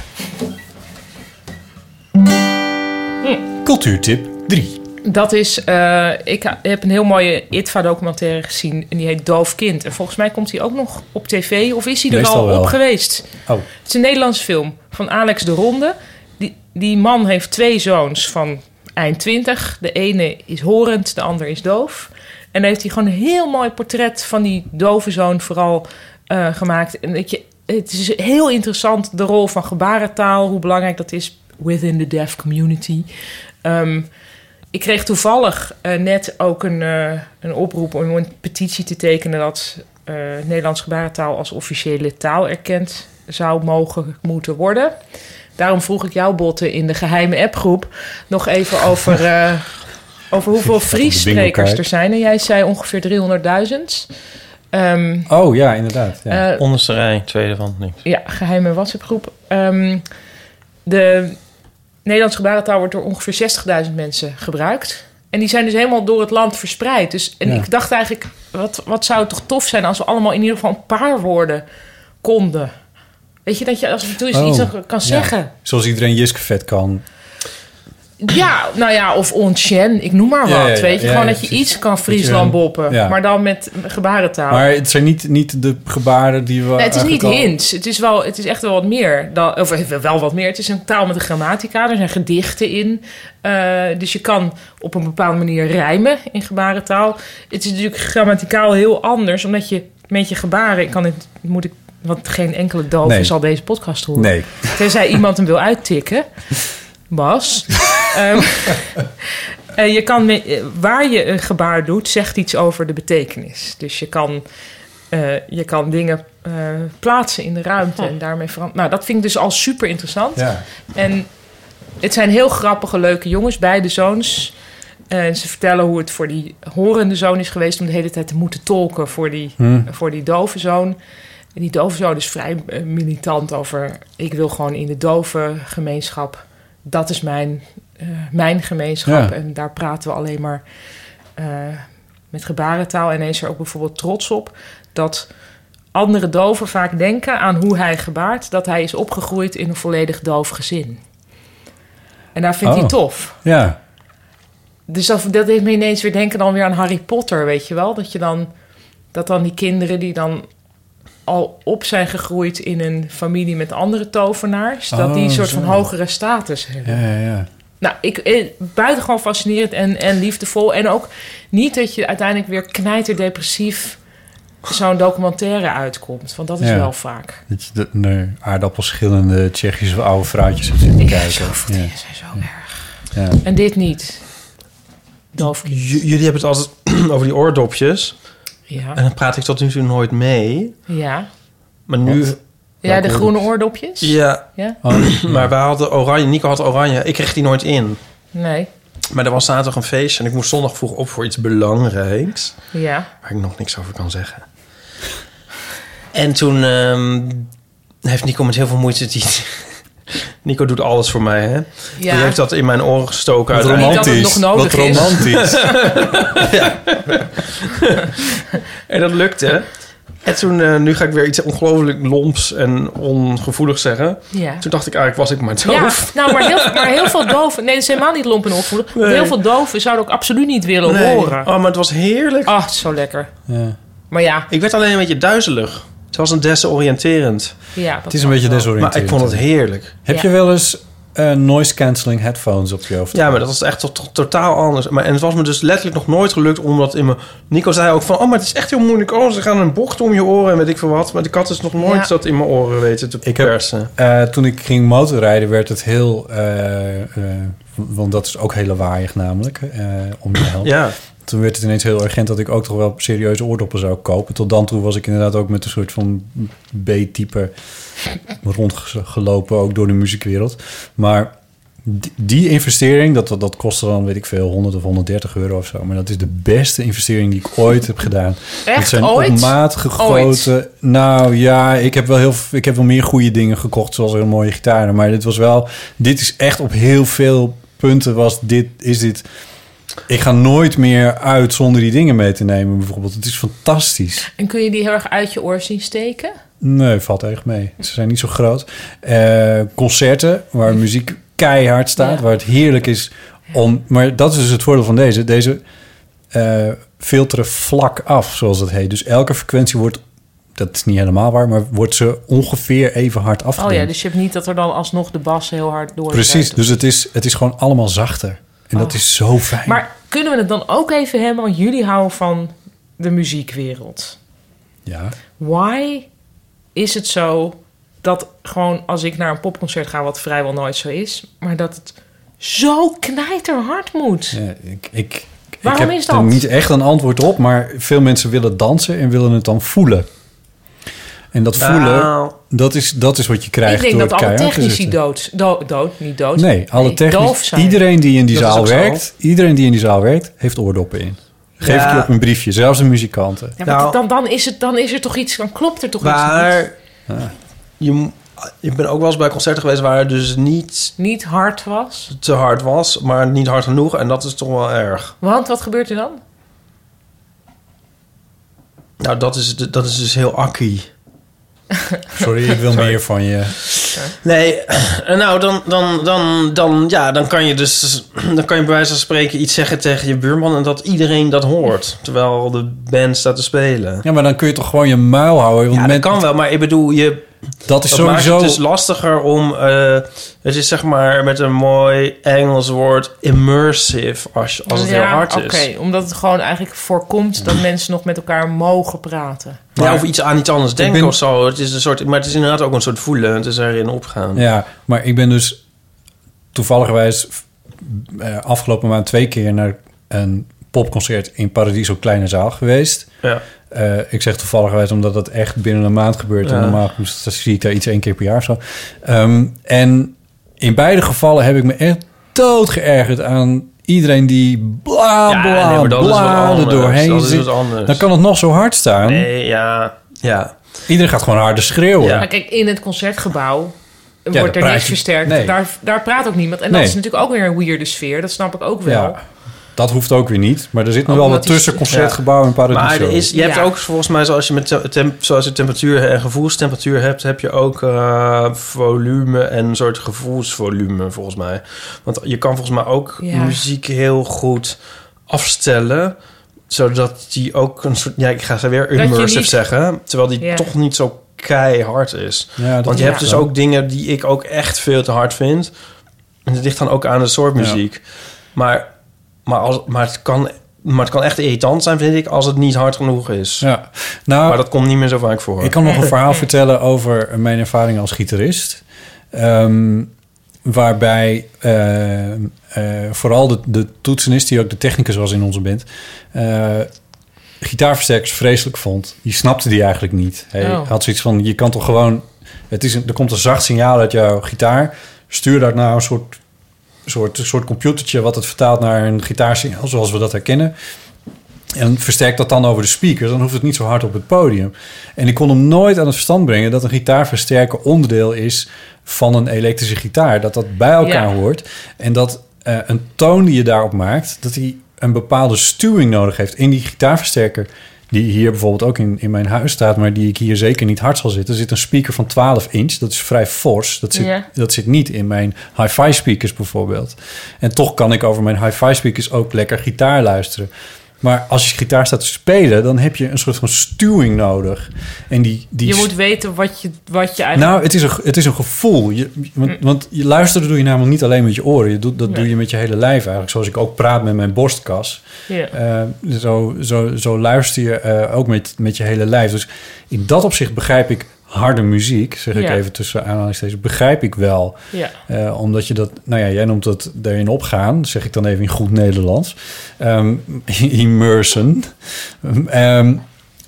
Cultuurtip 3.
Dat is, eh, ik ha- heb een heel mooie ITVA-documentaire gezien. En die heet Doof Kind. En volgens mij komt hij ook nog op tv. Of is hij er
Meestal
al
wel.
op geweest?
Oh,
Het is een Nederlandse film van Alex de Ronde. Die, die man heeft twee zoons van eind twintig. De ene is horend, de ander is doof. En daar heeft hij gewoon een heel mooi portret van die dove zoon vooral eh, gemaakt. En dat je, het is heel interessant, de rol van gebarentaal, hoe belangrijk dat is within the deaf community. Ehm, ik kreeg toevallig eh, net ook een, eh, een oproep om een petitie te tekenen dat eh, Nederlands gebarentaal als officiële taal erkend zou mogen moeten worden. Daarom vroeg ik jou, Botte, in de geheime appgroep nog even over, eh, over hoeveel
Even op de bingo
Fries sprekers
kaart.
er zijn. En jij zei ongeveer 300.000. Ehm
oh ja, inderdaad. Ja.
eh,
Onderste rij, tweede van niks.
ja, geheime WhatsApp-groep. Ehm, de Nederlandse gebarentaal wordt door ongeveer 60.000 mensen gebruikt. En die zijn dus helemaal door het land verspreid. Dus, en
Ja.
ik dacht eigenlijk, wat, wat zou het toch tof zijn als we allemaal in ieder geval een paar woorden konden. Weet je, dat je als we toe eens
Oh,
iets kan
ja.
zeggen.
Zoals iedereen Jiske vet kan.
Ja, nou ja, of onchen, ik noem maar wat.
Ja, ja, ja.
weet je,
Ja,
gewoon
ja,
dat je
precies.
iets kan
dan-
Friesland boppen.
ja.
Maar dan met gebarentaal.
Maar het zijn niet, niet de gebaren die we.
Nee, het is niet
eigenlijk al-
hints. Het is, wel, het is echt wel wat meer. Dan, of wel wat meer. Het is een taal met een grammatica. Er zijn gedichten in. Eh, dus je kan op een bepaalde manier rijmen in gebarentaal. Het is natuurlijk grammaticaal heel anders. Omdat je met je gebaren... Ik kan het, moet ik, want geen enkele doof
Nee.
zal deze podcast horen.
Nee.
Tenzij iemand hem wil uittikken. Bas. Ehm, eh, je kan me- eh, waar je een gebaar doet, zegt iets over de betekenis. Dus je kan, eh, je kan dingen eh, plaatsen in de ruimte en daarmee veranderen. Nou, dat vind ik dus al super interessant.
Ja.
En het zijn heel grappige, leuke jongens, beide zoons. Eh, En ze vertellen hoe het voor die horende zoon is geweest om de hele tijd te moeten tolken voor die, voor die dove zoon. En die dove zoon is vrij eh, militant over. Ik wil gewoon in de dove gemeenschap. Dat is mijn, eh, mijn gemeenschap.
Ja.
En daar praten we alleen maar eh, met gebarentaal. En hij is er ook bijvoorbeeld trots op dat andere doven vaak denken aan hoe hij gebaart, dat hij is opgegroeid in een volledig doof gezin. En daar vindt
Oh.
hij tof.
ja.
Dus dat, dat deed me ineens weer denken dan weer aan Harry Potter, weet je wel? Dat je dan, dat dan die kinderen die dan al op zijn gegroeid in een familie met andere tovenaars, dat die een
Oh,
soort
zo.
van hogere status hebben.
Ja, ja, ja.
Nou, ik, eh, buitengewoon fascinerend en, en liefdevol. En ook niet dat je uiteindelijk weer knijterdepressief zo'n documentaire uitkomt. Want dat is
Ja.
wel vaak.
Dat je de, nee, aardappelschillende Tsjechische oude vrouwtjes hebt zitten
Ja,
kijken.
zoveel
Ja.
dingen zijn zo erg.
Ja.
En dit niet. Doofkind.
jullie hebben het altijd over die oordopjes. En
Ja.
dan praat ik tot nu toe nooit mee.
Ja.
Maar nu...
ja, de groene oordopjes?
Ja,
Ja?
maar wij hadden oranje. Nico had oranje. Ik kreeg die nooit in.
Nee.
Maar er was zaterdag een feest en ik moest zondag vroeg op voor iets belangrijks.
Ja.
Waar ik nog niks over kan zeggen. En toen ehm, heeft Nico met heel veel moeite die... Nico doet alles voor mij, hè?
Ja.
Die heeft dat in mijn oren gestoken.
Wat
uiteindelijk.
dat het nog
romantisch.
nodig
Wat
is.
romantisch.
En dat lukte. En toen, eh, nu ga ik weer iets ongelooflijk lomps en ongevoelig zeggen.
Ja.
Toen dacht ik eigenlijk, was ik maar
Ja,
doof.
nou, maar heel, maar heel veel doven... Nee, dat is helemaal niet lomp en opvoedig.
Nee.
Heel veel doven zouden ook absoluut niet willen
Nee.
horen.
Oh, maar het was heerlijk.
Ach, zo lekker.
Ja.
Maar ja,
Ik werd alleen een beetje duizelig. Het was een desoriënterend.
ja
Het is een beetje
desoriënterend.
desoriënterend.
Maar ik vond het heerlijk.
Heb
Ja.
je wel eens eh, eh, noise cancelling headphones op je hoofd.
Ja, maar dat was echt tot, tot- totaal anders. Maar, en het was me dus letterlijk nog nooit gelukt omdat in mijn... Nico zei ook van, oh, maar het is echt heel moeilijk. Oh, ze gaan een bocht om je oren en weet ik veel wat. Maar ik had dus nog nooit
Ja.
dat in mijn oren weten te
Ik heb-
persen.
Eh, toen ik ging motorrijden werd het heel... eh, eh, want dat is ook heel lawaaiig namelijk, eh, om je helpen.
Ja,
Toen werd het ineens heel urgent dat ik ook toch wel serieuze oordoppen zou kopen. Tot dan toe was ik inderdaad ook met een soort van B-type rondgelopen, ook door de muziekwereld. Maar die- die investering, dat, dat kostte dan, weet ik veel, 100 of 130 euro of zo. Maar dat is de beste investering die ik ooit heb gedaan.
Echt?
Dat zijn
Ooit?
op maat gegoten. Nou ja, ik heb wel heel, ik heb wel meer goede dingen gekocht, zoals een mooie gitaar. Maar dit was wel, dit is echt op heel veel punten was dit, is dit. Ik ga nooit meer uit zonder die dingen mee te nemen, bijvoorbeeld. Het is fantastisch.
En kun je die heel erg uit je oor zien steken?
Nee, valt echt mee. Ze zijn niet zo groot. Eh, concerten waar muziek keihard staat,
Ja.
waar het heerlijk is om. Maar dat is dus het voordeel van deze. Deze eh, filteren vlak af, zoals dat heet. Dus elke frequentie wordt, dat is niet helemaal waar, maar wordt ze ongeveer even hard
Oh
afgedemd.
ja, dus je hebt niet dat er dan alsnog de bas heel hard door.
Precies. Dus het is, het is gewoon allemaal zachter. En dat is zo fijn.
Oh. Maar kunnen we het dan ook even hebben? Want jullie houden van de muziekwereld.
ja.
Why is het zo dat gewoon als ik naar een popconcert ga, wat vrijwel nooit zo is, maar dat het zo knijterhard moet?
Ja, eh, ik, ik,
Waarom
ik heb
is dat?
er niet echt een antwoord op, maar veel mensen willen dansen en willen het dan voelen. En dat
Nou.
voelen, dat is, dat is wat je
ik
krijgt
denk
door
dat
het
alle
keihard te
technici
zitten.
dood, dood, dood, niet dood.
Nee, alle
doof
technici.
zijn.
Iedereen die in die
Dat is
zaal
ook zo.
werkt, iedereen die in die zaal werkt, heeft oordoppen in. Geef
Ja.
ik je op een briefje, zelfs de muzikanten.
Ja, maar
Nou.
dan, dan, is het, dan is er toch iets, dan klopt er toch iets
maar
niet,
je, mo- ik ben ook wel eens bij concerten geweest waar het dus niet
niet hard was.
te hard was, maar niet hard genoeg. En dat is toch wel erg.
Want wat gebeurt er dan?
Nou, dat is, dat is dus heel akkie.
Sorry, ik wil meer van je.
Nee, eh, nou, dan, dan, dan, dan, ja, dan kan je dus... Dan kan je bij wijze van spreken iets zeggen tegen je buurman... en dat iedereen dat hoort, terwijl de band staat te spelen.
Ja, maar dan kun je toch gewoon je muil houden. Want
Ja, dat
men-
kan wel, maar ik bedoel, je,
dat is
dat maakt
sowieso...
het dus lastiger om... eh, het is zeg maar met een mooi Engels woord immersive, als, je- als het heel
Ja,
hard is.
Oké, omdat het gewoon eigenlijk voorkomt dat mensen nog met elkaar mogen praten.
Ja, of iets aan iets anders denken
ben-
of zo. Het is een soort, maar het is inderdaad ook een soort voelen. Het is erin opgaan.
Ja, maar ik ben dus toevalligerwijs eh, afgelopen maand twee keer naar een popconcert in Paradiso Kleine Zaal geweest.
Ja.
Eh, ik zeg toevalligerwijs omdat dat echt binnen een maand gebeurt.
Ja.
En normaal dus, dan zie ik daar iets één keer per jaar of zo. Ehm, en in beide gevallen heb ik me echt dood geërgerd aan iedereen die bla
Ja,
bla
nee, maar dat is wat
bla er
anders.
doorheen
Dat is
zit.
wat anders.
Dan kan het nog zo hard staan.
Nee, ja. Ja.
Iedereen gaat gewoon harder schreeuwen.
Ja.
Maar kijk, in het concertgebouw
dan
wordt er
praat
niks
je-
versterkt.
nee.
Daar, daar praat ook niemand. En
Nee.
dat is natuurlijk ook weer een weirde sfeer. Dat snap ik ook wel.
Ja, dat hoeft ook weer niet. Maar er zit nog
Ook
wel
omdat
wat
die-
tussen concertgebouw en paradiso.
Maar er is, je hebt
Ja.
ook volgens mij, zoals je, met te- temp, zoals je temperatuur en gevoelstemperatuur hebt, heb je ook eh, volume en een soort gevoelsvolume, volgens mij. Want je kan volgens mij ook
Ja.
muziek heel goed afstellen, zodat die ook een soort, ja, ik ga ze weer
je
immersive
niet-
zeggen, terwijl die
Ja.
toch niet zo keihard is.
Ja, dat
Want je
Ja.
hebt dus ook dingen die ik ook echt veel te hard vind. En het ligt dan ook aan de soort
Ja.
muziek. Maar, maar, als, maar, het kan, maar het kan echt irritant zijn, vind ik, als het niet hard genoeg is.
Ja. Nou,
Maar dat komt niet meer zo vaak voor.
ik kan nog een verhaal vertellen over mijn ervaring als gitarist. Ehm, waarbij eh, eh, vooral de, de toetsenist, die ook de technicus was in onze band... eh, gitaarversterkers vreselijk vond. Die snapte die eigenlijk niet. Hij
Oh.
had zoiets van, je kan toch gewoon... Het is een, er komt een zacht signaal uit jouw gitaar. Stuur dat naar een soort soort, een soort computertje wat het vertaalt naar een gitaarsignaal, zoals we dat herkennen. En versterkt dat dan over de speaker, dan hoeft het niet zo hard op het podium. En ik kon hem nooit aan het verstand brengen dat een gitaarversterker onderdeel is van een elektrische gitaar. Dat dat bij elkaar
Ja.
hoort. En dat eh, een toon die je daarop maakt, dat die een bepaalde stuwing nodig heeft in die gitaarversterker. Die hier bijvoorbeeld ook in, in mijn huis staat, maar die ik hier zeker niet hard zal zitten. Er zit een speaker van 12 inch, dat is vrij fors. Dat zit,
Ja.
dat zit niet in mijn hi-fi speakers bijvoorbeeld. En toch kan ik over mijn hi-fi speakers ook lekker gitaar luisteren. Maar als je gitaar staat te spelen, dan heb je een soort van stuwing nodig. En die, die
Je moet weten wat je, wat je eigenlijk...
nou, het is een, het is een gevoel. Je, je- want,
Mm.
want je luisteren doe je namelijk niet alleen met je oren. Je doet, dat doe je met je hele lijf eigenlijk. Zoals ik ook praat met mijn borstkas.
Ja.
Eh, zo, zo, zo luister je eh, ook met, met je hele lijf. Dus in dat opzicht begrijp ik harde muziek, zeg ik
Ja.
even tussen aanhalingstekens, begrijp ik wel.
ja.
Eh, omdat je dat, nou ja, jij noemt dat daarin opgaan, dus zeg ik dan even in goed Nederlands. Ehm immersen. Ehm,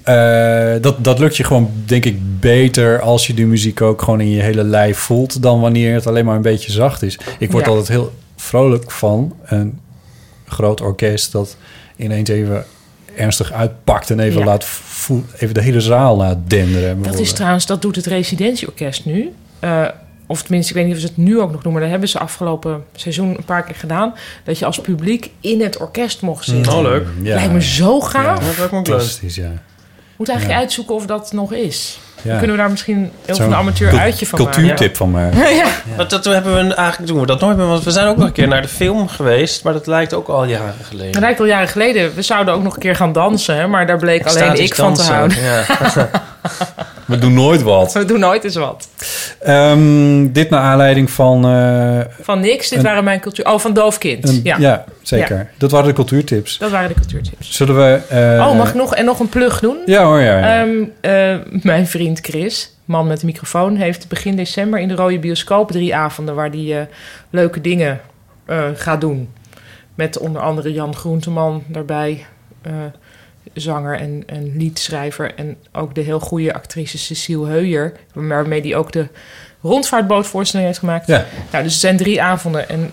eh, dat, dat lukt je gewoon, denk ik, beter als je die muziek ook gewoon in je hele lijf voelt. dan wanneer het alleen maar een beetje zacht is. Ik word
Ja.
altijd heel vrolijk van een groot orkest dat ineens even ernstig uitpakt. en even,
Ja.
laat voel, even de hele zaal laat denderen.
Dat is
bijvoorbeeld.
trouwens, dat doet het residentieorkest nu. Eh, of tenminste, ik weet niet of ze het nu ook nog doen, maar dat hebben ze afgelopen seizoen een paar keer gedaan. Dat je als publiek in het orkest mocht zitten.
Oh, leuk.
Mm. Ja,
Lijkt me zo gaaf.
Dat is ook een klus.
fantastisch, ja.
Moet eigenlijk
Ja.
uitzoeken of dat nog is.
ja.
Dan kunnen we daar misschien heel
Zo'n
van amateur
cult-
uitje van maken.
cultuurtip van mij.
Ja. ja.
Maar dat hebben we eigenlijk doen we dat nooit meer. Want we zijn ook nog een keer naar de film geweest, maar dat lijkt ook al jaren geleden.
Dat lijkt al jaren geleden. We zouden ook nog een keer gaan dansen, hè, maar daar bleek alleen
Extatisch
ik van te
dus dansen,
houden.
Ja.
We doen nooit wat.
We doen nooit eens wat.
Ehm, dit naar aanleiding van... eh,
Van niks, dit
Een-
waren mijn cultuur... Oh, van doofkind.
een, ja.
ja.
zeker. Dat waren de cultuurtips.
dat waren de cultuurtips.
Zullen we... eh,
oh, mag ik nog, en nog een plug doen?
Ja hoor, ja. ja.
Ehm, eh, mijn vriend Chris, man met de microfoon, heeft begin december in de Rode Bioscoop drie avonden waar hij eh, leuke dingen eh, gaat doen. Met onder andere Jan Groenteman daarbij, eh, zanger en, en liedschrijver. En ook de heel goede actrice Cecile Heuier, waarmee hij ook de rondvaartbootvoorstelling heeft gemaakt.
Ja.
Nou, dus het zijn drie avonden en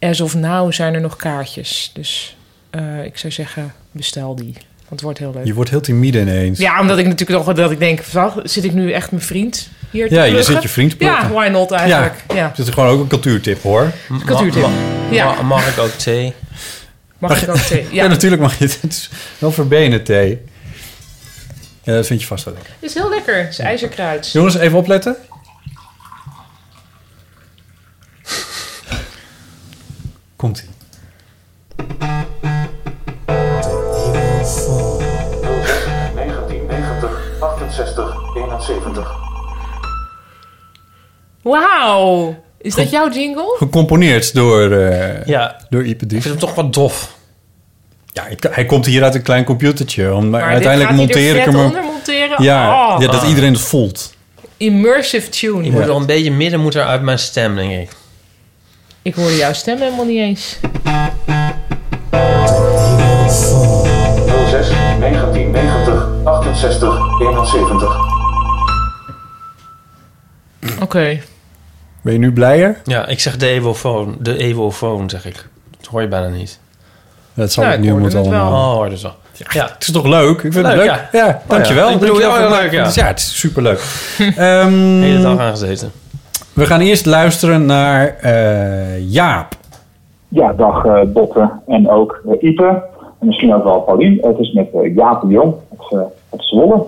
as of now zijn er nog kaartjes. Dus eh, ik zou zeggen, bestel die. Want het wordt heel leuk.
Je wordt heel timide ineens.
Ja, omdat ik natuurlijk nog dat ik denk, "Zag, zit ik nu echt mijn vriend hier te
Ja, je
pluggen?"
zit je vriend te
Ja,
pluggen. Dus
why not eigenlijk. Ja,
Dit is gewoon ook een cultuurtip hoor.
cultuurtip.
Ma-
Ja.
ma- mag ik ook thee?
Mag ik ook thee?
Ja,
Ja, het
natuurlijk mag je het. Het is wel verbenen thee. Ja, dat vind je vast wel lekker.
is heel lekker. Het is ijzerkruid.
Jongens, even opletten. Komt-ie.
Wauw. Is dat jouw jingle?
Gecomponeerd door, eh
Ja,
door Ipe
ik
Dies.
vind hem toch wat dof.
Ja, ik- hij komt hier uit een klein computertje. om- Maar,
Maar
uiteindelijk
dit gaat hij
monteer
er
ik
vet
hem. er-
onder monteren.
Ja,
Oh.
ja, dat iedereen het voelt.
Immersive tune.
Ik moet wel een beetje midden moet er uit mijn stem, denk ik.
Ik hoorde jouw stem helemaal niet eens.
06 1990 68 71.
Oké.
Ben je nu blijer?
Ja, ik zeg de evofoon. De evofoon, zeg ik. Dat hoor je bijna niet.
Dat zal
Ja,
ik
ik
nu
hoorde
moeten
het wel.
allemaal.
Oh, hoor dus wel. Ja.
Het is toch leuk? Ik vind
Leuk,
het leuk. Ja,
ja.
dankjewel.
ja. Ik bedoel,
Dankjewel
ja,
voor het
leuk, ja.
maken. Ja, het is superleuk. Ehm,
De hele dag aangezeten.
we gaan eerst luisteren naar eh, Jaap.
Ja, dag eh Botte en ook eh, Ipe. En misschien ook wel Paulien. Het is met eh, Jaap de Jong uit, eh, uit Zwolle.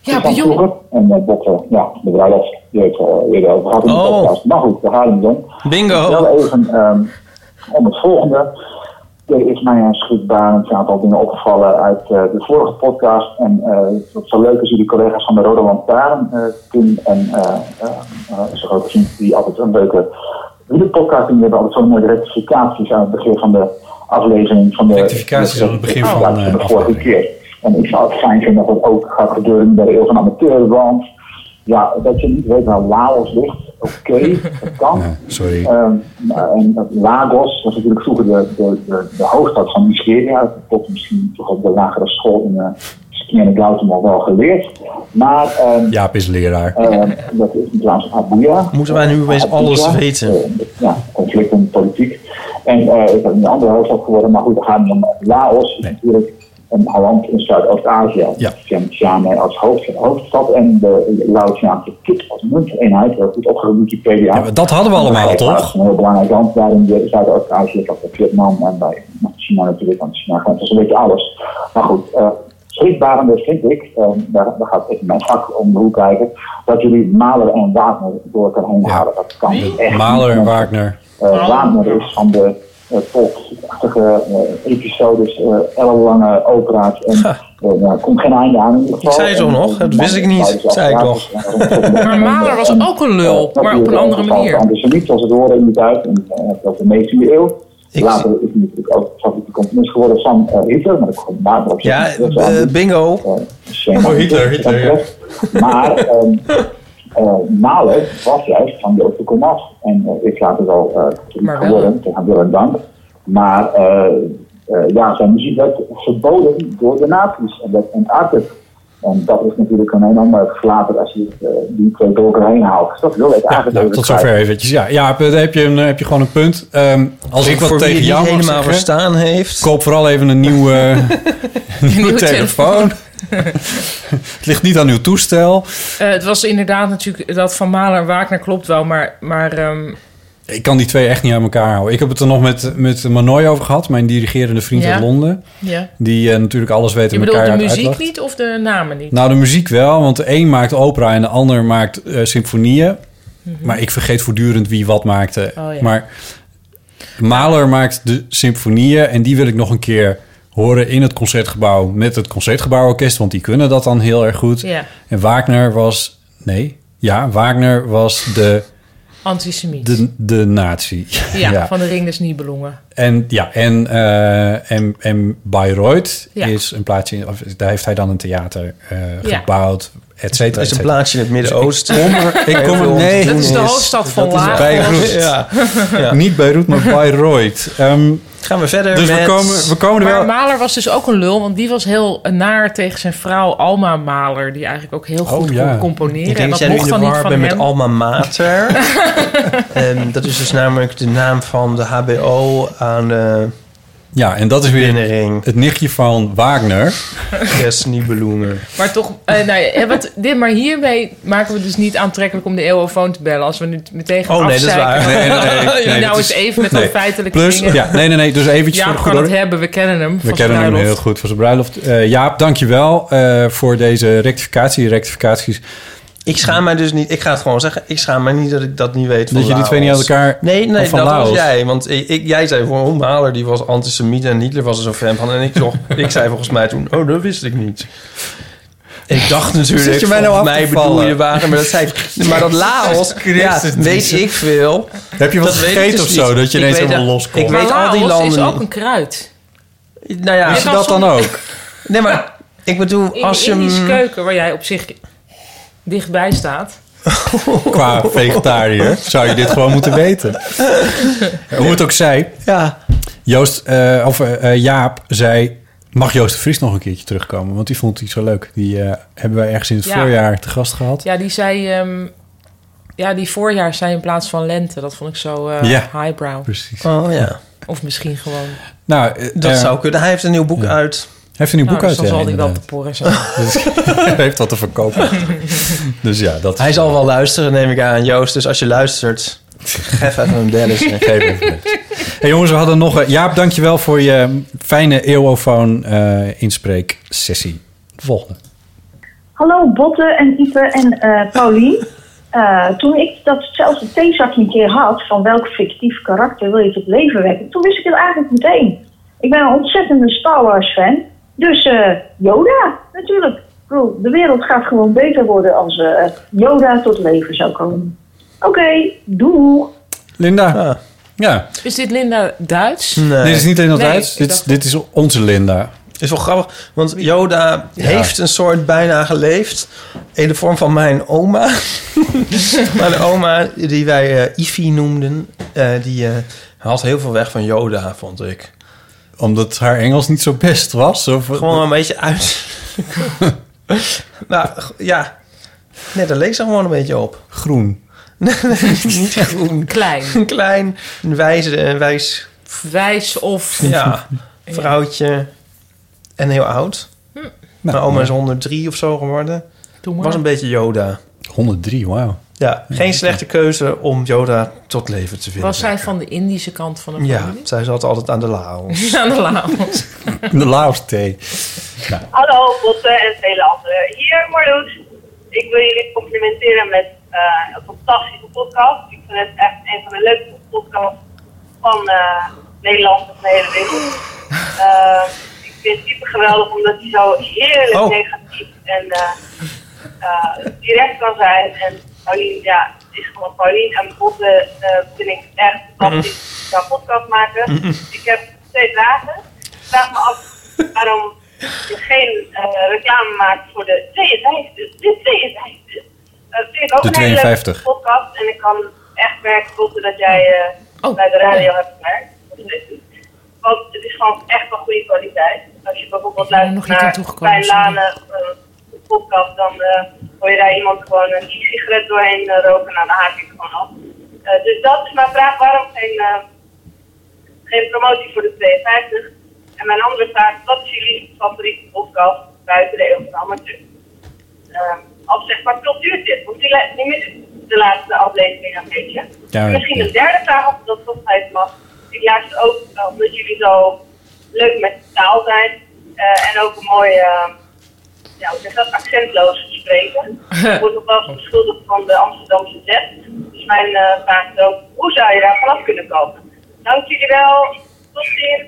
Ja,
Van
de jongen.
vroeger. En eh, Botte, ja, de bruiloft. Die heeft er al eerder over gehad in de
Oh.
podcast. Maar goed, we gaan hem doen.
Bingo.
Wel even ehm, om het volgende. Er is mij een schrikbaan een aantal dingen opgevallen uit eh, de vorige podcast. En eh, wat zo leuk is, jullie collega's van de Rode Lantaarn, eh, Tim en eh eh, eh, zo groot gezien, die altijd een leuke wielerpodcast doen. Die hebben altijd zo'n mooie rectificaties aan het begin van de aflevering. Van de, Oh.
Rectificaties aan het begin van, eh,
de vorige
aflevering.
keer. En ik zou het fijn vinden dat dat ook gaat gebeuren bij de eeuw van amateur. Want ja, dat je niet weet waar Laos ligt, oké, dat kan.
Ja, sorry.
Ehm, nou, en dat Lagos was natuurlijk vroeger de, de, de, de hoofdstad van Nigeria. Tot misschien toch op de lagere school in uh, Skien al wel geleerd. Maar ehm,
Jaap is leraar.
ehm, dat is in plaats van Abuja.
Moeten wij nu opeens
Abuja,
alles weten?
eh, ja, conflicten, politiek. En eh, het is een andere hoofdstad geworden, maar goed, we gaan om Laos. is
Nee.
natuurlijk een land in Zuidoost-Azië. Dus
Ja.
Vientiane als hoofd, hoofdstad en de Laotiaanse kip als munteenheid. Dat goed opgeroepen Wikipedia.
Ja, maar dat hadden we allemaal,
Ja, Het
toch?
is een heel belangrijk land waarin je Zuidoost-Azië, dat bij Vietnam en bij China natuurlijk, want China kent dus een beetje alles. Maar goed, eh schrikbarende vind ik, eh, daar, daar gaat even mijn vak om de hoek kijken, dat jullie Maler en Wagner door elkaar heen
Ja.
halen. Dat kan echt
Maler en
niet.
Wagner.
Eh, Wagner is van de eh popachtige eh, episodes, eh, ellenlange opera's. En eh nou, er komt geen einde aan. dus, In ieder geval.
Ik zei zo
En-
nog, dat wist ik niet, zei ik nog.
Maar Mahler was
eh,
ook een lul, maar op een andere manier.
Antisemiet eh, was het horen inderdaad, in eh, op de 19e eeuw.
Ik-
Later is hij natuurlijk ook favoriete componist geworden van eh, Hitler, maar dat komt Mahler op zich
Ja,
niet heel veel
eh,
aan.
bingo.
Oh,
Hitler, Hitler, ja.
Maar ehm eh, Mahler was juist van Joost de Komas. En eh, is later wel eh, kritiek
Maar wel.
geworden, tegen wil en dank. Maar eh, eh, ja, zijn muziek werd verboden door de nazi's en werd ontartigd. En dat is natuurlijk een enorme flater als je eh, die twee door elkaar heen haalt. Dus dat wil ik
Ja,
eigenlijk
nou,
even
tot zover
kwijt.
eventjes. Ja, ja daar heb je, een, eh, heb je gewoon een punt. Ehm, als ik
Voor wie
wat tegen
het
jou
niet
mag
helemaal
zeggen,
verstaan heeft.
koop vooral even een nieuwe, nieuwe,
Nieuwe
telefoon.
telefoon.
het ligt niet aan uw toestel.
Eh, het was inderdaad natuurlijk dat van Mahler en Wagner klopt wel, maar, maar ehm,
Ik kan die twee echt niet aan elkaar houden. Ik heb het er nog met, met Manoy over gehad, mijn dirigerende vriend
Ja.
uit Londen.
ja.
Die eh, natuurlijk alles weet
je
en
bedoelt
elkaar
de
uit
muziek
uitlacht.
niet of de namen niet?
Nou, de muziek wel, want de een maakt opera en de ander maakt eh, symfonieën. Maar ik vergeet voortdurend wie wat maakte.
Mhm. Oh, ja.
Maar Mahler maakt de symfonieën en die wil ik nog een keer horen in het concertgebouw met het concertgebouworkest, want die kunnen dat dan heel erg goed.
Ja,
En Wagner was, nee, ja, Wagner was de,
antisemiet.
de, de nazi.
ja, van de Ring des Nibelungen.
En ja, en, eh, en, en Bayreuth
Ja.
is een plaatsje, in- of, daar heeft hij dan een theater eh,
Ja.
gebouwd,
Het
et cetera.
is
et
een
cetera.
plaatsje in het Midden-Oosten.
Dus Kom er- ik kom er, nee,
Dat is de hoofdstad van Laos.
Beirut.
Ja.
niet Beirut, maar Bayreuth. Ehm,
Gaan we verder
dus
met...
we komen, we komen er
Maar
wel...
Mahler was dus ook een lul, want die was heel naar tegen zijn vrouw Alma Mahler, die eigenlijk ook heel goed kon
Oh, ja.
componeren.
Ik
en
denk
dat
dat jij nu in
mocht
de
dan niet
war
van
bent
hem.
met Alma Mater. Ehm, dat is dus namelijk de naam van de HBO aan de
Ja, en dat is weer
herinnering.
het nichtje van Wagner.
Des Nibelungen.
Maar toch, eh, nou ja, eh, wat, dit, maar hiermee maken we het dus niet aantrekkelijk om de eeuwofoon te bellen. Als we nu meteen gaan
Oh, nee, dat is
afzeiken,
waar.
dan-
nee,
nou
dat
eens even met
nee.
wat feitelijke
Plus,
dingen.
ja, nee, nee, nee, dus
Jaap
eventjes voor
kan
de goede
het
orde.
hebben, we kennen hem.
We kennen hem heel goed voor zijn bruiloft. Eh Jaap, dankjewel eh voor deze rectificatie. Rectificaties.
Ik schaam mij dus niet... Ik ga het gewoon zeggen. Ik schaam mij niet dat ik dat niet weet van
dat je die twee niet aan
Laos.
elkaar...
Nee, nee,
van
dat
Laos.
was jij. Want ik, ik- jij zei voor een Mahler, die was antisemiet en Hitler was er zo fan van. En ik, toch, ik zei volgens mij toen, oh, dat wist ik niet. Ik dacht natuurlijk,
Zit je mij nou
volgens
af te
mij bedoel
vallen?
je waren, maar dat zei ik. Maar dat Laos, ja, weet ik veel.
Heb je wat
Dat weet ik
gegeten
dus
of zo?
niet.
Dat je
Ik
ineens
weet
helemaal
dat-
loskomt.
ik
Maar
weet al die
Laos is
landen
ook
niet.
een kruid.
Nou ja,
Is je
Ja,
dat dan
soms-
ook?
nee, maar ik
In
bedoel,
de
als je...
Indische
hem-
keuken, waar jij op zich dichtbij staat.
Qua vegetariër zou je dit gewoon moeten weten. Hoe het ook zij,
Ja,
Joost, eh, of eh, eh, Jaap zei... Mag Joost de Vries nog een keertje terugkomen? Want die vond die zo leuk. Die eh, hebben wij ergens in het
Ja.
voorjaar te gast gehad.
Ja, die zei... ehm, ja, die voorjaar zei in plaats van lente. Dat vond ik zo eh,
Ja.
highbrow.
Precies.
oh ja,
Of misschien gewoon...
Nou, eh,
dat
eh,
zou kunnen. Hij heeft een nieuw boek uit.
hij heeft een nieuw
Nou,
boek
dus dan
uit. ja,
zal die wel te
inderdaad. Dus
porren zijn.
Hij heeft wat te verkopen. dus ja, dat
Hij zal wel luisteren, neem ik aan, Joost. Dus als je luistert, geef even een belletje.
gegeven. hey jongens, we hadden nog... eh, Jaap, dankjewel voor je fijne eeuwofoon eh inspreeksessie. De volgende.
Hallo Botte en Ipe en eh Paulien. Eh, toen ik datzelfde theezakje een keer had, van welk fictief karakter wil je tot leven wekken, toen wist ik het eigenlijk meteen. Ik ben een ontzettende Star Wars fan. Dus eh, Yoda, natuurlijk. Ik bedoel, de wereld gaat gewoon beter worden als eh, Yoda tot leven zou komen. Oké, doeg!
Linda.
Ah,
Ja,
Is dit Linda Duits?
nee.
dit is niet in het
Nee,
Duits.
ik
Dit,
dacht-
dit is onze Linda.
is wel grappig, want Yoda heeft een soort bijna geleefd in de vorm van mijn oma. maar de oma die wij eh, Ify noemden, eh, die eh, had heel veel weg van Yoda, vond ik.
Omdat haar Engels niet zo best was? Of,
Gewoon een beetje uit. nou g- ja, nee, daar leek ze gewoon een beetje op.
groen.
Niet groen,
Klein.
klein, een wijze, een wijs,
Wijs of...
ja, vrouwtje en heel oud.
Nou,
Mijn oma is 103 of zo geworden.
Doe maar.
Was een beetje Yoda.
103, wauw.
Ja, geen slechte keuze om Yoda tot leven te vinden.
Was zij van de Indische kant van de
Ja,
familie?
zij zat altijd aan de laal.
Aan de Laos.
De Laos thee.
Hallo Botte en vele anderen. Hier Marloes. Ik wil jullie complimenteren met eh, een fantastische podcast. Ik vind het echt een van de leukste podcasts van eh, Nederland of de hele wereld. Eh, ik vind het super geweldig omdat hij zo heerlijk
Oh.
negatief en eh, eh, direct kan zijn. En Paulien, ja, het is gewoon Paulien. En Botte eh vind ik echt fantastisch. Ik kan podcast maken. Ik heb twee vragen. Ik vraag me af waarom je geen eh, reclame maakt voor de 52. De 52. Dat vind ik ook
De
een hele
52.
leuke podcast. En ik kan echt merken, Botte, dat jij eh,
Oh.
bij de radio hebt gewerkt. Dat is het. Want het is gewoon echt van goede kwaliteit. Als je bijvoorbeeld
Ik Oh, ben er nog
luistert
niet aan
naar
toegekomen,
bij
sorry.
Lane eh, de podcast, dan eh, hoor je daar iemand gewoon een e-sigaret doorheen eh, roken. Nou, dan haak ik gewoon af. Eh, dus dat is mijn vraag. Waarom geen, eh, geen promotie voor de 52? En mijn andere vraag, wat is jullie favoriete podcast buiten de eeuw van de amateur? Eh, of zeg maar cultuurtip, want die, la- die mis ik de laatste aflevering een beetje.
Ja,
En misschien
ja.
de derde vraag of dat vastheid mag. Ik luister ook eh, omdat jullie zo leuk met taal zijn eh, en ook een mooi, eh, ja, hoe zeg je dat, accentloos spreken.
Nou,
Ik word nog wel eens beschuldigd van de eh, Amsterdamse zet. Dus mijn eh, vraag is ook, hoe zou je daar vanaf kunnen komen? Dank jullie wel, tot ziens.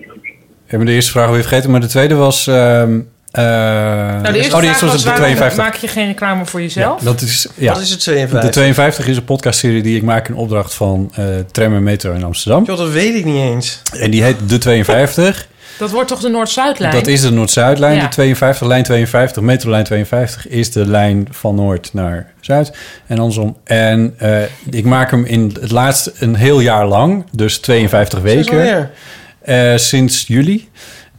Ik heb de eerste vraag weer vergeten, maar de tweede was... ehm, eh,
Nou, de eerste
oh, de
vraag
eerste
was,
was, op de
waarom
52.
maak je geen reclame voor jezelf?
Dat is, ja.
Dat is het 52.
De 52 is een podcastserie die ik maak in opdracht van eh Tram en Metro in Amsterdam.
Joh, dat weet ik niet eens.
En die heet De 52.
Dat wordt toch de Noord-Zuidlijn?
Dat is de Noord-Zuidlijn,
Ja.
de 52, lijn 52. Metrolijn 52 is de lijn van Noord naar Zuid en andersom. En eh, ik maak hem in het laatste een heel jaar lang, dus 52
Sinds
weken,
wanneer?
eh, sinds juli.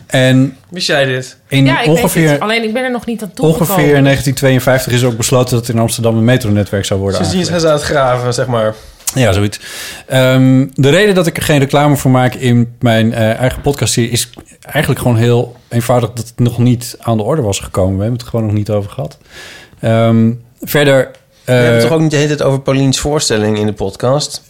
En
Wist jij dit?
in
ja, ik weet het.
ongeveer,
Alleen ik ben er nog niet aan toegekomen.
ongeveer 1952 is ook besloten dat in Amsterdam een metronetwerk zou worden
Sindsdien
aangelegd.
zijn ze aan het graven, zeg maar.
Ja, zoiets. Ehm, de reden dat ik er geen reclame voor maak in mijn eh, eigen podcast hier is eigenlijk gewoon heel eenvoudig dat het nog niet aan de orde was gekomen. We hebben het er gewoon nog niet over gehad. Ehm, verder. eh,
We hebben het toch ook niet de hele tijd over Paulien's voorstelling in de podcast?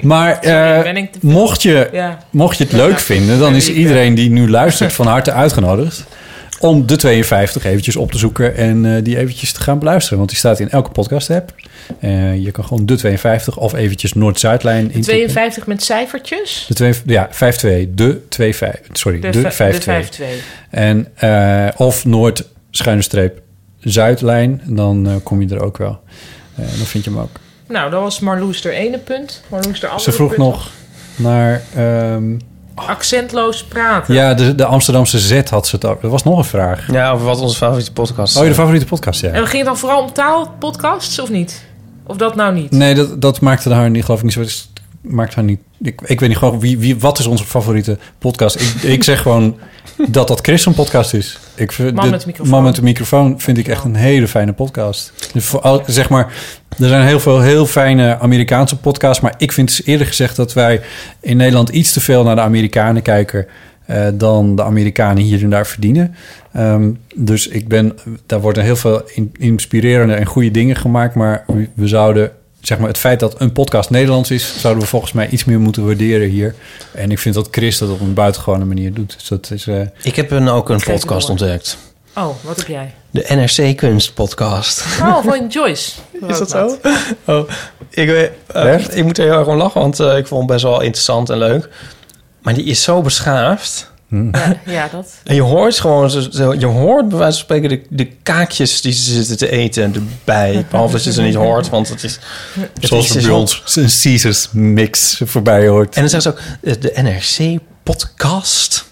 maar eh,
Sorry, ben ik te veel?
mocht, je,
Ja. eh,
mocht je het leuk vinden, dan is iedereen die nu luistert van harte uitgenodigd om de 52 eventjes op te zoeken en eh, die eventjes te gaan beluisteren. Want die staat in elke podcast-app. Eh, je kan gewoon de 52 of eventjes Noord-Zuidlijn intikken.
52 met cijfertjes?
De twee, ja, 5-2. De 2-5. Sorry, de,
De vij- de
5-2.
5-2.
En eh, of Noord schuine streep Zuidlijn. Dan eh, kom je er ook wel. Eh, dan vind je hem ook.
Nou, dat was Marloes er ene punt. Marloes er andere
Ze vroeg
punt.
nog naar... ehm,
Accentloos praten.
ja, de, de Amsterdamse Z had ze het ook. Er was nog een vraag.
Ja, over wat onze favoriete podcast
Oh, je favoriete podcast,
En
ja.
we gingen dan vooral om taalpodcasts, of niet? Of dat nou niet?
Nee, dat, dat maakte haar niet, geloof ik, niet zo... dat Maakt haar niet. Ik, ik weet niet gewoon wie, wie, wat is onze favoriete podcast. Ik, ik zeg gewoon dat dat Chris een podcast is. Ik vind
Man
de-
met de microfoon.
Man met de microfoon vind ik echt een hele fijne podcast. Dus voor al- zeg maar, er zijn heel veel heel fijne Amerikaanse podcasts, maar ik vind eerlijk gezegd dat wij in Nederland iets te veel naar de Amerikanen kijken. eh, dan de Amerikanen hier en daar verdienen. Ehm, dus ik ben, daar worden heel veel in- inspirerende en goede dingen gemaakt. Maar we zouden, zeg maar, het feit dat een podcast Nederlands is, zouden we volgens mij iets meer moeten waarderen hier. En ik vind dat Chris dat op een buitengewone manier doet. Dus dat is. eh,
Ik heb een, ook een
Geef het
podcast
door.
ontdekt.
Oh, wat heb jij?
De NRC Kunst podcast.
Oh, van Joyce.
Is dat zo? Oh, ik, weet- eh,
Echt?
ik moet er heel erg om lachen, want eh, ik vond hem best wel interessant en leuk. Maar die is zo beschaafd.
Ja, ja, dat.
En je hoort gewoon, zo- zo- je hoort bij wijze van spreken de, de kaakjes die ze zitten te eten erbij. Behalve dat je ze niet hoort, want het is... het is-
Zoals er
is
bij
wel-
ons een Caesars mix voorbij hoort.
En dan zeggen ze ook, eh, de NRC podcast.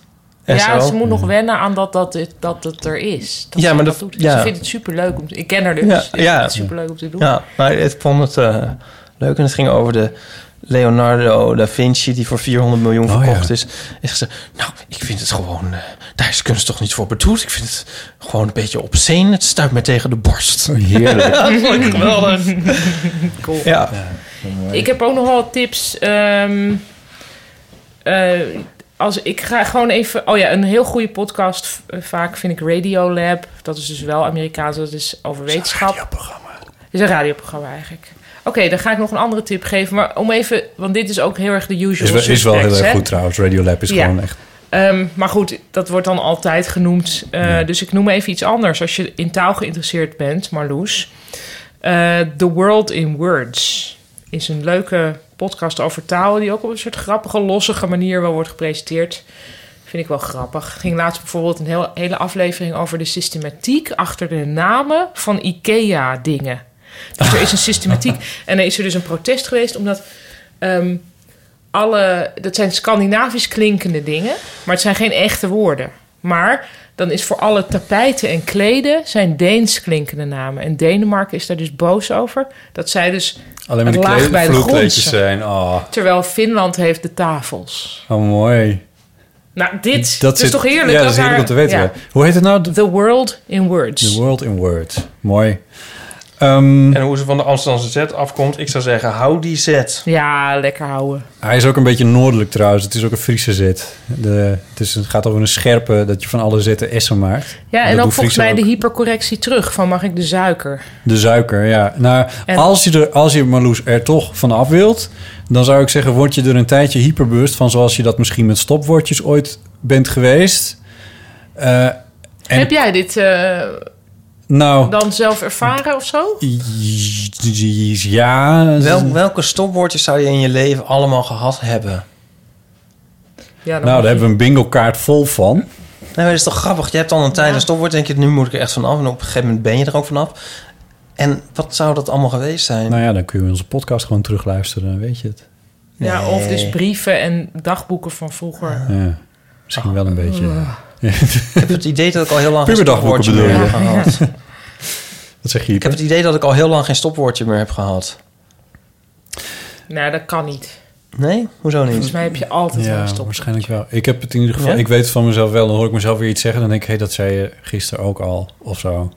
En
ja,
zo.
ze moet nog wennen aan dat, dat, het, dat het er is. Dat
Ja,
ze
maar dat-
doet. Dus
ja.
Ze vindt het superleuk om te... Ik ken haar dus.
Ja,
Ja, ik
ja.
vind het superleuk om te doen.
Ja, maar het vond het eh, leuk. En het ging over de Leonardo da Vinci, die voor 400 miljoen
Oh,
verkocht
ja.
is. En ze, nou, ik vind het gewoon... eh, daar is kunst toch niet voor bedoeld? Ik vind het gewoon een beetje obscene. Het stuit me tegen de borst.
Heerlijk.
Dat vond ik geweldig.
Cool.
Ja.
Ik heb ook nog wel tips. ehm, eh, als, ik ga gewoon even... Oh ja, een heel goede podcast v- eh, vaak vind ik Radio Lab. Dat is dus wel Amerikaans. Dat is over wetenschap. Het is een radioprogramma eigenlijk. Oké, dan ga ik nog een andere tip geven. Maar om even... Want dit is ook heel erg de usual
Is, wel- is wel heel
suspects,
erg
hè?
goed trouwens. Radiolab is
Ja.
gewoon echt...
Ehm, maar goed, dat wordt dan altijd genoemd. Eh, Dus ik noem even iets anders. Als je in taal geïnteresseerd bent, Marloes. Eh, The World in Words is een leuke podcast over taal... die ook op een soort grappige, lossige manier wel wordt gepresenteerd. Vind ik wel grappig. Ging laatst bijvoorbeeld een heel, hele aflevering over de systematiek... achter de namen van IKEA-dingen. Dus er is een systematiek. En er is er dus een protest geweest omdat... ehm, alle, dat zijn Scandinavisch klinkende dingen, maar het zijn geen echte woorden. Maar dan is voor alle tapijten en kleden zijn Deens klinkende namen. En Denemarken is daar dus boos over. Dat zij dus
Alleen maar de
laag
kleed-
bij de grond
vloerkleedjes
zijn.
zijn. Oh,
Terwijl Finland heeft de tafels.
oh mooi.
Nou, dit
Dat
is
zit-
toch heerlijk?
Ja, dat is
daar-
heerlijk om te weten.
ja.
ja. Hoe heet het nou? The
The World in Words.
The World in Word. Mooi. Ehm,
En hoe ze van de Amsterdamse zet afkomt, ik zou zeggen, hou die zet.
Ja, lekker houden.
hij is ook een beetje noordelijk trouwens. Het is ook een Friese zit. De, het, is, het gaat over een scherpe dat je van alle zetten essen maakt.
Ja, en,
Dat
ook
doen
volgens
Friesen
mij
ook.
de hypercorrectie terug. Van mag ik de suiker?
De suiker, ja. Nou,
En-
als je, er, als je Marloes er toch van af wilt... dan zou ik zeggen, word je er een tijdje hyperbewust van... zoals je dat misschien met stopwoordjes ooit bent geweest. Eh, En-
Heb jij dit eh,
nou,
dan zelf ervaren of zo?
ja...
Wel, welke stopwoordjes zou je in je leven allemaal gehad hebben?
Ja, dan
Nou, daar hebben we een bingo kaart vol van.
Nee, maar dat is toch grappig? Je hebt dan een tijd een stopwoord, denk je, nu moet ik er echt vanaf. En op een gegeven moment ben je er ook vanaf. En wat zou dat allemaal geweest zijn?
Nou ja, dan kun je onze podcast gewoon terugluisteren, dan weet je het.
Ja, of dus
Nee.
brieven en dagboeken van vroeger.
Ja, misschien wel een beetje.
Ik heb het idee dat ik al heel lang geen
Puberdagboeken
stopwoordje meer
bedoel
heb
je?
gehad.
Wat zeg je?
Ik heb het
Ieper?
idee dat ik al heel lang geen stopwoordje meer heb gehad.
Nou, dat kan niet.
Nee? Hoezo
Volgens
niet?
mij heb je altijd wel een
Ja,
stop.
waarschijnlijk wel. Ik heb het in ieder geval,
Ja?
ik weet het van mezelf wel. Dan hoor ik mezelf weer iets zeggen, dan denk ik, hé, dat zei je gisteren ook al, of zo.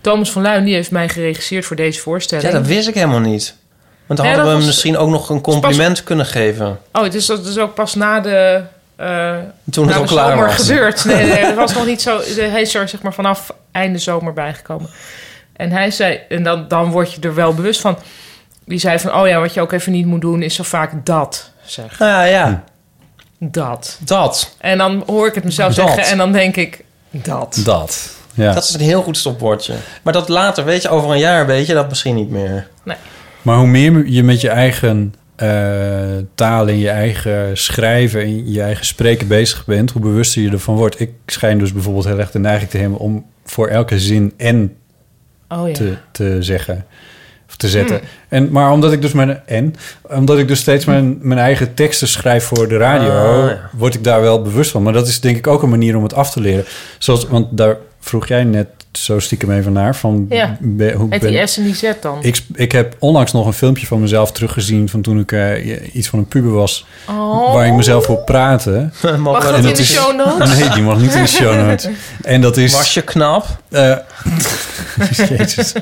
Thomas van Luijn die heeft mij geregisseerd voor deze voorstelling.
Ja, dat wist ik helemaal niet. Want dan
Nee,
hadden
dat
we hem
was-
misschien ook nog een compliment kunnen geven.
Oh, dus dat is ook pas na de... eh
Toen het
na
al
de
klaar
zomer
was.
gebeurd. Nee, nee, dat was nog niet zo... Hij is er zeg maar vanaf einde zomer bijgekomen. En hij zei... En dan, dan word je er wel bewust van. Die zei van... Oh ja, wat je ook even niet moet doen is zo vaak dat zeggen.
Nou ja,
Hm.
ja,
Dat.
dat.
En dan hoor ik het mezelf
Dat.
zeggen en dan denk ik... Dat.
Dat. Ja.
Dat is een heel goed stopwoordje. Maar dat later, weet je, over een jaar weet je dat misschien niet meer.
Maar hoe meer je met je eigen eh, taal en je eigen schrijven en je eigen spreken bezig bent, hoe bewuster je ervan wordt. Ik schijn dus bijvoorbeeld heel erg de neiging te hebben om voor elke zin en
Oh ja. Hmm.
te, te zeggen of te zetten. En, maar omdat ik dus mijn en omdat ik dus steeds mijn, mijn eigen teksten schrijf voor de radio,
Ah, ja.
word ik daar wel bewust van. Maar dat is denk ik ook een manier om het af te leren. Zoals, want daar vroeg jij net zo stiekem even naar van
Ja.
be- hoe
Heet
ben
die S en die Z dan?
ik, ik heb onlangs nog een filmpje van mezelf teruggezien van toen ik eh, iets van een puber was,
Oh.
waar ik mezelf op praten.
Mogen we
Mag dat
dat-
in
dat
de
is-
show notes?
Nee, die mag niet in de show notes. En dat is.
Was je knap?
eh, Jezus.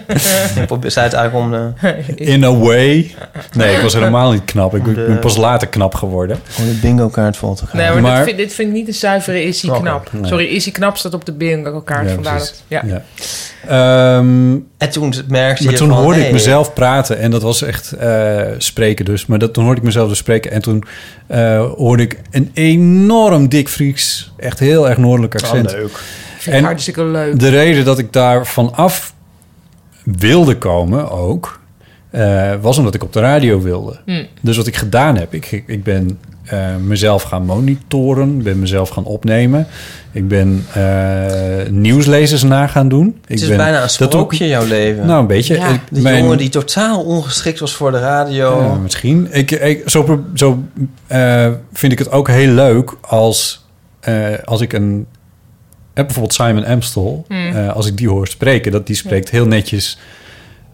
Ik probeer- zei het eigenlijk om de,
In a way. Nee, ik was helemaal niet knap. Ik, ik ben
De-
pas later knap geworden.
om de bingo kaart vol te gaan.
Nee, maar,
Maar-
Dit, vind, dit vind ik niet een zuivere is hij
Oké,
knap. Sorry, is hij knap staat op de bingo kaart.
Ja,
vandaar
precies.
dat, ja.
Ja. Ehm,
En toen merkte je
maar toen
van,
hoorde
hey,
ik mezelf praten en dat was echt eh, spreken dus. Maar dat, toen hoorde ik mezelf dus spreken en toen eh, hoorde ik een enorm dik Fries, echt heel erg
Oh,
noordelijk accent.
Vind ik
En-
hartstikke leuk.
De reden dat ik daar vanaf wilde komen ook, eh, was omdat ik op de radio wilde.
Hm.
Dus wat ik gedaan heb, ik, ik, ik ben eh, mezelf gaan monitoren, ben mezelf gaan opnemen. Ik ben eh, nieuwslezers na gaan doen. Ik
Het is
ben,
bijna een
dat doe ik-
sprookje, jouw leven.
nou, een beetje.
Ja.
Ik-
die
mijn-
jongen die totaal ongeschikt was voor de radio.
ja, misschien. Ik, ik, zo pro- zo eh, vind ik het ook heel leuk als, eh, als ik een... eh, bijvoorbeeld Simon Amstel,
Hmm.
eh, als ik die hoor spreken... dat die spreekt heel netjes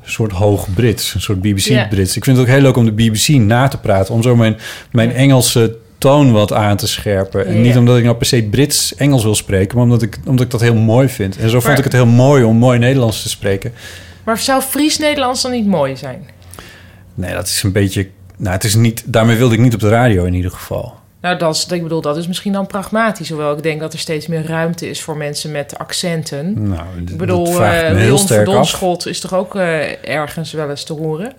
een soort hoog Brits, een soort
Ja.
BBC-Brits. Ik vind het ook heel leuk om de BBC na te praten... om zo mijn, mijn Engelse toon wat aan te scherpen. En
Ja.
niet omdat ik nou per se Brits-Engels wil spreken... maar omdat ik, omdat ik dat heel mooi vind. En zo vond
Maar-
ik het heel mooi om mooi Nederlands te spreken.
Maar zou Fries-Nederlands dan niet mooi zijn?
Nee, dat is een beetje... Nou, het is niet... Daarmee wilde ik niet op de radio in ieder geval.
Nou, dat is, ik bedoel, dat is misschien dan pragmatisch. Hoewel ik denk dat er steeds meer ruimte is voor mensen met accenten.
Nou, d-
Ik bedoel,
dat
eh
vraagt me heel
Leon
sterk af.
Verdonschot is toch ook eh, ergens wel eens te horen?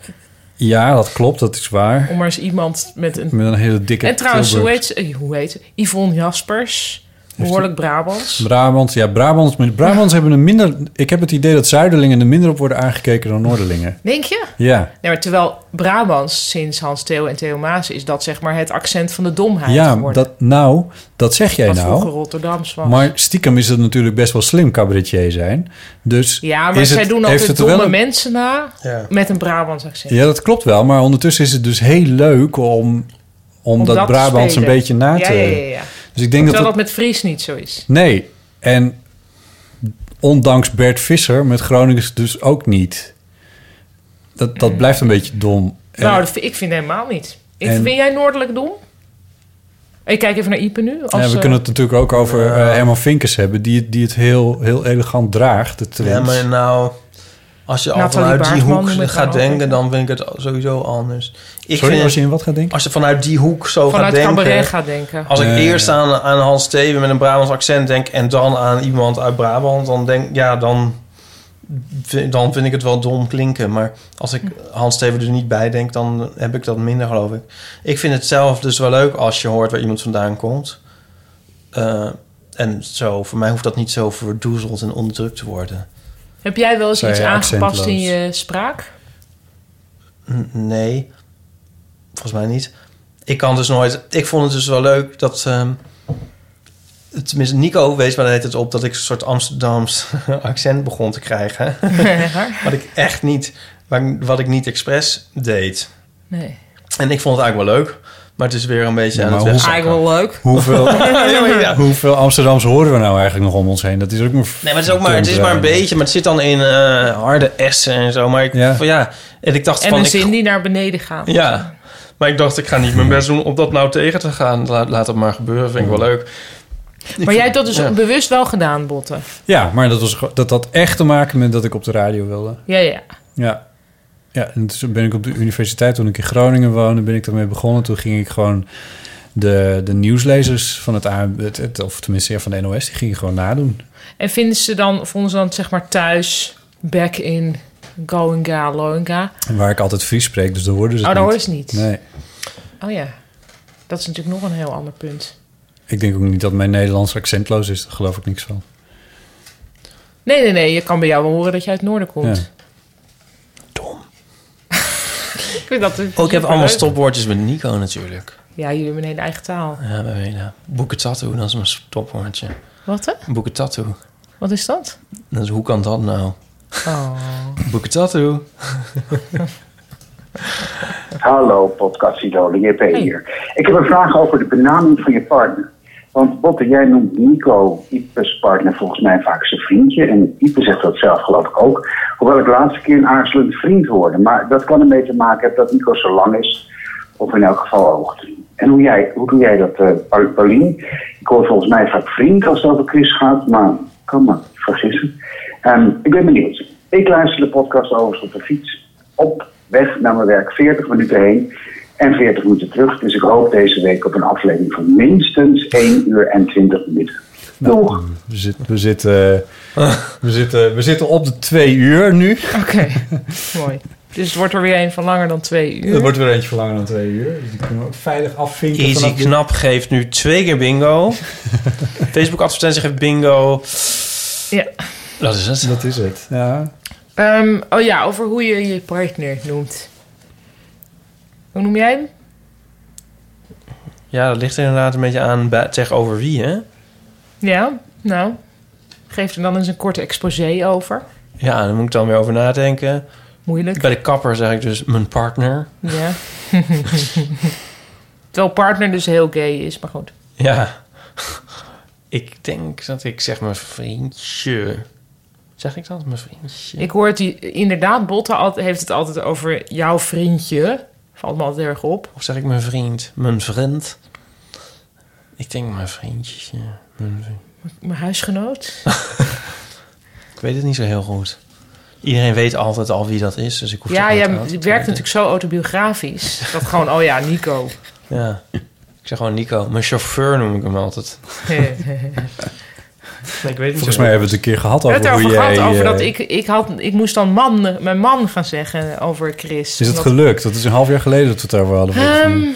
Ja, dat klopt, dat is waar.
Om maar eens iemand met een...
Met een hele dikke
en trouwens, hoe
Tilburg.
heet, ze, eh, hoe heet ze? Yvonne Jaspers. Behoorlijk Brabants.
Brabant, ja, Brabants. maar Brabants hebben een minder... Ik heb het idee dat Zuiderlingen er minder op worden aangekeken dan Noorderlingen.
Denk je?
Ja,
Nee, maar terwijl Brabants sinds Hans Theo en Theo Maas is dat zeg maar het accent van de domheid
ja
geworden.
dat, nou, dat zeg jij
wat vroeger
nou.
Rotterdams was.
Maar stiekem is het natuurlijk best wel slim cabaretier zijn. Dus
ja, maar
is
zij
het,
doen
heeft
altijd
het er wel
domme
een-
mensen na
Ja.
met een Brabants accent.
Ja, dat klopt wel. Maar ondertussen is het dus heel leuk om, om,
Om
dat,
dat te
Brabants een
spelen.
beetje na
ja,
te...
ja, ja, ja.
Dus ik denk dat,
Terwijl
dat...
dat met Fries niet zo is.
Nee. En ondanks Bert Visser met Groningers dus ook niet. Dat, dat blijft een beetje dom. En-
Mm. nou, dat vind- ik vind helemaal niet. Ik,
en-
vind jij noordelijk dom? Ik kijk even naar Ipe nu. Als,
ja, we
eh,
kunnen het natuurlijk ook over eh, Herman Vinkers hebben... die, die het heel, heel elegant draagt, de trend.
Ja, maar nou, als je al
Nathalie
vanuit die
Baartman
hoek
noem ik haar
gaat
altijd.
denken, dan vind ik het sowieso anders. Ik
Sorry,
vind,
als je in wat gaat denken?
als je vanuit die hoek zo
vanuit
gaat denken...
cabaret gaat denken.
Als ik
Ja, ja,
eerst aan, aan Hans Steven met een Brabants accent denk en dan aan iemand uit Brabant, dan denk ja, dan, vind- dan vind ik het wel dom klinken. Maar als ik Hans Steven er niet bij denk, dan heb ik dat minder, geloof ik. Ik vind het zelf dus wel leuk als je hoort waar iemand vandaan komt. Eh, en zo, voor mij hoeft dat niet zo verdoezeld en onderdrukt te worden.
Heb jij wel eens
Zij
iets aangepast in
accentloos.
je spraak?
N- Nee, volgens mij niet. Ik kan dus nooit. Ik vond het dus wel leuk dat. ehm, tenminste, Nico wees mij het op dat ik een soort Amsterdams accent begon te krijgen. wat ik echt niet. Wat, ik- wat ik niet expres deed.
Nee.
En ik vond het eigenlijk wel leuk. Maar het is weer een beetje
Ja,
aan het
maar hoe-
wegzakken.
Eigenlijk wel leuk.
Hoeveel,
Ja, maar ja.
hoeveel Amsterdams horen we nou eigenlijk nog om ons heen? Dat is ook maar...
Nee, maar het is ook maar, het is maar een beetje. Maar het zit dan in eh, harde essen en zo. Maar ik,
Ja.
ja. ja. En ik dacht
En
van.
een
ik,
zin die naar beneden gaat.
Ja, maar ik dacht, ik ga niet mijn best doen om dat nou tegen te gaan. Laat, laat het maar gebeuren, vind ik wel leuk.
Maar jij hebt dat dus
Ja.
bewust wel gedaan, Botte.
Ja, maar dat, was, gewoon- dat had echt te maken met dat ik op de radio wilde.
Ja, ja.
Ja. Ja, en toen ben ik op de universiteit, toen ik in Groningen woonde, ben ik daarmee begonnen. Toen ging ik gewoon de, de nieuwslezers van het AM, het, het- of tenminste ja, van de NOS, die ging ik gewoon nadoen.
En vinden ze dan, vonden ze dan zeg maar thuis, back in, goinga, loinga?
En waar ik altijd Fries spreek, dus daar hoorden ze
Oh,
het
daar
niet.
hoorden ze niet.
Nee,
Oh ja, dat is natuurlijk nog een heel ander punt.
ik denk ook niet dat mijn Nederlands accentloos is. Daar geloof ik niks van.
Nee, nee, nee, je kan bij jou wel horen dat je uit het noorden komt. Ik vind dat
Ook ik heb allemaal
superleuk.
stopwoordjes met Nico natuurlijk.
Ja, jullie hebben een hele eigen taal.
Ja, we weten. Boeken tattoo, dat is mijn stopwoordje.
Wat hè?
Boeken tattoo.
Wat is dat?
Dat is, hoe kan dat nou?
Oh.
Boeken tattoo.
Hallo, podcastidole, JP hier. Ik heb een vraag over de benaming van je partner. Want Botte, jij noemt Nico Ipe's partner volgens mij vaak zijn vriendje. En Ipe zegt dat zelf geloof ik ook. Hoewel ik de laatste keer een aarzelend vriend hoorde. Maar dat kan ermee te maken hebben dat Nico zo lang is. Of in elk geval oogt. En hoe, jij, hoe doe jij dat, eh, Paul- Paulien? Ik hoor volgens mij vaak vriend als het over Chris gaat. Maar ik kan me vergissen. Ehm, ik ben benieuwd. Ik luister de podcast overigens op de fiets. Op weg naar mijn werk 40 minuten heen en 40 minuten terug. Dus ik hoop deze week op een aflevering van minstens 1 uur en 20 minuten. Doeg!
We, zit, we, zitten, we, zitten, we zitten op de twee uur nu.
Oké, mooi. Dus het wordt er weer een van langer dan twee uur.
Het wordt weer eentje voor langer dan twee uur. Dus die kunnen we ook veilig afvinken.
Easy
vanaf nu.
Knap geeft nu twee keer bingo. Facebook advertentie geeft bingo.
Ja.
Dat is het.
Dat is het. Ja.
Ehm, oh ja, over hoe je je partner noemt. Hoe noem jij hem?
Ja, dat ligt inderdaad een beetje aan bij- tegenover wie, hè?
Ja, nou. Geef er dan eens een korte exposé over.
Ja, daar moet ik dan weer over nadenken.
Moeilijk.
Bij de kapper zeg ik dus mijn partner.
Ja. Terwijl partner dus heel gay is, maar goed.
Ja. Ik denk dat ik zeg mijn vriendje. Zeg ik dat? Mijn vriendje?
Ik hoor het i- inderdaad, Botte al- heeft het altijd over jouw vriendje. Valt me altijd heel erg op.
Of zeg ik mijn vriend? Mijn vriend? Ik denk mijn vriendje. Mijn vriend.
Mijn huisgenoot.
Ik weet het niet zo heel goed. Iedereen weet altijd al wie dat is, dus ik hoef
Ja,
dat niet
jij
aan te
werkt
kijken.
natuurlijk zo autobiografisch. Dat gewoon, oh ja, Nico.
Ja. Ik zeg gewoon Nico. Mijn chauffeur noem ik hem altijd. Nee, ik weet
Volgens mij hebben we het een keer gehad
We
over
hebben het
hoe
erover
jij...
gehad, over dat
eh,
ik, ik, had, ik moest dan man, mijn man gaan zeggen over Chris.
Is het
Omdat-
gelukt? Dat is een half jaar geleden dat we het daarover hadden. volgens mij.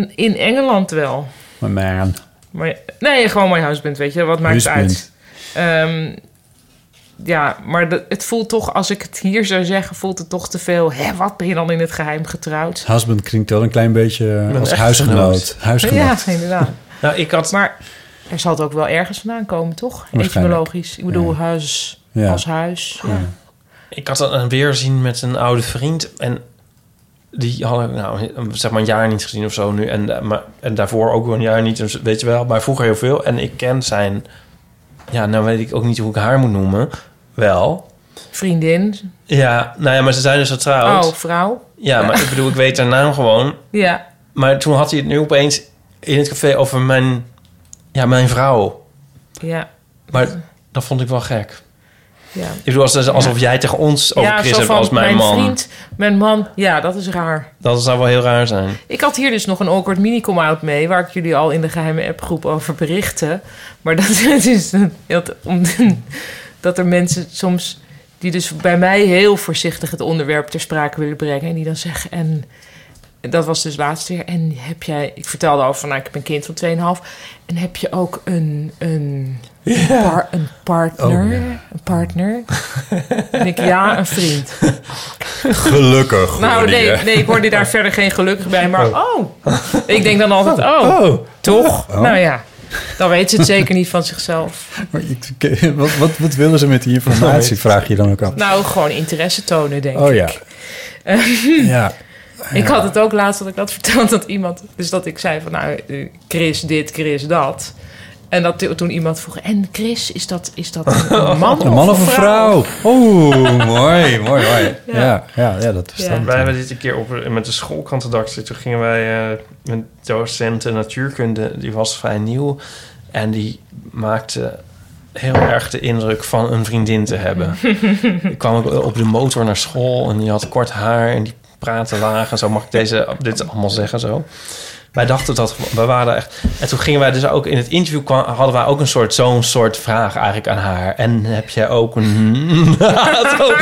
Ehm, in Engeland wel.
Mijn man.
Mooi- nee, gewoon mooi huisband, weet je. Wat maakt het uit? Ehm,
Huisband.
ja, maar dat- het voelt toch, als ik het hier zou zeggen, voelt het toch te veel. Hè, wat ben je dan in het geheim getrouwd?
Husband klinkt wel een klein beetje eh, als
echtgenoot.
huisgenoot.
Ja,
Huisgenoot.
inderdaad.
Nou, ik had...
Maar er zal het ook wel ergens vandaan komen, toch?
Waarschijnlijk.
Etymologisch. Ik bedoel, huis
Ja.
als huis. Ja.
Ik had een weerzien met een oude vriend. En die had ik nou, zeg maar een jaar niet gezien of zo nu. En, eh, maar, en daarvoor ook wel een jaar niet. dus Weet je wel, maar vroeger heel veel. En ik ken zijn... Ja, nou weet ik ook niet hoe ik haar moet noemen. Wel.
Vriendin.
Ja, nou ja, maar ze zijn dus getrouwd.
Oh, vrouw.
Ja, maar ik bedoel, ik weet haar naam gewoon.
Ja.
Maar toen had hij het nu opeens in het café over mijn, ja, mijn vrouw.
Ja.
Maar dat vond ik wel gek.
Ja.
Ik bedoel, als- alsof jij tegen ons over
ja,
Oh, Chris
zo
hebt
van
als mijn, man.
vriend, mijn man. Ja, dat is raar.
Dat zou wel heel raar zijn.
Ik had hier dus nog een awkward mini-come-out mee... waar ik jullie al in de geheime appgroep over berichtte. Maar dat is dus een- dat, om, dat er mensen soms... die dus bij mij heel voorzichtig het onderwerp ter sprake willen brengen... en die dan zeggen... En, dat was dus laatst weer. En heb jij... Ik vertelde al van, nou, ik heb een kind van 2,5. En heb je ook een... een par- een partner.
Oh, ja.
Een partner. en ik, ja, een vriend.
Gelukkig.
Nou,
hoorde
nee,
je.
nee, ik hoorde daar verder geen gelukkig bij. Maar oh, ik denk dan altijd, oh,
Oh,
toch? Nou ja, dan weet ze het zeker niet van zichzelf.
maar ik- wat, wat, wat willen ze met die informatie? Vraag je dan ook af.
Nou, gewoon interesse tonen, denk
Oh
ik.
ja.
Ehm,
ja.
Ik had het ook laatst dat ik dat vertelde dat iemand... Dus dat ik zei van, nou, eh, Chris dit, Chris dat. En dat toen iemand vroeg, en Chris, is dat, is dat een- een man,
Een man of een vrouw? Oeh, mooi, mooi, mooi. Ja, ja, ja, dat
Ja.
verstand.
Wij hebben dit een keer op, met de schoolkrantendactie. Toen gingen wij eh, een docent in natuurkunde, die was vrij nieuw. En die maakte heel erg de indruk van een vriendin te hebben. ik kwam ook op de motor naar school en die had kort haar en die praatte laag en zo. Mag ik deze, dit allemaal zeggen zo? Wij dachten dat, we waren echt... En toen gingen wij dus ook in het interview, kwam, hadden wij ook een soort, zo'n soort vraag eigenlijk aan haar. En heb jij ook een...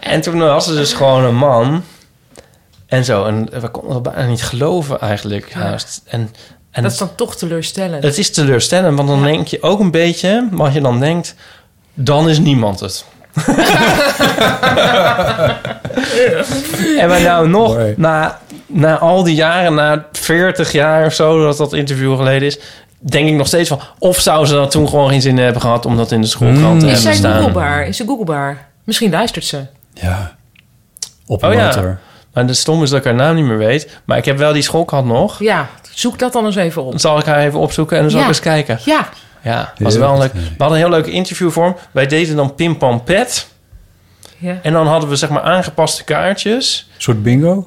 En toen was ze dus gewoon een man. En zo. En we konden het bijna niet geloven eigenlijk. Haast. En, en
Dat is dan toch teleurstellend.
het is teleurstellend. Want dan denk je ook een beetje... Wat je dan denkt... Dan is niemand het. en wij nou nog...
Mooi.
Na, na al die jaren... Na 40 jaar of zo... Dat dat interview geleden is... Denk ik nog steeds van... Of zou ze dat toen gewoon geen zin in hebben gehad... Om dat in de schoolkrant te
Mm.
is
hebben
zij
staan.
googlebaar? Is ze googlebaar? Misschien luistert ze.
Ja. Op een
Oh ja.
motor.
Maar de stom is dat ik haar naam niet meer weet. Maar ik heb wel die schoolkrant nog.
Ja, zoek dat dan eens even op.
Dan zal ik haar even opzoeken en dan zal
Ja.
ik eens kijken.
Ja,
Ja, was wel een leuk. We hadden een heel leuk interview voor hem. Wij deden dan pim pam pet.
ja.
En dan hadden we zeg maar aangepaste kaartjes.
Een soort bingo.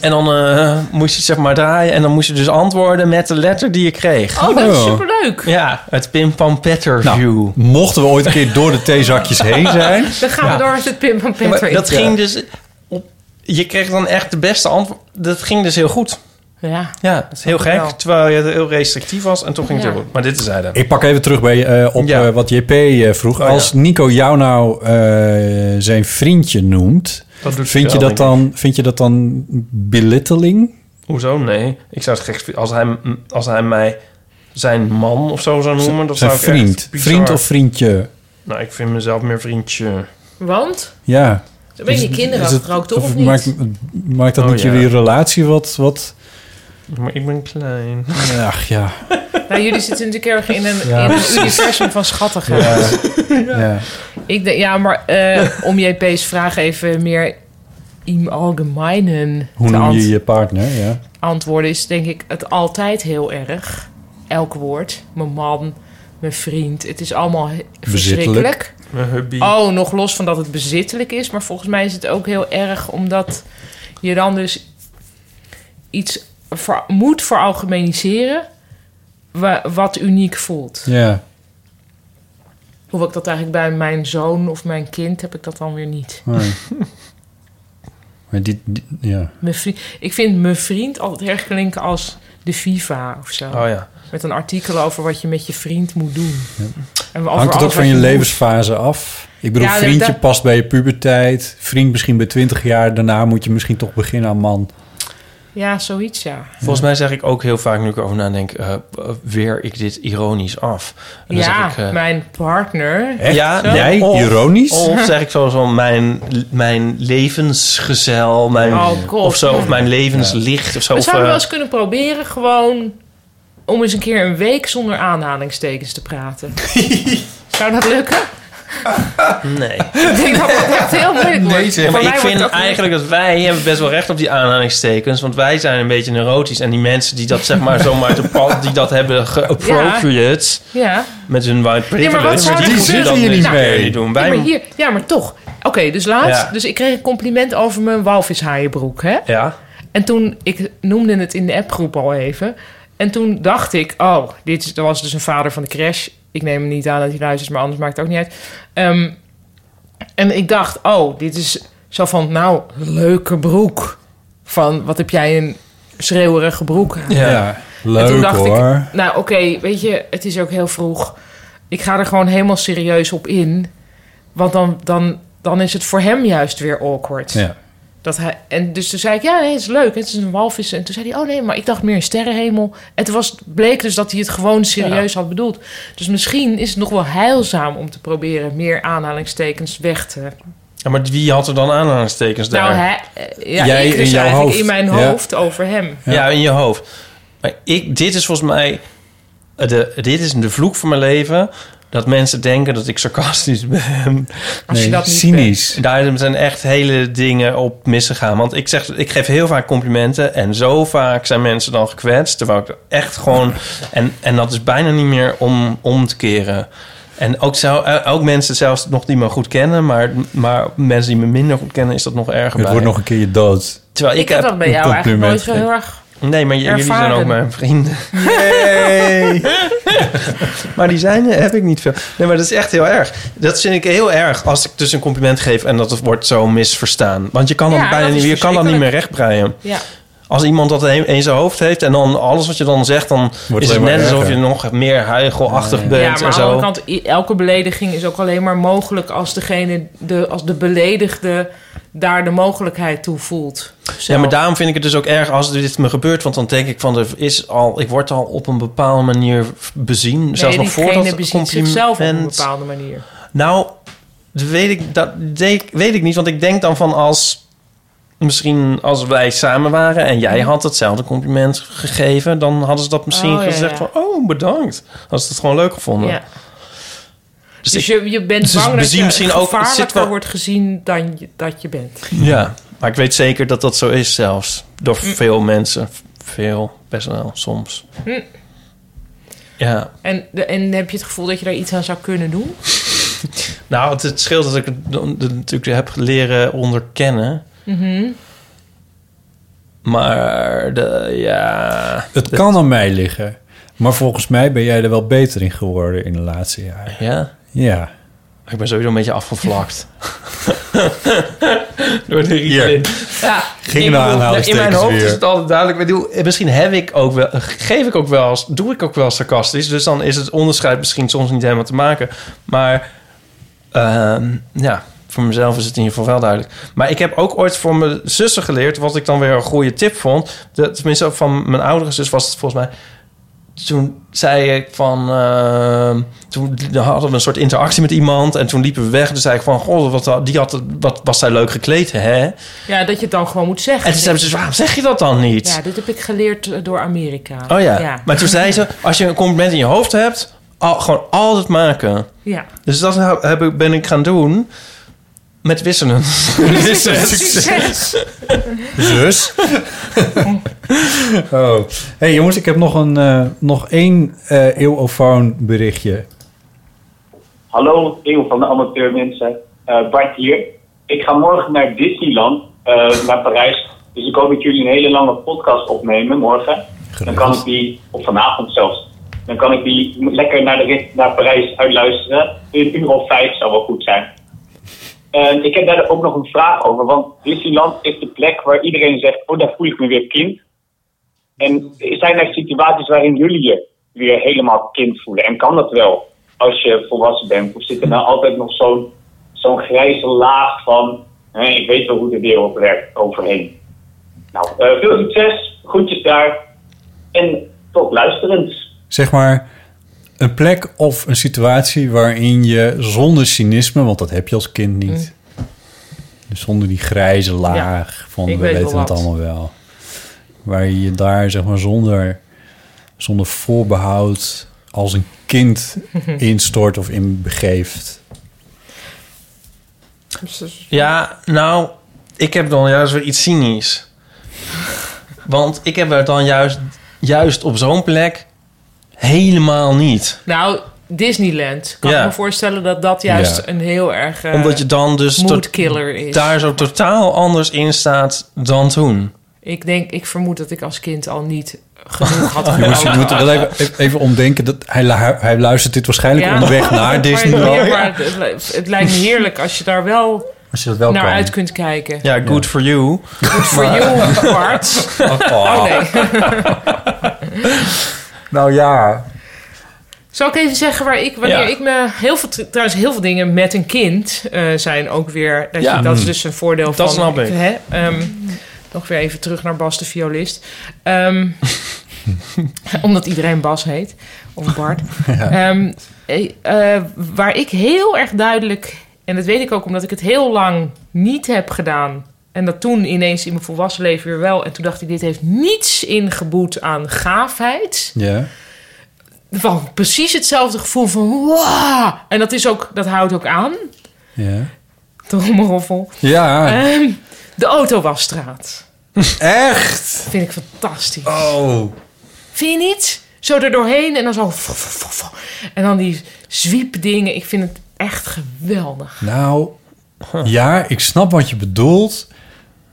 En dan eh, moest je het, zeg maar draaien. En dan moest je dus antwoorden met de letter die je kreeg.
Oh, dat is
Oh.
superleuk.
Ja, het pim pam
Nou,
petterview.
mochten we ooit een keer door de theezakjes heen zijn...
Dan gaan we door met het Pim van
Ja, maar
Petter.
dat ging dus... op- je kreeg dan echt de beste antwoord. Dat ging dus heel goed.
Ja.
Ja, dat is heel gek.
Wel.
Terwijl je heel restrictief was. En toch ging het
Ja.
heel goed. Maar dit is hij dan.
Ik pak even terug bij, eh, op
Ja. Oh,
eh, wat JP eh, vroeg. Als Nico jou nou eh, zijn vriendje noemt,
Dat doet hij
vind, je
wel,
dat
denk
dan, vind je dat dan belitteling?
Hoezo? Nee. Ik zou het gek vinden. Als hij, als hij mij zijn man of zo zou noemen, dat
Zijn
zou ik
vriend.
echt bizar-
Vriend of vriendje?
Nou, ik vind mezelf meer vriendje.
Want?
Ja.
Dan ben je
Is-
kinderen
is het-
ook toch of niet?
Maakt, maakt dat
Oh,
niet
ja.
jullie relatie wat... wat
Maar ik ben klein.
ach ja.
Nou, jullie zitten natuurlijk erg in een,
Ja,
in een universum van schattigheid. Ja,
ja.
ik denk, ja maar eh, om JP's vraag even meer im Allgemeinen
Hoe
te
noem
ant-
je je partner? Ja.
antwoorden, is denk ik het altijd heel erg. Elk woord. Mijn man, mijn vriend. Het is allemaal he- verschrikkelijk.
Mijn hubby.
Oh, nog los van dat het bezittelijk is. Maar volgens mij is het ook heel erg omdat je dan dus iets ver- moet veralgemeniseren wa- wat uniek voelt.
ja.
Hoewel ik dat eigenlijk bij mijn zoon of mijn kind heb ik dat dan weer niet.
Nee. maar die, die- ja.
Mijn vriend, ik vind mijn vriend altijd erg klinken als de FIFA of zo.
Oh ja.
Met een artikel over wat je met je vriend moet doen. En over
Hangt het ook
alles
van
wat
je
moet.
levensfase af? Ik bedoel,
Ja, dat-
vriendje
dat-
past bij je puberteit. Vriend misschien bij 20 jaar. Daarna moet je misschien toch beginnen aan man.
Ja, zoiets, ja.
Volgens mij zeg ik ook heel vaak, nu ik erover nadenk, eh, eh, weer ik dit ironisch af. En dan
ja,
zeg ik, eh,
mijn partner.
Echt?
Ja,
Jij?
of-
Ironisch?
Of zeg ik zoals wel mijn, mijn levensgezel, mijn,
Oh, God.
of zo, of mijn levenslicht of zo.
We
of,
zouden
eh,
wel eens kunnen proberen gewoon om eens een keer een week zonder aanhalingstekens te praten. Zou dat lukken?
Nee.
Ik denk dat dat echt heel moeilijk wordt.
Nee, zeg,
Voor
maar
mij wordt
ik vind
het ook-
eigenlijk dat wij hebben best wel recht op die aanhalingstekens. Want wij zijn een beetje neurotisch. En die mensen die dat zeg maar zomaar te pad, die dat hebben geappropriate
Ja.
met hun white
Nee, maar
privilege.
wat zou
die
er
moeten
gebeuren?
Nou, dat
zitten hier niet
kunnen
mee.
doen.
Ja,
Wij,
maar hier, ja, maar toch. Oké, dus laatst.
Ja.
Dus ik kreeg een compliment over mijn walvishaaienbroek, hè?
ja.
En toen, ik noemde het in de appgroep al even. En toen dacht ik, oh, dit is, er was dus een vader van de crash. Ik neem hem niet aan dat hij luistert, maar anders maakt het ook niet uit. Ehm, en ik dacht, oh, dit is zo van, nou, leuke broek. Van, wat heb jij een schreeuwerige broek aan.
Ja.
en toen
Leuk
dacht
hoor.
ik, nou oké, weet je, het is ook heel vroeg. Ik ga er gewoon helemaal serieus op in. Want dan, dan, dan is het voor hem juist weer awkward.
Ja.
Dat hij, en dus toen zei ik, ja, nee, het is leuk, het is een walvis. En toen zei hij, oh nee, maar ik dacht meer een sterrenhemel. En toen was, bleek dus dat hij het gewoon serieus had bedoeld. Dus misschien is het nog wel heilzaam om te proberen meer aanhalingstekens weg te...
Ja, maar wie had er dan aanhalingstekens daar?
Nou, hij, eh, ja,
Jij
ik dus
in jouw
eigenlijk
hoofd.
in mijn
Ja.
hoofd over hem.
ja. in je hoofd. Maar ik, dit is volgens mij... De, dit is de vloek van mijn leven. Dat mensen denken dat ik sarcastisch ben.
Als je
Nee,
dat niet
cynisch.
Daar zijn echt hele dingen op misgegaan. Want ik, zeg, ik geef heel vaak complimenten. En zo vaak zijn mensen dan gekwetst. Terwijl ik echt gewoon. En, en dat is bijna niet meer om, om te keren. En ook, zou, eh, ook mensen zelfs nog die me goed kennen. Maar, maar mensen die me minder goed kennen, is dat nog erger.
Het
bij.
wordt nog een keer je dood.
Terwijl
bent.
ik,
Ik heb dat bij
een
jou eigenlijk nooit zo
compliment.
heel erg...
Nee, maar j- jullie zijn
ervaren.
ook mijn vrienden. maar die zijn heb ik niet veel. Nee, maar dat is echt heel erg. Dat vind ik heel erg als ik dus een compliment geef en dat het wordt zo misverstaan. Want je kan dan
Ja,
bijna
dat
niet,
is
je kan dat niet meer rechtbreien.
Ja.
Als iemand dat een- in zijn hoofd heeft en dan alles wat je dan zegt, dan is het
alleen maar
net alsof je
erger.
nog meer huigelachtig bent
Ja, maar aan
en
de
zo.
andere kant, i- elke belediging is ook alleen maar mogelijk als degene, de, als de beledigde daar de mogelijkheid toe voelt.
Ja,
zelf.
maar daarom vind ik het dus ook erg als dit me gebeurt. Want dan denk ik van, er is al, ik word al op een bepaalde manier bezien. zelfs
nee,
nog voordat
diegene
het
beziet zichzelf op een
compliment-
bepaalde manier.
Nou, dat weet ik, dat denk- weet ik niet. Want ik denk dan van als... Misschien als wij samen waren en jij had hetzelfde compliment gegeven... dan hadden ze dat misschien
Mhm. Oh, ja,
gezegd
ja.
van... oh, bedankt. Hadden ze het gewoon leuk gevonden.
Ja.
Dus
Dus,
ik-
je, je bent
dus
bang
we
dat
zien
je
misschien ook- het zit
gevaarlijker
wel-
wordt gezien dan je, dat je Mm. bent.
ja, maar ik weet zeker dat dat zo is zelfs. Door veel mensen. Veel personeel soms.
Mm.
Ja,
En, de, en heb je het gevoel dat je daar iets aan zou kunnen doen?
nou, het, het scheelt dat ik het dan- dat natuurlijk heb leren onderkennen. Maar de, ja...
Het kan aan mij liggen. Maar volgens mij ben jij er wel beter in geworden in de laatste jaren.
Ja?
Ja.
Ik ben sowieso een beetje afgevlakt. Door de rieten. Ja,
Ging
ik bedoel,
naar
In
aanhalingstekens
mijn hoofd
weer.
is het altijd duidelijk. Ik bedoel, misschien heb ik ook wel, geef ik ook wel, eens- doe ik ook wel sarcastisch. Dus dan is het onderscheid misschien soms niet helemaal te maken. Maar ehm, ja, voor mezelf is het in ieder geval wel duidelijk. Maar ik heb ook ooit voor mijn zussen geleerd, wat ik dan weer een goede tip vond. De, tenminste, ook van mijn oudere zus was het volgens mij toen zei ik van... ehm, toen hadden we een soort interactie met iemand... en toen liepen we weg. Toen zei ik van... Goh, wat, die had, wat was zij leuk gekleed, hè? En
Ja, dat je het dan gewoon moet zeggen.
toen zei ze... "Dus Waarom zeg je dat dan niet?
ja, dit heb ik geleerd eh, door Amerika.
oh ja.
Ja.
Maar toen zei ze... Als je een compliment in je hoofd hebt... al- gewoon altijd maken.
ja.
Dus dat heb- heb ik, ben ik gaan doen... met wisselen. Wisselen.
Succes!
Zus. oh. hey, jongens, ik heb nog, een, eh, nog één eh eeuwofoon berichtje.
Hallo, eeuw van de amateur mensen. Eh, Bart hier. Ik ga morgen naar Disneyland, eh, naar Parijs. Dus ik hoop dat jullie een hele lange podcast opnemen morgen. Dan kan ik die, of vanavond zelfs, dan kan ik die lekker naar, de, rit naar Parijs uitluisteren. Een uur of vijf zou wel goed zijn. En ik heb daar ook nog een vraag over, want Disneyland is de plek waar iedereen zegt, oh daar voel ik me weer kind. En zijn er situaties waarin jullie je weer helemaal kind voelen? En kan dat wel als je volwassen bent? Of zit er nou altijd nog zo'n zo'n grijze laag van... Hé, ik weet wel hoe de wereld werkt overheen?
Nou, eh, veel succes, groetjes daar en tot luisterens.
Zeg maar een plek of een situatie waarin je zonder cynisme, want dat heb je als kind niet, dus zonder die grijze laag van
Mm. ik
we
weet wel
weten het
wat.
allemaal wel, waar je je daar zeg maar zonder, zonder voorbehoud als een kind instort of in begeeft.
Ja, nou, ik heb dan juist weer iets cynisch. Want ik heb het dan juist, juist op zo'n plek helemaal niet.
Nou, Disneyland. Kan
Ja.
ik me voorstellen dat dat juist
Ja.
een heel erg... eh,
Omdat je dan dus tot-
moodkiller is.
daar zo totaal anders in staat dan toen.
Ik denk, ik vermoed dat ik als kind al niet genoeg had
Je moet, je
gehouden.
moet er wel even, even omdenken dat hij, lu- hij luistert dit waarschijnlijk
Ja.
onderweg
Maar
naar
het-
Disneyland.
maar het, het li- het lijkt me heerlijk als je daar wel
Als je dat wel
naar
kan.
uit kunt kijken.
Ja, good for you.
Good for you, Bart. Oh nee.
Nou ja,
Zal ik even zeggen waar ik, wanneer
Ja.
ik me heel veel, trouwens heel veel dingen met een kind eh, zijn ook weer. Dat,
Ja. Mm.
je, dat is dus een voordeel van.
Dat snap ik.
Hè? Ehm, nog weer even terug naar Bas de violist. Ehm, omdat iedereen Bas heet. Of Bart. Ehm, eh, eh, waar ik heel erg duidelijk, en dat weet ik ook omdat ik het heel lang niet heb gedaan. En dat toen ineens in mijn volwassen leven weer wel. En toen dacht ik, dit heeft niets ingeboet aan gaafheid
ja.
van precies hetzelfde gevoel van wow. En dat, is ook, dat houdt ook aan,
Ja.
trommeroffel.
Ja,
Ehm, de autowasstraat. Eh.
echt?
Vind ik fantastisch.
Oh.
Vind je niet? Zo er doorheen en dan zo... fof, fof, fof, fof. En dan die zwiepdingen. Ik vind het echt geweldig.
Nou, ja, ik snap wat je bedoelt.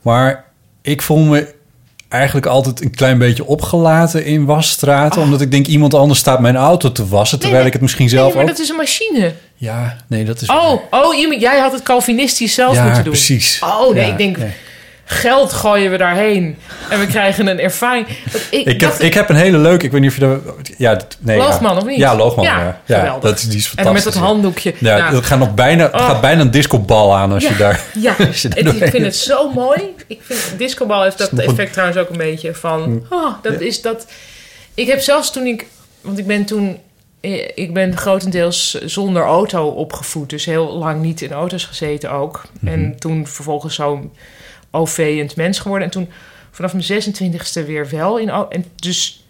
Maar ik voel me eigenlijk altijd een klein beetje opgelaten in wasstraten. Omdat ik denk, iemand anders staat mijn auto te wassen. Terwijl
Ah. nee,
ik het misschien
Nee,
zelf
maar
ook...
dat is een machine.
Ja, nee, dat is...
Oh, oh iemand- jij had het calvinistisch zelf
ja,
moeten doen.
precies.
Oh, nee,
Ja,
ik denk...
nee.
Geld gooien we daarheen. En we krijgen een ervaring. Want
Ik heb,
dacht-
ik heb een hele leuke, ik weet niet of je dat... Ja, dat- nee,
Loogman,
ja.
of niet?
Ja, Loogman,
Ja,
ja. Ja,
geweldig.
dat, is- die is
en dan met
fantastisch.
dat handdoekje.
Ja,
Nou,
dat gaat, nog bijna, het
Oh.
gaat bijna een discobal aan als
ja,
je daar...
Ja,
als je
Het-
daar
ik
doorheen
vind het zo mooi. Ik vind, discobal heeft dat
nog een-
effect trouwens ook een beetje van... Oh, dat is dat... Ik heb zelfs toen ik... Want ik ben toen... eh, Ik ben grotendeels zonder auto opgevoed. Dus heel lang niet in auto's gezeten ook.
Mhm.
En toen vervolgens zo'n OV-end mens geworden. En toen vanaf mijn 26e weer wel in au- En dus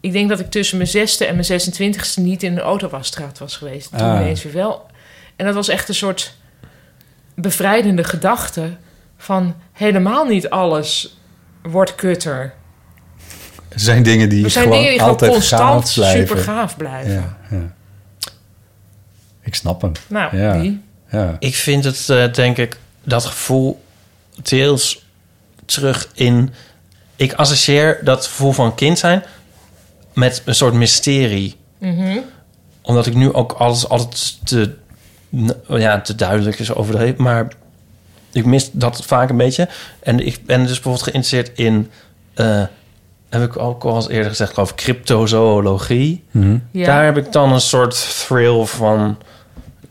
ik denk dat ik tussen mijn 6e en mijn 26e niet in een autowasstraat was geweest. Toen
Ah.
ineens weer wel. En dat was echt een soort bevrijdende gedachte van helemaal niet alles wordt kutter.
Er zijn dingen die
Er zijn
gewoon
dingen die gewoon
altijd
constant
gaaf blijven.
super gaaf blijven.
Ja, ja. Ik snap hem.
Nou,
Ja.
die.
Ja.
Ik vind het, eh, denk ik, dat gevoel deels terug in... Ik associeer dat gevoel van kind zijn met een soort mysterie. Omdat ik nu ook alles altijd te, n- ja, te duidelijk is overdreven. Maar ik mis dat vaak een beetje. En ik ben dus bijvoorbeeld geïnteresseerd in... eh, heb ik ook al eens eerder gezegd, geloof ik, cryptozoologie.
Ja.
Daar heb ik dan een soort thrill van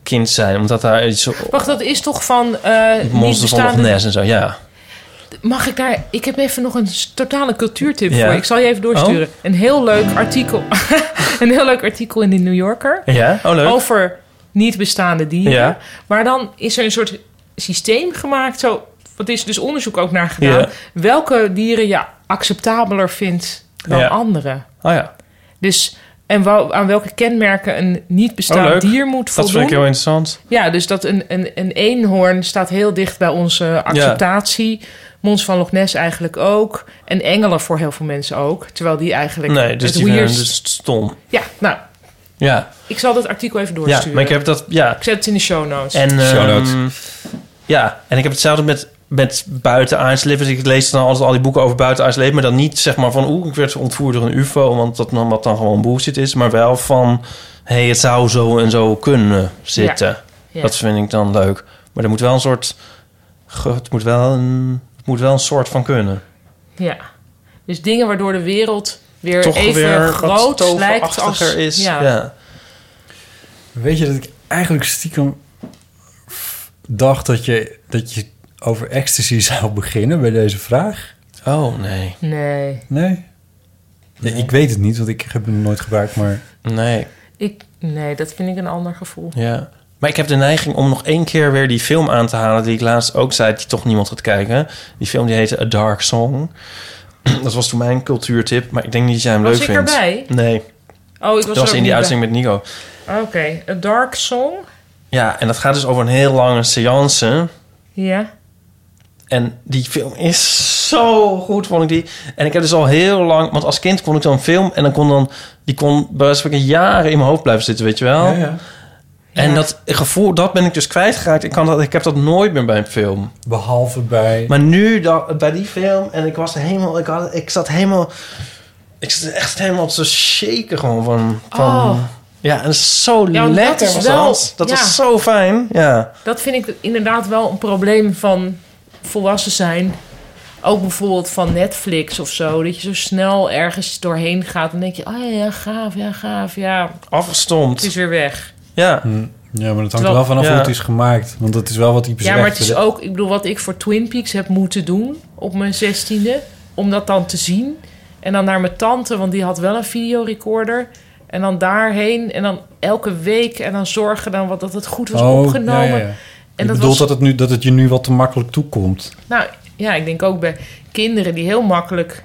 kind zijn. Omdat daar iets zo...
Wacht, dat is toch van eh niet
Monster van Loch
bestaande...
Ness en zo, ja.
Mag ik daar... Ik heb even nog een s- totale cultuurtip
Ja. Oh.
voor je. Ik zal je even doorsturen. Een heel leuk artikel. een heel leuk artikel in de New Yorker.
Ja? Oh, leuk.
Over niet bestaande dieren.
Ja.
Maar dan is er een soort systeem gemaakt. Zo, wat is dus onderzoek ook naar gedaan.
Ja.
Welke dieren je acceptabeler vindt dan
Ja.
andere.
Oh ja,
Dus... En wou- aan welke kenmerken een niet
Oh,
bestaand
leuk.
dier moet
dat
voldoen.
vind ik heel interessant.
Ja, dus dat een, een, een eenhoorn staat heel dicht bij onze acceptatie. Mons van Loch Ness eigenlijk ook. En engelen voor heel veel mensen ook. Terwijl die eigenlijk
Nee, dus
het
die vinden
weirdst...
het dus stom.
Ja, nou,
Ja,
ik zal dat artikel even
ja,
doorsturen.
maar ik heb dat... Ja,
Ik zet het in de show notes.
en... ehm,
Shout out.
ja, en ik heb hetzelfde met, met buitenaards leven. Dus ik lees dan altijd al die boeken over buitenaards leven. Maar dan niet zeg maar van... Oeh, ik werd ontvoerd door een ufo. Want dat dan, wat dan gewoon bullshit is. Maar wel van... Hé, hey, het zou zo en zo kunnen zitten.
Ja.
Dat vind ik dan leuk. Maar er moet wel een soort... ge- Het moet wel een, het moet wel een soort van kunnen.
ja. Dus dingen waardoor de wereld weer
Toch
even
weer wat
groot lijkt als...
toverachtiger is.
Ja.
ja.
Weet je dat ik eigenlijk stiekem dacht dat je, dat je over ecstasy zou beginnen bij deze vraag?
Oh, nee.
Nee.
Nee? Ja, ik weet het niet, want ik heb hem nooit gebruikt, maar...
Nee.
Ik, nee, dat vind ik een ander gevoel.
Ja. Maar ik heb de neiging om nog één keer weer die film aan te halen... die ik laatst ook zei, die toch niemand gaat kijken. Die film die heette A Dark Song. Dat was toen mijn cultuurtip, maar ik denk niet dat jij hem
Was
leuk
ik
vindt.
erbij?
Nee,
Oh, ik was,
dat
er
was
ook
in die
niet
uitzending met Nico.
bij. Oké, A Dark Song.
Ja, en dat gaat dus over een heel lange seance.
Ja.
En die film is zo goed, vond ik die. En ik heb dus al heel lang... Want als kind kon ik dan film... en dan kon dan... Die kon bij wijze van spreken jaren in mijn hoofd blijven zitten, weet je wel? En dat gevoel, dat ben ik dus kwijtgeraakt. Ik, kan dat, ik heb dat nooit meer bij een film.
Behalve bij...
Maar nu dat, bij die film... en ik was helemaal... Ik, had, ik zat helemaal... Ik zat echt helemaal te shaken gewoon van... van
Oh.
Ja, en het is zo
Ja, want dat
lekker
is
was
wel-
dat. Dat
ja.
was zo fijn. Ja.
Dat vind ik inderdaad wel een probleem van volwassen zijn. Ook bijvoorbeeld van Netflix of zo. Dat je zo snel ergens doorheen gaat. En denk je, oh ja, ja, gaaf, ja, gaaf, ja. Het
Afgestomd.
is weer weg.
Ja.
Ja, maar dat hangt er
Terwijl-
wel vanaf
Ja.
hoe het is gemaakt. Want dat is wel wat hij
Ja,
beschrijft.
maar het is ook, ik bedoel, wat ik voor Twin Peaks heb moeten doen op mijn zestiende, om dat dan te zien. En dan naar mijn tante, want die had wel een videorecorder. En dan daarheen en dan elke week en dan zorgen dan wat, dat het goed
Oh,
was opgenomen.
Oh, Ja, ja, ja.
En dat
ik bedoel
was,
dat, het nu, dat het je nu wat te makkelijk toekomt.
nou ja, ik denk ook bij kinderen die heel makkelijk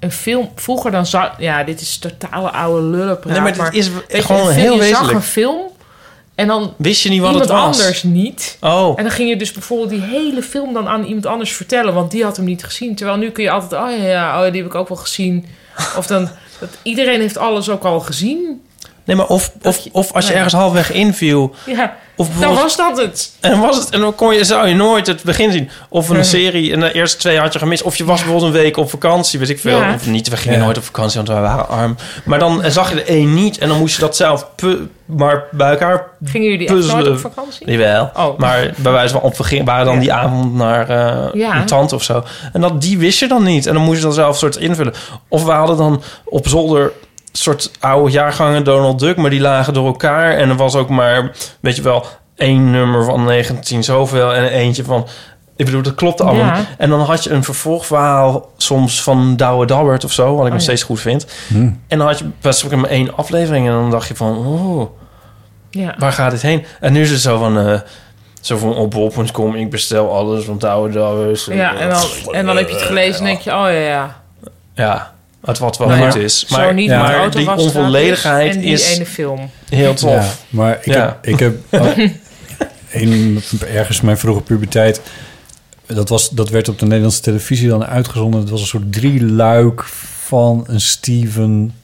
een film vroeger dan zag, ja, dit is totale oude lullenpraat.
Nee, maar dit is
weet je,
gewoon
een film-
heel
je zag
wezenlijk.
een film en dan
Wist je niet wat
iemand
het was?
anders niet.
Oh.
En dan ging je dus bijvoorbeeld die hele film dan aan iemand anders vertellen, want die had hem niet gezien. Terwijl nu kun je altijd, oh ja, ja, oh ja, die heb ik ook wel gezien. Of dan, dat iedereen heeft alles ook al gezien.
Nee, maar of, of, of als je ergens halfweg inviel...
Ja,
Of
dan
bijvoorbeeld-
was dat het.
En, dan was het, en dan kon je, zou je nooit het begin zien. Of een serie en de eerste twee had je gemist. Of je was bijvoorbeeld een week op vakantie, weet ik veel.
Ja.
Of niet, we gingen
Ja.
nooit op vakantie, want wij waren arm. Maar dan eh, zag je de één niet en dan moest je dat zelf pu- maar bij elkaar...
Gingen jullie echt
Puzzelen.
nooit op vakantie?
Jawel,
Oh.
maar bij wijze van op we gingen- waren dan die avond naar eh
Ja.
een tante of zo. En dat, die wist je dan niet. En dan moest je dan zelf soort invullen. Of we hadden dan op zolder soort oude jaargangen Donald Duck, maar die lagen door elkaar. En er was ook maar, weet je wel, één nummer van 19 zoveel en eentje van... Ik bedoel, dat klopte allemaal.
Ja.
niet. En dan had je een vervolgverhaal soms van Douwe Dabbert of zo, wat ik nog
Oh ja.
steeds goed vind. En dan had je best wel maar één aflevering en dan dacht je van, oh,
Ja.
waar gaat dit heen? En nu is het zo van, eh, zo van op bol.com, ik bestel alles, want Douwe eh, Dabbert...
Ja, en dan, en dan heb je het gelezen en denk je, oh ja, ja.
Ja, het wat wel
Nou ja,
goed is. Maar,
Zo niet,
ja.
maar
maar
auto
die
was gratis
onvolledigheid
en die
is
ene film.
heel tof.
Ja, maar ik
Ja.
heb... Ik heb oh, in, ergens mijn vroege puberteit... Dat, was, dat werd op de Nederlandse televisie dan uitgezonden. Het was een soort drieluik van een Steven...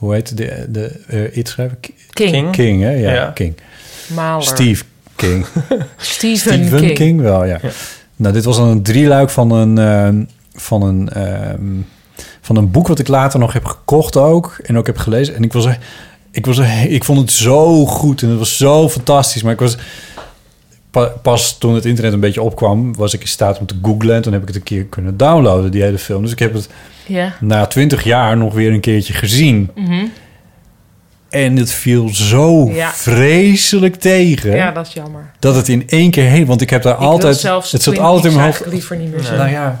Hoe heet de, de eh it-schrijver? Ki-
King.
King.
King, hè? Ja,
Hm? Ja.
King.
Maler.
Steve King.
Stephen,
Stephen
King.
King. wel, ja. Nou, dit was dan een drieluik van een, ehm, van, een, ehm, van een boek wat ik later nog heb gekocht ook. En ook heb gelezen. En ik was er... Ik, was er, ik vond het zo goed en het was zo fantastisch. Maar ik was... pa- pas toen het internet een beetje opkwam... was ik in staat om te googlen. En toen heb ik het een keer kunnen downloaden, die hele film. Dus ik heb het
Ja.
na twintig jaar nog weer een keertje gezien. En het viel zo
Mhm. Ja.
vreselijk tegen
ja, dat is jammer.
dat het in één keer heen. Want ik heb daar
Ik wil
altijd.
zelfs
het zat
Twin
altijd in
Peaks
mijn hoofd.
eigenlijk liever niet meer zien.
Nou ja,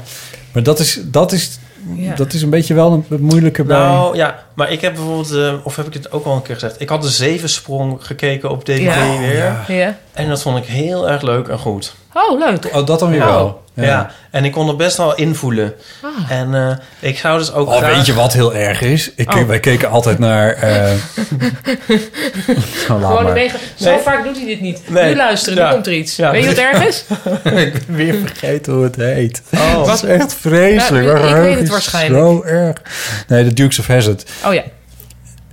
maar dat is, dat is,
Ja.
dat is een beetje wel een, het moeilijke bij.
Nou ja, maar ik heb bijvoorbeeld, eh, of heb ik dit ook al een keer gezegd? Ik had de zevensprong gekeken op DVD
Ja.
weer.
Ja.
En dat vond ik heel erg leuk en goed.
Oh, leuk.
oh, dat dan weer
Oh.
wel.
nou, Ja. en ik kon er best wel invoelen.
Ah.
En eh, ik zou dus ook.
Oh,
graag-
weet je wat heel erg is? Ik,
Oh.
Wij keken altijd naar. eh nou, laat
Gewoon
maar.
wegen. Zo
Nee.
vaak doet hij dit niet.
Nee.
Nu luisteren,
Ja.
nu komt er iets.
Ja.
Weet je wat ergens?
Ik ben weer vergeten hoe het heet.
Oh.
Dat is echt vreselijk.
Ja, ik- ik
Mijn
weet het
is
waarschijnlijk.
Zo erg. Nee, de Dukes of Hazzard.
Oh ja.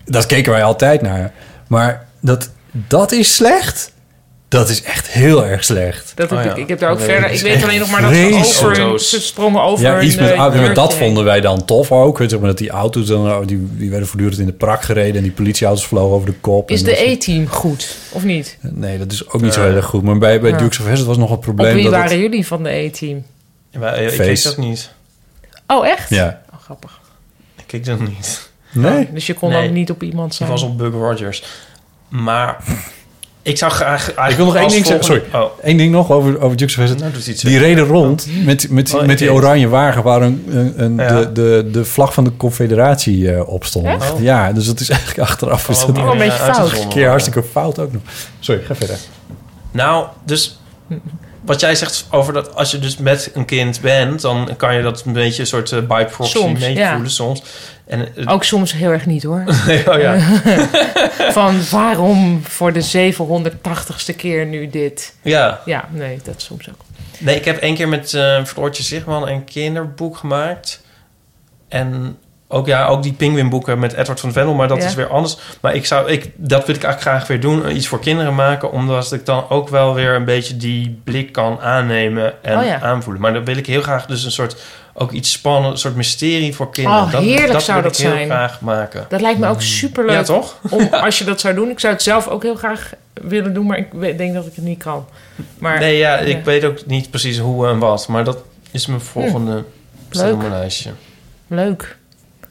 Dat keken wij altijd naar. Maar dat, dat is slecht. Dat is echt heel erg slecht.
Dat heb
Oh ja.
ik, ik heb daar ook
Nee,
verder.
dat
Ik
is
weet
echt
alleen nog maar dat ze
vreselijk.
over hun,
Auto's.
ze sprongen over
Ja,
hun,
iets met
eh,
auto's. Maar dat
deurtje heen.
vonden wij dan tof ook. Weet je, maar dat die auto's dan, oh, die, die werden voortdurend in de prak gereden en die politieauto's vlogen over de kop.
Is
en
de
dat soort-
E-team goed, of niet?
Nee, dat is ook niet zo heel erg goed. Maar bij, bij
Ja.
Dukes of Hazzard was nog een
Of
probleem.
wie
dat
waren
het-
jullie van de E-team?
Maar, eh, ik keek
Face.
dat niet.
Oh, echt?
Ja.
Oh, grappig.
Ik keek dat niet.
Nee?
Dus je kon
Nee.
ook niet op iemand
Ik
zijn.
was op Buck Rogers. Maar Ik zou graag...
Ik wil nog één ding zeggen. Sorry.
Oh.
Eén ding nog over, over Jukes Fest.
Nou, doet iets
die reden rond met, met,
Oh,
met die
ik weet.
oranje wagen waar een, een, een-
Ja.
de, de, de vlag van de Confederatie eh, op stond.
Echt? Oh.
Ja, dus dat is eigenlijk achteraf. is dat
Oh, een beetje fout.
een keer hartstikke fout ook nog. Sorry, ga verder.
Nou, dus wat jij zegt over dat als je dus met een kind bent, dan kan je dat een beetje een soort eh, by proxy
Soms,
meevoelen
ja.
soms. En, eh,
Ook soms heel erg niet hoor.
oh ja.
Van waarom voor de 780ste keer nu dit?
ja.
Ja, nee, dat soms ook.
Nee, ik heb één keer met eh Floortje Zigman een kinderboek gemaakt. En ook, ja, ook die pinguïnboeken met Edward van Vendel, maar dat
Ja.
is weer anders. Maar ik zou, ik, dat wil ik eigenlijk graag weer doen. eh, Iets voor kinderen maken, omdat ik dan ook wel weer een beetje die blik kan aannemen en
Oh ja.
aanvoelen. Maar dan wil ik heel graag dus een soort, ook iets spannend, een soort mysterie voor kinderen.
Oh, heerlijk
dat
zou
wil
dat
ik heel
zijn.
graag maken.
Dat lijkt me ook superleuk.
Mm. Ja, toch?
Om, als je dat zou doen. Ik zou het zelf ook heel graag willen doen, maar ik we- denk dat ik het niet kan. Maar
Nee, ja,
Ja.
ik weet ook niet precies hoe en wat, maar dat is mijn volgende hm. lijstje.
leuk.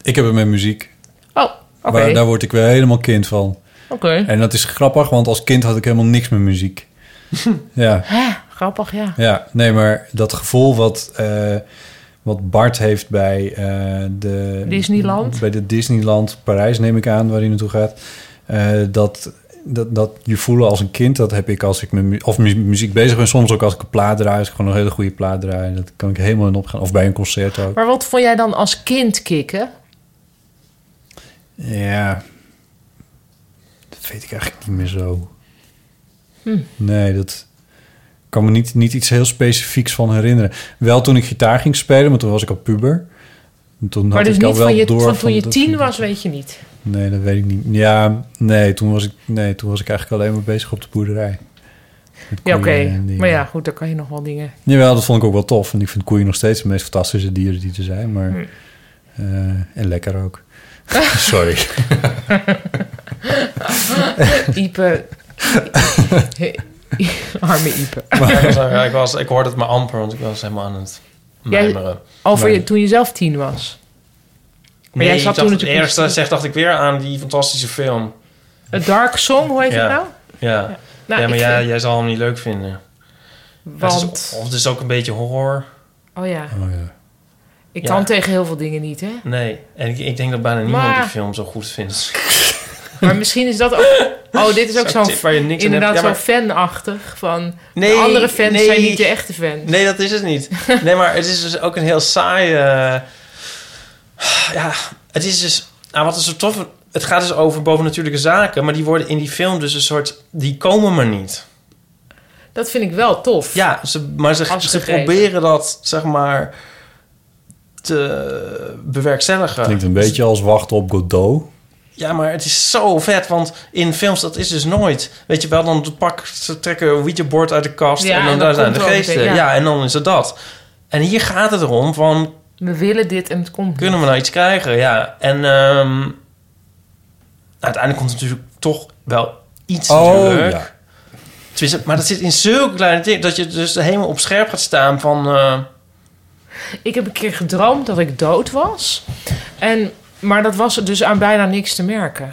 Ik heb het met muziek.
Oh, oké.
Waar, daar word ik weer helemaal kind van.
Oké.
En dat is grappig, want als kind had ik helemaal niks met muziek. ja,
Hè, grappig, ja.
ja, nee, maar dat gevoel wat, eh, wat Bart heeft bij eh, de...
Disneyland?
Bij de Disneyland Parijs, neem ik aan, waar hij naartoe gaat. eh, dat, dat, dat je voelen als een kind, dat heb ik als ik met mu- of mu- muziek bezig ben. Soms ook als ik een plaat draai, als ik gewoon een hele goede plaat draai. Dat kan ik helemaal in opgaan. Of bij een concert ook.
Maar wat vond jij dan als kind kicken?
Ja. Dat weet ik eigenlijk niet meer zo.
Hm.
Nee, dat ik kan me niet, niet iets heel specifieks van herinneren. Wel toen ik gitaar ging spelen, maar toen was ik al puber. En Toen
maar
had
dus
ik al
niet
wel
van, je,
door
van toen je
dat
tien
soort-
was, weet je niet.
Nee, dat weet ik niet. Ja, nee, toen was ik, nee, toen was ik eigenlijk alleen maar bezig op de boerderij. Met
Ja, oké.
koeien en dingen.
Maar ja, goed, daar kan je nog wel dingen.
Jawel, dat vond ik ook wel tof. En ik vind koeien nog steeds de meest fantastische dieren die er zijn. Maar,
Hm.
eh, en lekker ook. Sorry.
Ipe. Arme Ipe.
Ja, dat was- ja, ik, was, ik hoorde het maar amper, want ik was helemaal aan het
Jij-
mijmeren.
Over Oh, je, toen je zelf tien was.
Nee,
jij
ik
zat
dacht,
toen
het
natuurlijk-
eerste zeg dacht ik weer aan die fantastische film.
A Dark Song, hoe heet
Ja.
het nou?
Ja,
Nou,
ja maar
ik
jij,
vind-
jij zal hem niet leuk vinden. Ja, het is,
Want,
of het is ook een beetje horror.
oh ja,
Oh, ja.
ik
Ja.
kan tegen heel veel dingen niet, hè?
Nee, en ik, ik denk dat bijna niemand
Maar-
die film zo goed vindt.
Maar misschien is dat ook... Oh, dit is ook
Zo'n
zo'n...
tip waar je niks aan
Inderdaad,
hebt. Ja,
zo fanachtig. Van,
Nee,
de andere fans
nee.
zijn niet de echte fans.
Nee, dat is het niet. Nee, maar het is dus ook een heel saai... eh, Ja, het is dus... Ah, wat is zo tof... Het gaat dus over bovennatuurlijke zaken... maar die worden in die film dus een soort... die komen maar niet.
Dat vind ik wel tof.
Ja, ze, maar ze, ze
Afgegrepen.
proberen dat, zeg maar, te bewerkstelligen.
Klinkt een beetje als wachten op Godot.
Ja, maar het is zo vet, want in films dat is dus nooit. Weet je wel, dan pak, ze trekken een Ouija-bord uit de kast
Ja,
en dan,
en
daar
dan
zijn
komt
de
er wel
geesten. Ja.
meteen, ja.
en dan is het dat. En hier gaat het erom van,
We willen dit en het komt niet.
kunnen we nou iets krijgen? Ja, en ehm, uiteindelijk komt er natuurlijk toch wel iets natuurlijk.
Oh, ja.
Tenminste, maar dat zit in zulke kleine dingen... dat je dus helemaal op scherp gaat staan van... eh,
Ik heb een keer gedroomd dat ik dood was. En, maar dat was dus aan bijna niks te merken.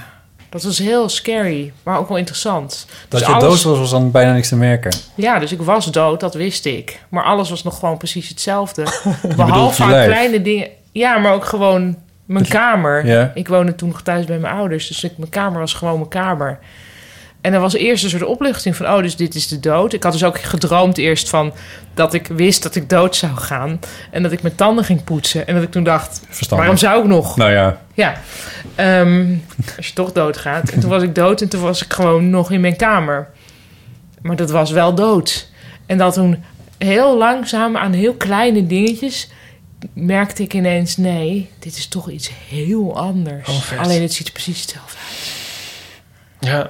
Dat was heel scary, maar ook wel interessant.
Dat
Dus
je
alles-
doos was, was dan bijna niks te merken.
Ja, dus ik was dood, dat wist ik. Maar alles was nog gewoon precies hetzelfde.
bedoelt je
Behalve aan
lijf? Dus-
kleine dingen. Ja, maar ook gewoon mijn kamer.
Ja.
Ik woonde toen nog thuis bij mijn ouders. Dus ik, mijn kamer was gewoon mijn kamer. En er was eerst een soort opluchting van... oh, dus dit is de dood. Ik had dus ook gedroomd eerst van... dat ik wist dat ik dood zou gaan. En dat ik mijn tanden ging poetsen. En dat ik toen dacht...
Verstandig.
waarom zou ik nog?
Nou ja,
Ja, Ehm, als je toch doodgaat. En toen was ik dood en toen was ik gewoon nog in mijn kamer. Maar dat was wel dood. En dat toen heel langzaam aan heel kleine dingetjes merkte ik ineens: nee, dit is toch iets heel anders.
Oh, vet.
Alleen het ziet er precies hetzelfde uit.
Ja.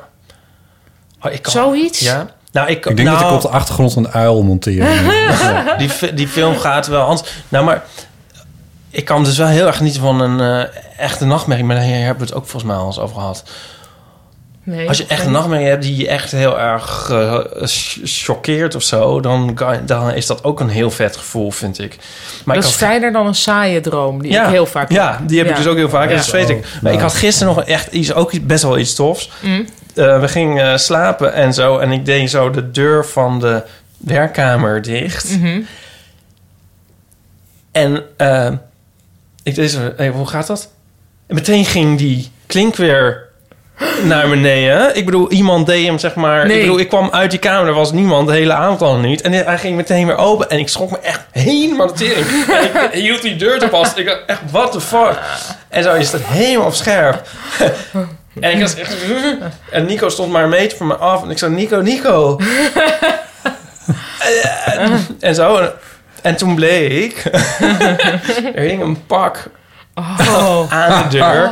Oh, ik kan...
Zoiets?
Ja. Nou, ik,
ik denk dat ik
nou,
op de achtergrond een uil monteer.
die, fi- die film gaat wel anders. Nou, maar ik kan dus wel heel erg niet van een eh, echte nachtmerrie. Maar daar hebben we het ook volgens mij al eens over gehad.
Nee,
Als je echt een
nog
nachtmerrie hebt die je echt heel erg eh, ch- choqueert of zo... Dan, kan- dan is dat ook een heel vet gevoel, vind ik. Maar
Dat
ik
is
had-
fijner dan een saaie droom, die ik heel vaak
Ja, die heb
Ja.
ik dus ook heel vaak.
Ja. Mm.
Dat weet ik. Maar ik had gisteren nog echt iets, ook iets- best wel iets tofs. eh, we gingen eh, slapen en zo. En ik deed zo de deur van de werkkamer dicht.
Mhm.
En eh, ik deed zo, hey, hoe gaat dat? En meteen ging die klink weer naar beneden. Ik bedoel, iemand deed hem zeg maar...
Nee.
Ik bedoel, ik kwam uit die kamer, er was niemand de hele avond al niet. En hij ging meteen weer open en ik schrok me echt helemaal de tering. En ik hield die deur te vast. Ik dacht echt, what the fuck? En zo is dat helemaal op scherp. En ik was echt... En Nico stond maar een meter van me af. En ik zei, Nico, Nico. En- en- en zo. En, en toen bleek... er hing een pak
Oh,
aan de deur.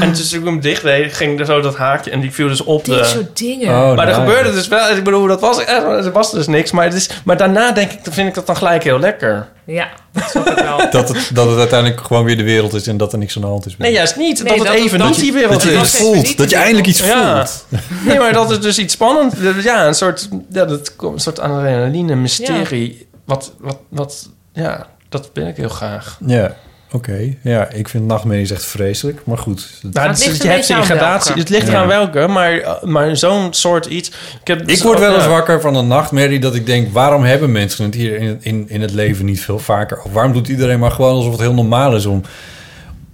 En toen ik hem dicht deed, ging er zo dat haakje. En die viel dus op
dit
de...
soort dingen.
Oh,
Maar er
nice.
gebeurde dus wel... Ik bedoel, dat was, er was dus niks. Maar, het is, maar daarna denk ik, vind ik dat dan gelijk heel lekker.
Ja, dat snap ik wel.
Dat het, dat het uiteindelijk gewoon weer de wereld is en dat er niks aan de hand is.
Nee, juist niet.
Nee,
dat
dat-
het even
dat
niet
je-
die wereld
dat je
is.
dat
iets
is even
voelt.
niet
Dat je
de
eindelijk iets
Ja.
voelt.
Nee, maar dat is dus iets spannends. Ja, een soort, ja, dat, komt- een soort adrenaline, mysterie. Wat, wat, wat, ja, dat ben ik heel graag.
Ja, oké. Ja, ik vind nachtmerries echt vreselijk. Maar goed.
Nou,
het
dus
ligt
je
een
hebt
beetje
die
aan
gradatie.
welke.
Het ligt
Ja.
eraan welke, maar, eh, maar zo'n soort iets. Ik, heb,
Ik word wel eens
ja.
wakker van een nachtmerrie dat ik denk... waarom hebben mensen het hier in, in, in het leven niet veel vaker? Of waarom doet iedereen maar gewoon alsof het heel normaal is... om,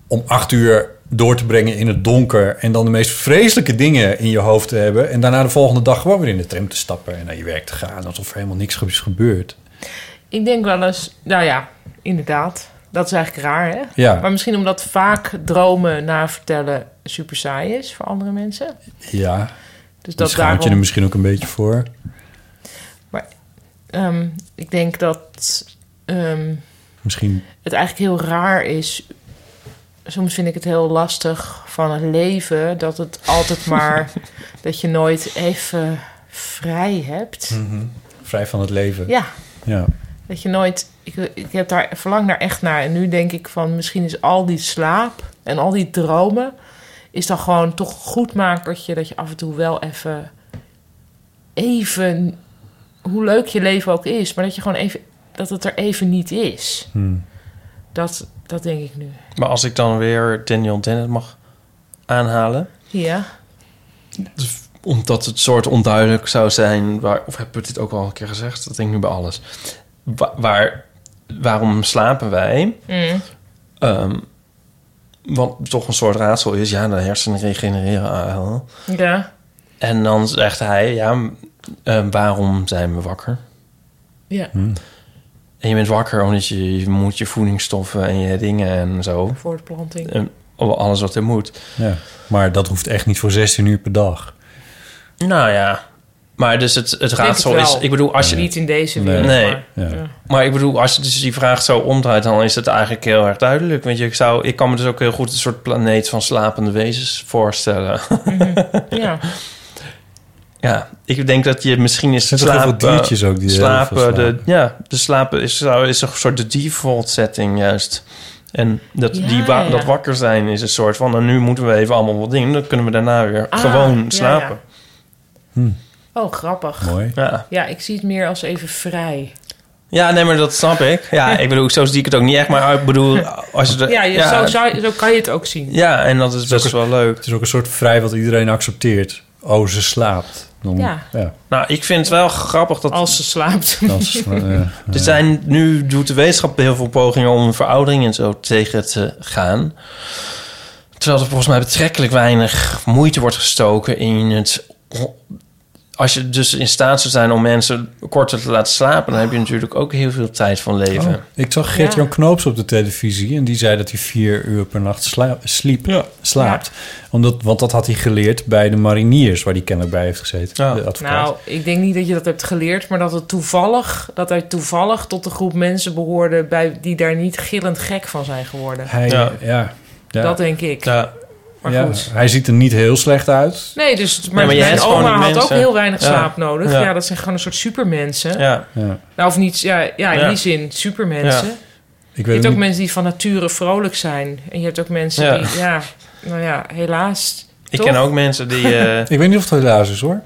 om acht uur door te brengen in het donker... en dan de meest vreselijke dingen in je hoofd te hebben... en daarna de volgende dag gewoon weer in de tram te stappen... en naar je werk te gaan alsof er helemaal niks is gebeurd.
Ik denk wel eens, nou ja, inderdaad. Dat is eigenlijk raar, hè?
Ja.
Maar misschien omdat vaak dromen navertellen super saai is voor andere mensen.
Ja,
Dus
dat
dat
schaamt je
daarom...
er misschien ook een beetje voor.
ehm, ik denk dat ehm,
Misschien
het eigenlijk heel raar is... Soms vind ik het heel lastig van het leven... dat het altijd maar... dat je nooit even vrij hebt.
Hmm. vrij van het leven.
Ja,
Ja.
dat je nooit... Ik, ik heb daar, verlang daar echt naar. En nu denk ik van... misschien is al die slaap en al die dromen... is dan gewoon toch een goedmakertje... dat je af en toe wel even... even... hoe leuk je leven ook is... maar dat je gewoon even... dat het er even niet is.
Hmm.
Dat, dat denk ik nu.
Maar als ik dan weer Daniel Dennett mag aanhalen.
Ja.
Omdat het soort onduidelijk zou zijn. Waar, of heb ik dit ook al een keer gezegd? Dat denk ik nu bij alles. Wa- waar, waarom slapen wij? Ehm, wat toch een soort raadsel is. Ja, de hersenen regenereren. ah, ah.
Ja.
En dan zegt hij, ja, m, eh, waarom zijn we wakker?
Ja,
Hmm. En je bent wakker omdat je, je moet je voedingsstoffen en je dingen en zo.
voortplanting.
En alles wat er moet.
ja. Maar dat hoeft echt niet voor 16 uur per dag.
Nou ja, maar dus het, het raadsel
wel.
is... Ik bedoel, als je,
Niet in deze wereld,
Nee.
maar...
Ja.
Maar ik bedoel, als je dus die vraag zo omdraait... dan is het eigenlijk heel erg duidelijk. Want je, ik, zou, ik kan me dus ook heel goed een soort planeet van slapende wezens voorstellen.
Ja.
ja, ik denk dat je misschien is
Er zijn toch heel veel diertjes ook die heel
slapen,
veel slapen.
De, ja, de slapen is, zou- is een soort de default setting juist. En dat,
Ja,
die wa-
ja.
dat wakker zijn is een soort van... nou, nu moeten we even allemaal wat dingen. Dan kunnen we daarna weer
Ah, ja,
gewoon slapen. Hmm.
Oh, grappig.
Mooi.
Ja, ja.
Ja, ik zie het meer als even vrij.
nee, maar dat snap ik. Ja, ik bedoel, zo zie ik het ook niet echt. Maar ik bedoel, als je... de-
Ja, je, Zo, zou- zo kan je het ook zien.
Eh, Ja, en dat is best
ook
wel leuk.
Het is ook een soort vrij wat iedereen accepteert. Oh, ze slaapt. Dan,
Ja.
Nou, ik vind het wel grappig dat...
Als ze slaapt.
dan is- eh,
Er zijn, nu doet de wetenschap heel veel pogingen om veroudering en zo tegen te gaan. Terwijl er volgens mij betrekkelijk weinig moeite wordt gestoken in het... Als je dus in staat zou zijn om mensen korter te laten slapen... dan heb je natuurlijk ook heel veel tijd van leven.
eh. Oh,
Oh.
ik zag Gert-Jan
Ja.
Knoops op de televisie en die zei dat hij vier uur per nacht sla- sliep, slaapt. Omdat, want dat had hij geleerd bij de mariniers, waar hij kennelijk bij heeft gezeten.
Ja.
De advocaat.
Nou, ik denk niet dat je dat hebt geleerd, maar dat het toevallig, dat hij toevallig tot de groep mensen behoorde bij, die daar niet gillend gek van zijn geworden.
hij, ja.
Ja.
Ja,
Dat denk ik.
Ja.
Maar
Ja,
goed.
hij ziet er niet heel slecht uit.
Nee, dus maar,
maar je
mijn
hebt gewoon
oma had
die
ook
mensen.
heel weinig
Ja.
slaap nodig. Ja.
Ja.
dat zijn gewoon een soort supermensen.
Ja.
Nou, of niet, ja, ja in
Ja.
die zin, supermensen.
Ja.
Ik
Je
weet
hebt
het
ook
niet.
mensen die van nature vrolijk zijn. En je hebt ook mensen
Ja.
die, ja, nou ja, helaas.
Ik
toch?
ken ook mensen die... eh,
Ik weet niet of het helaas is hoor.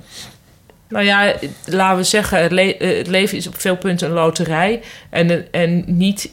Nou ja, laten we zeggen, het, le- eh, het leven is op veel punten een loterij. En, en niet,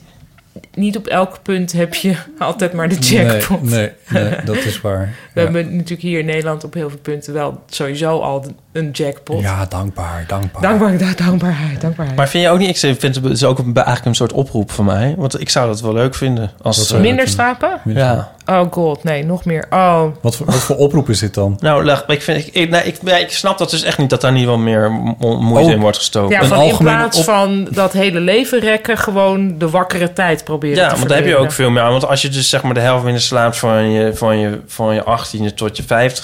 niet op elk punt heb je altijd maar de jackpot.
Nee, nee, nee, dat is waar.
We
Ja.
hebben natuurlijk hier in Nederland op heel veel punten wel sowieso al een jackpot.
Ja, dankbaar, dankbaar.
Dankbaar, da- dankbaarheid, dankbaarheid.
Maar vind je ook niet, ik vind het is ook een- eigenlijk een soort oproep van mij. Want ik zou dat wel leuk vinden. Als
Dat
het,
zou-
eh,
Minder slapen?
ja.
Oh god, nee, nog meer. Oh,
Wat, voor, wat voor oproep is dit dan?
Nou, leg- ik, vind, ik, ik, nee, ik, nee, ik snap dat dus echt niet dat daar niet wel meer mo- moeite
Oh.
in wordt gestoken.
ja,
Een
van in
algemene
plaats
op-
van dat hele leven rekken, gewoon de wakkere tijd proberen
Ja,
te
want daar heb je
verdelen.
ook veel meer aan. Want als je dus zeg maar de helft minder slaapt van je, van je, van je 18e tot je 50ste,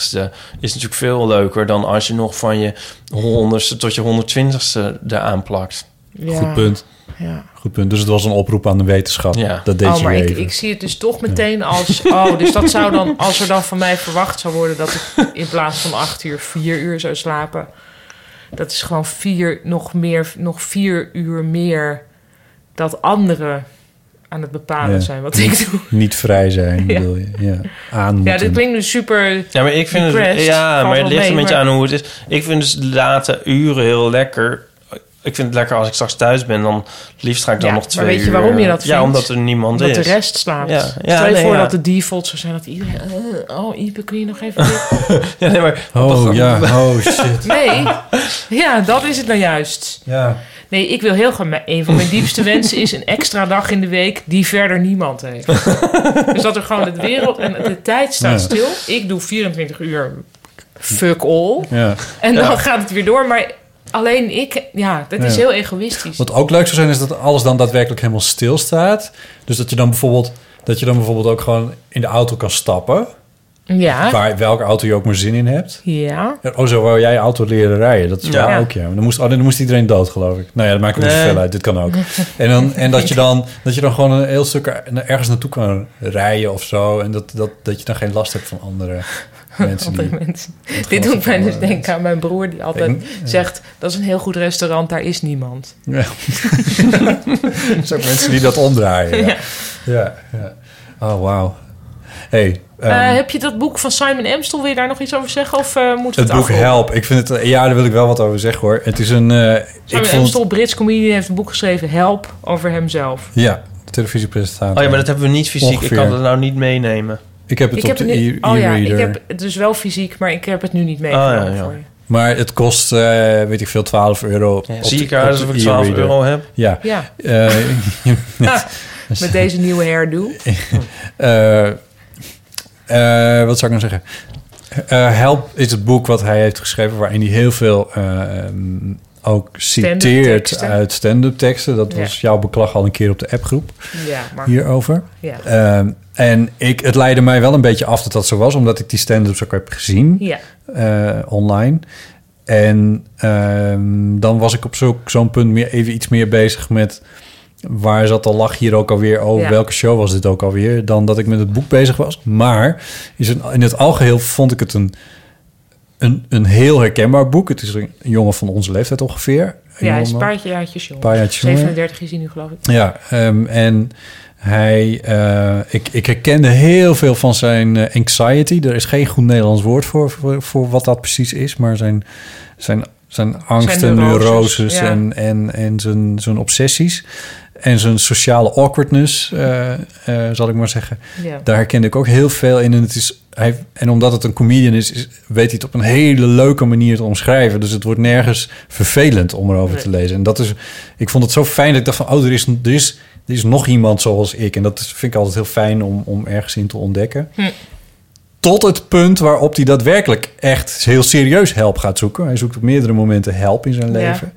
is natuurlijk veel leuker dan als je nog van je 100ste tot je 120ste eraan plakt.
Ja,
Goed punt.
Ja.
Goed punt. Dus het was een oproep aan de wetenschap.
Ja.
Dat deed
oh,
je
maar ik,
leven.
ik zie het dus toch meteen als... Oh, dus dat zou dan... Als er dan van mij verwacht zou worden... dat ik in plaats van acht uur vier uur zou slapen... dat is gewoon vier, nog, meer, nog vier uur meer... dat anderen aan het bepalen
Ja.
zijn wat ik doe.
Niet vrij zijn,
Ja.
bedoel je. Ja, aan
Ja,
moeten.
dit klinkt nu super...
Ja, maar ik vind het,
Depressed,
ja,
valt
maar het
wel
ligt
mee,
een beetje
maar-
aan hoe het is. Ik vind dus late uren heel lekker. Ik vind het lekker als ik straks thuis ben, dan het liefst ga ik dan
Ja,
nog
maar
twee uur. eh,
weet je waarom je dat
Ja,
vindt?
omdat er niemand
Dat
is.
de rest slaapt.
Ja, ja,
Stel je
nee,
voor
ja.
dat de default zou zijn dat iedereen... eh, oh, Ipe, kun je nog even... dit?
Ja, nee, maar
Oh ja, oh shit.
Nee. Ja, dat is het nou juist.
Ja.
Nee, ik wil heel graag... mijn- Een van mijn diepste wensen is een extra dag in de week... die verder niemand heeft. dus dat er gewoon de wereld en de tijd staat
Ja.
stil. Ik doe 24 uur fuck all.
ja.
En dan gaat het weer door. Maar alleen ik... Ja, dat is
Ja.
heel egoïstisch.
Wat ook leuk zou zijn, is dat alles dan daadwerkelijk helemaal stilstaat. Dus dat je dan bijvoorbeeld, dat je dan bijvoorbeeld ook gewoon in de auto kan stappen.
Ja.
Waar, welke auto je ook maar zin in hebt.
Ja.
Ja, Oh, zo wou jij auto leren rijden. Dat is
Ja.
waar ook, ja. Maar Dan moest, oh, dan moest iedereen dood, geloof ik. Nou ja, dat maakt ook niet
Nee.
zoveel uit. Dit kan ook. En, dan, en dat, je dan, dat je dan gewoon een heel stuk er- ergens naartoe kan rijden of zo. En dat, dat, dat je dan geen last hebt van andere mensen. Die,
Andere mensen. Dit doet mij dus denken aan mijn broer die altijd zegt... dat is een heel goed restaurant, daar is niemand.
Ja. Er zijn ook mensen die dat omdraaien. Ja, ja. ja. Oh, wauw. hey, ehm,
Eh, heb je dat boek van Simon Amstel? Wil je daar nog iets over zeggen? Of eh moeten we
het
het
boek
afronden?
Help. Ik vind het, ja, daar wil ik wel wat over zeggen, hoor. Het is een... eh,
Simon
ik vond,
Amstel, Brits comedian, heeft een boek geschreven... Help, over hemzelf.
Ja, de televisiepresentatie.
Oh ja, maar dat hebben we niet fysiek.
Ongeveer.
Ik kan dat nou niet meenemen.
Ik heb het op de
het nu-
e-
oh ja,
e-reader.
ik heb het dus wel fysiek, maar ik heb het nu niet meegenomen
Oh ja, ja.
voor je.
Maar het kost, eh, weet ik veel, 12 euro. op
Zie
de-
ik haar
op de
alsof ik 12
e-reader.
euro heb?
Ja.
Ja,
Eh, Dus-
met deze nieuwe hairdo.
eh, eh, wat zou ik nou zeggen? Eh, Help is het boek wat hij heeft geschreven... waarin hij heel veel eh, ehm, ook citeert
teksten.
uit stand-up teksten. Dat
Ja.
was jouw beklag al een keer op de appgroep
Ja, maar
hierover.
ja.
Ehm, en ik, het leidde mij wel een beetje af dat dat zo was... omdat ik die stand-ups ook heb gezien.
ja.
eh, online. En ehm, dan was ik op zo- zo'n punt meer, even iets meer bezig met... waar zat de lach hier ook alweer over?
Ja.
Welke show was dit ook alweer? Dan dat ik met het boek bezig was. Maar is een, in het algeheel vond ik het een, een, een heel herkenbaar boek. Het is een jongen van onze leeftijd ongeveer.
ja, hij is een
jongeman.
paardje jaartjes jong.
Paar jaartjes jonger.
37 is hij nu, geloof ik.
Ja, ehm, en hij, eh, ik, ik herkende heel veel van zijn eh, anxiety. Er is geen goed Nederlands woord voor, voor, voor wat dat precies is, maar zijn, zijn, zijn angsten,
Zijn neuroses,
neuroses
ja.
en, en, en zijn, zijn obsessies. En zijn sociale awkwardness, eh, eh, zal ik maar zeggen.
Ja.
Daar herkende ik ook heel veel in. En, het is, hij, en omdat het een comedian is, is- weet hij het op een hele leuke manier te omschrijven. Dus het wordt nergens vervelend om erover
Nee.
te lezen. En dat is, ik vond het zo fijn dat ik dacht van, oh, er is, er is, er is nog iemand zoals ik. En dat is- vind ik altijd heel fijn om, om ergens in te ontdekken.
Hm.
Tot het punt waarop hij daadwerkelijk echt heel serieus help gaat zoeken. Hij zoekt op meerdere momenten help in zijn
Ja.
leven.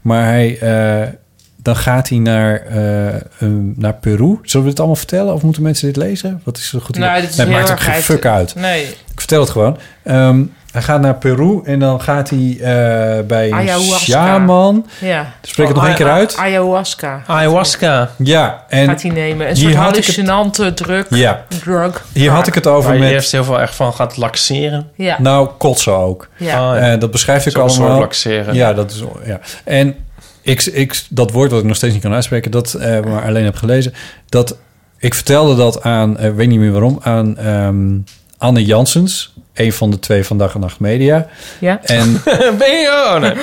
Maar hij, eh, dan gaat hij naar, eh, een- naar Peru. Zullen we dit allemaal vertellen? Of moeten mensen dit lezen? Wat is een goed idee?
Nou, dit is
Nee,
heel
maakt ook
erg
geen
uit-
fuck uit.
Nee,
Ik vertel het gewoon. Ehm, hij gaat naar Peru en dan gaat hij eh, bij een
Ayahuasca.
shaman.
ja.
Spreek Dus het
Oh,
nog één
ah,
keer
ah,
uit.
Ayahuasca
Ayahuasca.
Ja, en
gaat hij nemen. Een
hier
soort
had ik het-
hallucinante drug.
Ja.
drug.
hier had ik het over
Waar je
met...
eerst heel veel echt van gaat laxeren.
Ja,
Nou, kotsen ook.
ja.
Ah, ja.
Eh, dat beschrijf ik
Zo'n soort
allemaal.
laxeren.
Ja, dat is... Ja. En ik, ik, dat woord wat ik nog steeds niet kan uitspreken... dat eh, maar alleen heb gelezen... dat ik vertelde dat aan... eh, weet niet meer waarom... aan ehm, Anne Janssens... een van de twee van Dag en Nacht Media.
ja.
En
ben je? Oh, nee.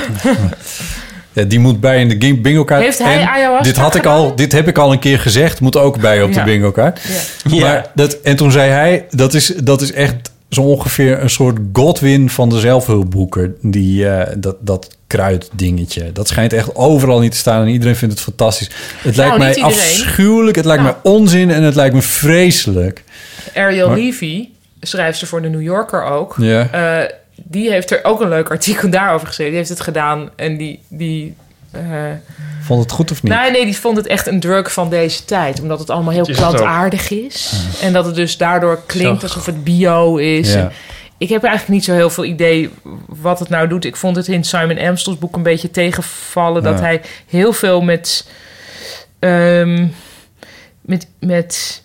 Ja, die moet bij in de ging- bingo kaart.
Heeft hij
En
ayahuasca
dit, had ik
gedaan?
al, dit heb ik al een keer gezegd. Moet ook bij op
Ja.
de bingo kaart.
Ja.
Maar dat, en toen zei hij, dat is, dat is echt zo ongeveer een soort Godwin van de zelfhulpboeken. Die, eh, dat, dat kruiddingetje. Dat schijnt echt overal niet te staan. En iedereen vindt het fantastisch. Het lijkt
Nou, niet
mij
iedereen.
afschuwelijk. Het lijkt
Nou.
mij onzin. En het lijkt me vreselijk.
Ariel
Maar-
Levy, schrijfster voor de New Yorker ook.
Ja.
eh, die heeft er ook een leuk artikel daarover geschreven. Die heeft het gedaan en die... die eh,
Vond het goed of niet?
Nee, nee, die vond het echt een drug van deze tijd. Omdat het allemaal heel
Het is het ook.
plantaardig is. En dat het dus daardoor klinkt alsof het bio is.
Ah. Ja.
En Ik heb eigenlijk niet zo heel veel idee wat het nou doet. Ik vond het in Simon Amstel's boek een beetje tegenvallen... dat
Ja.
hij heel veel met... ehm, met, met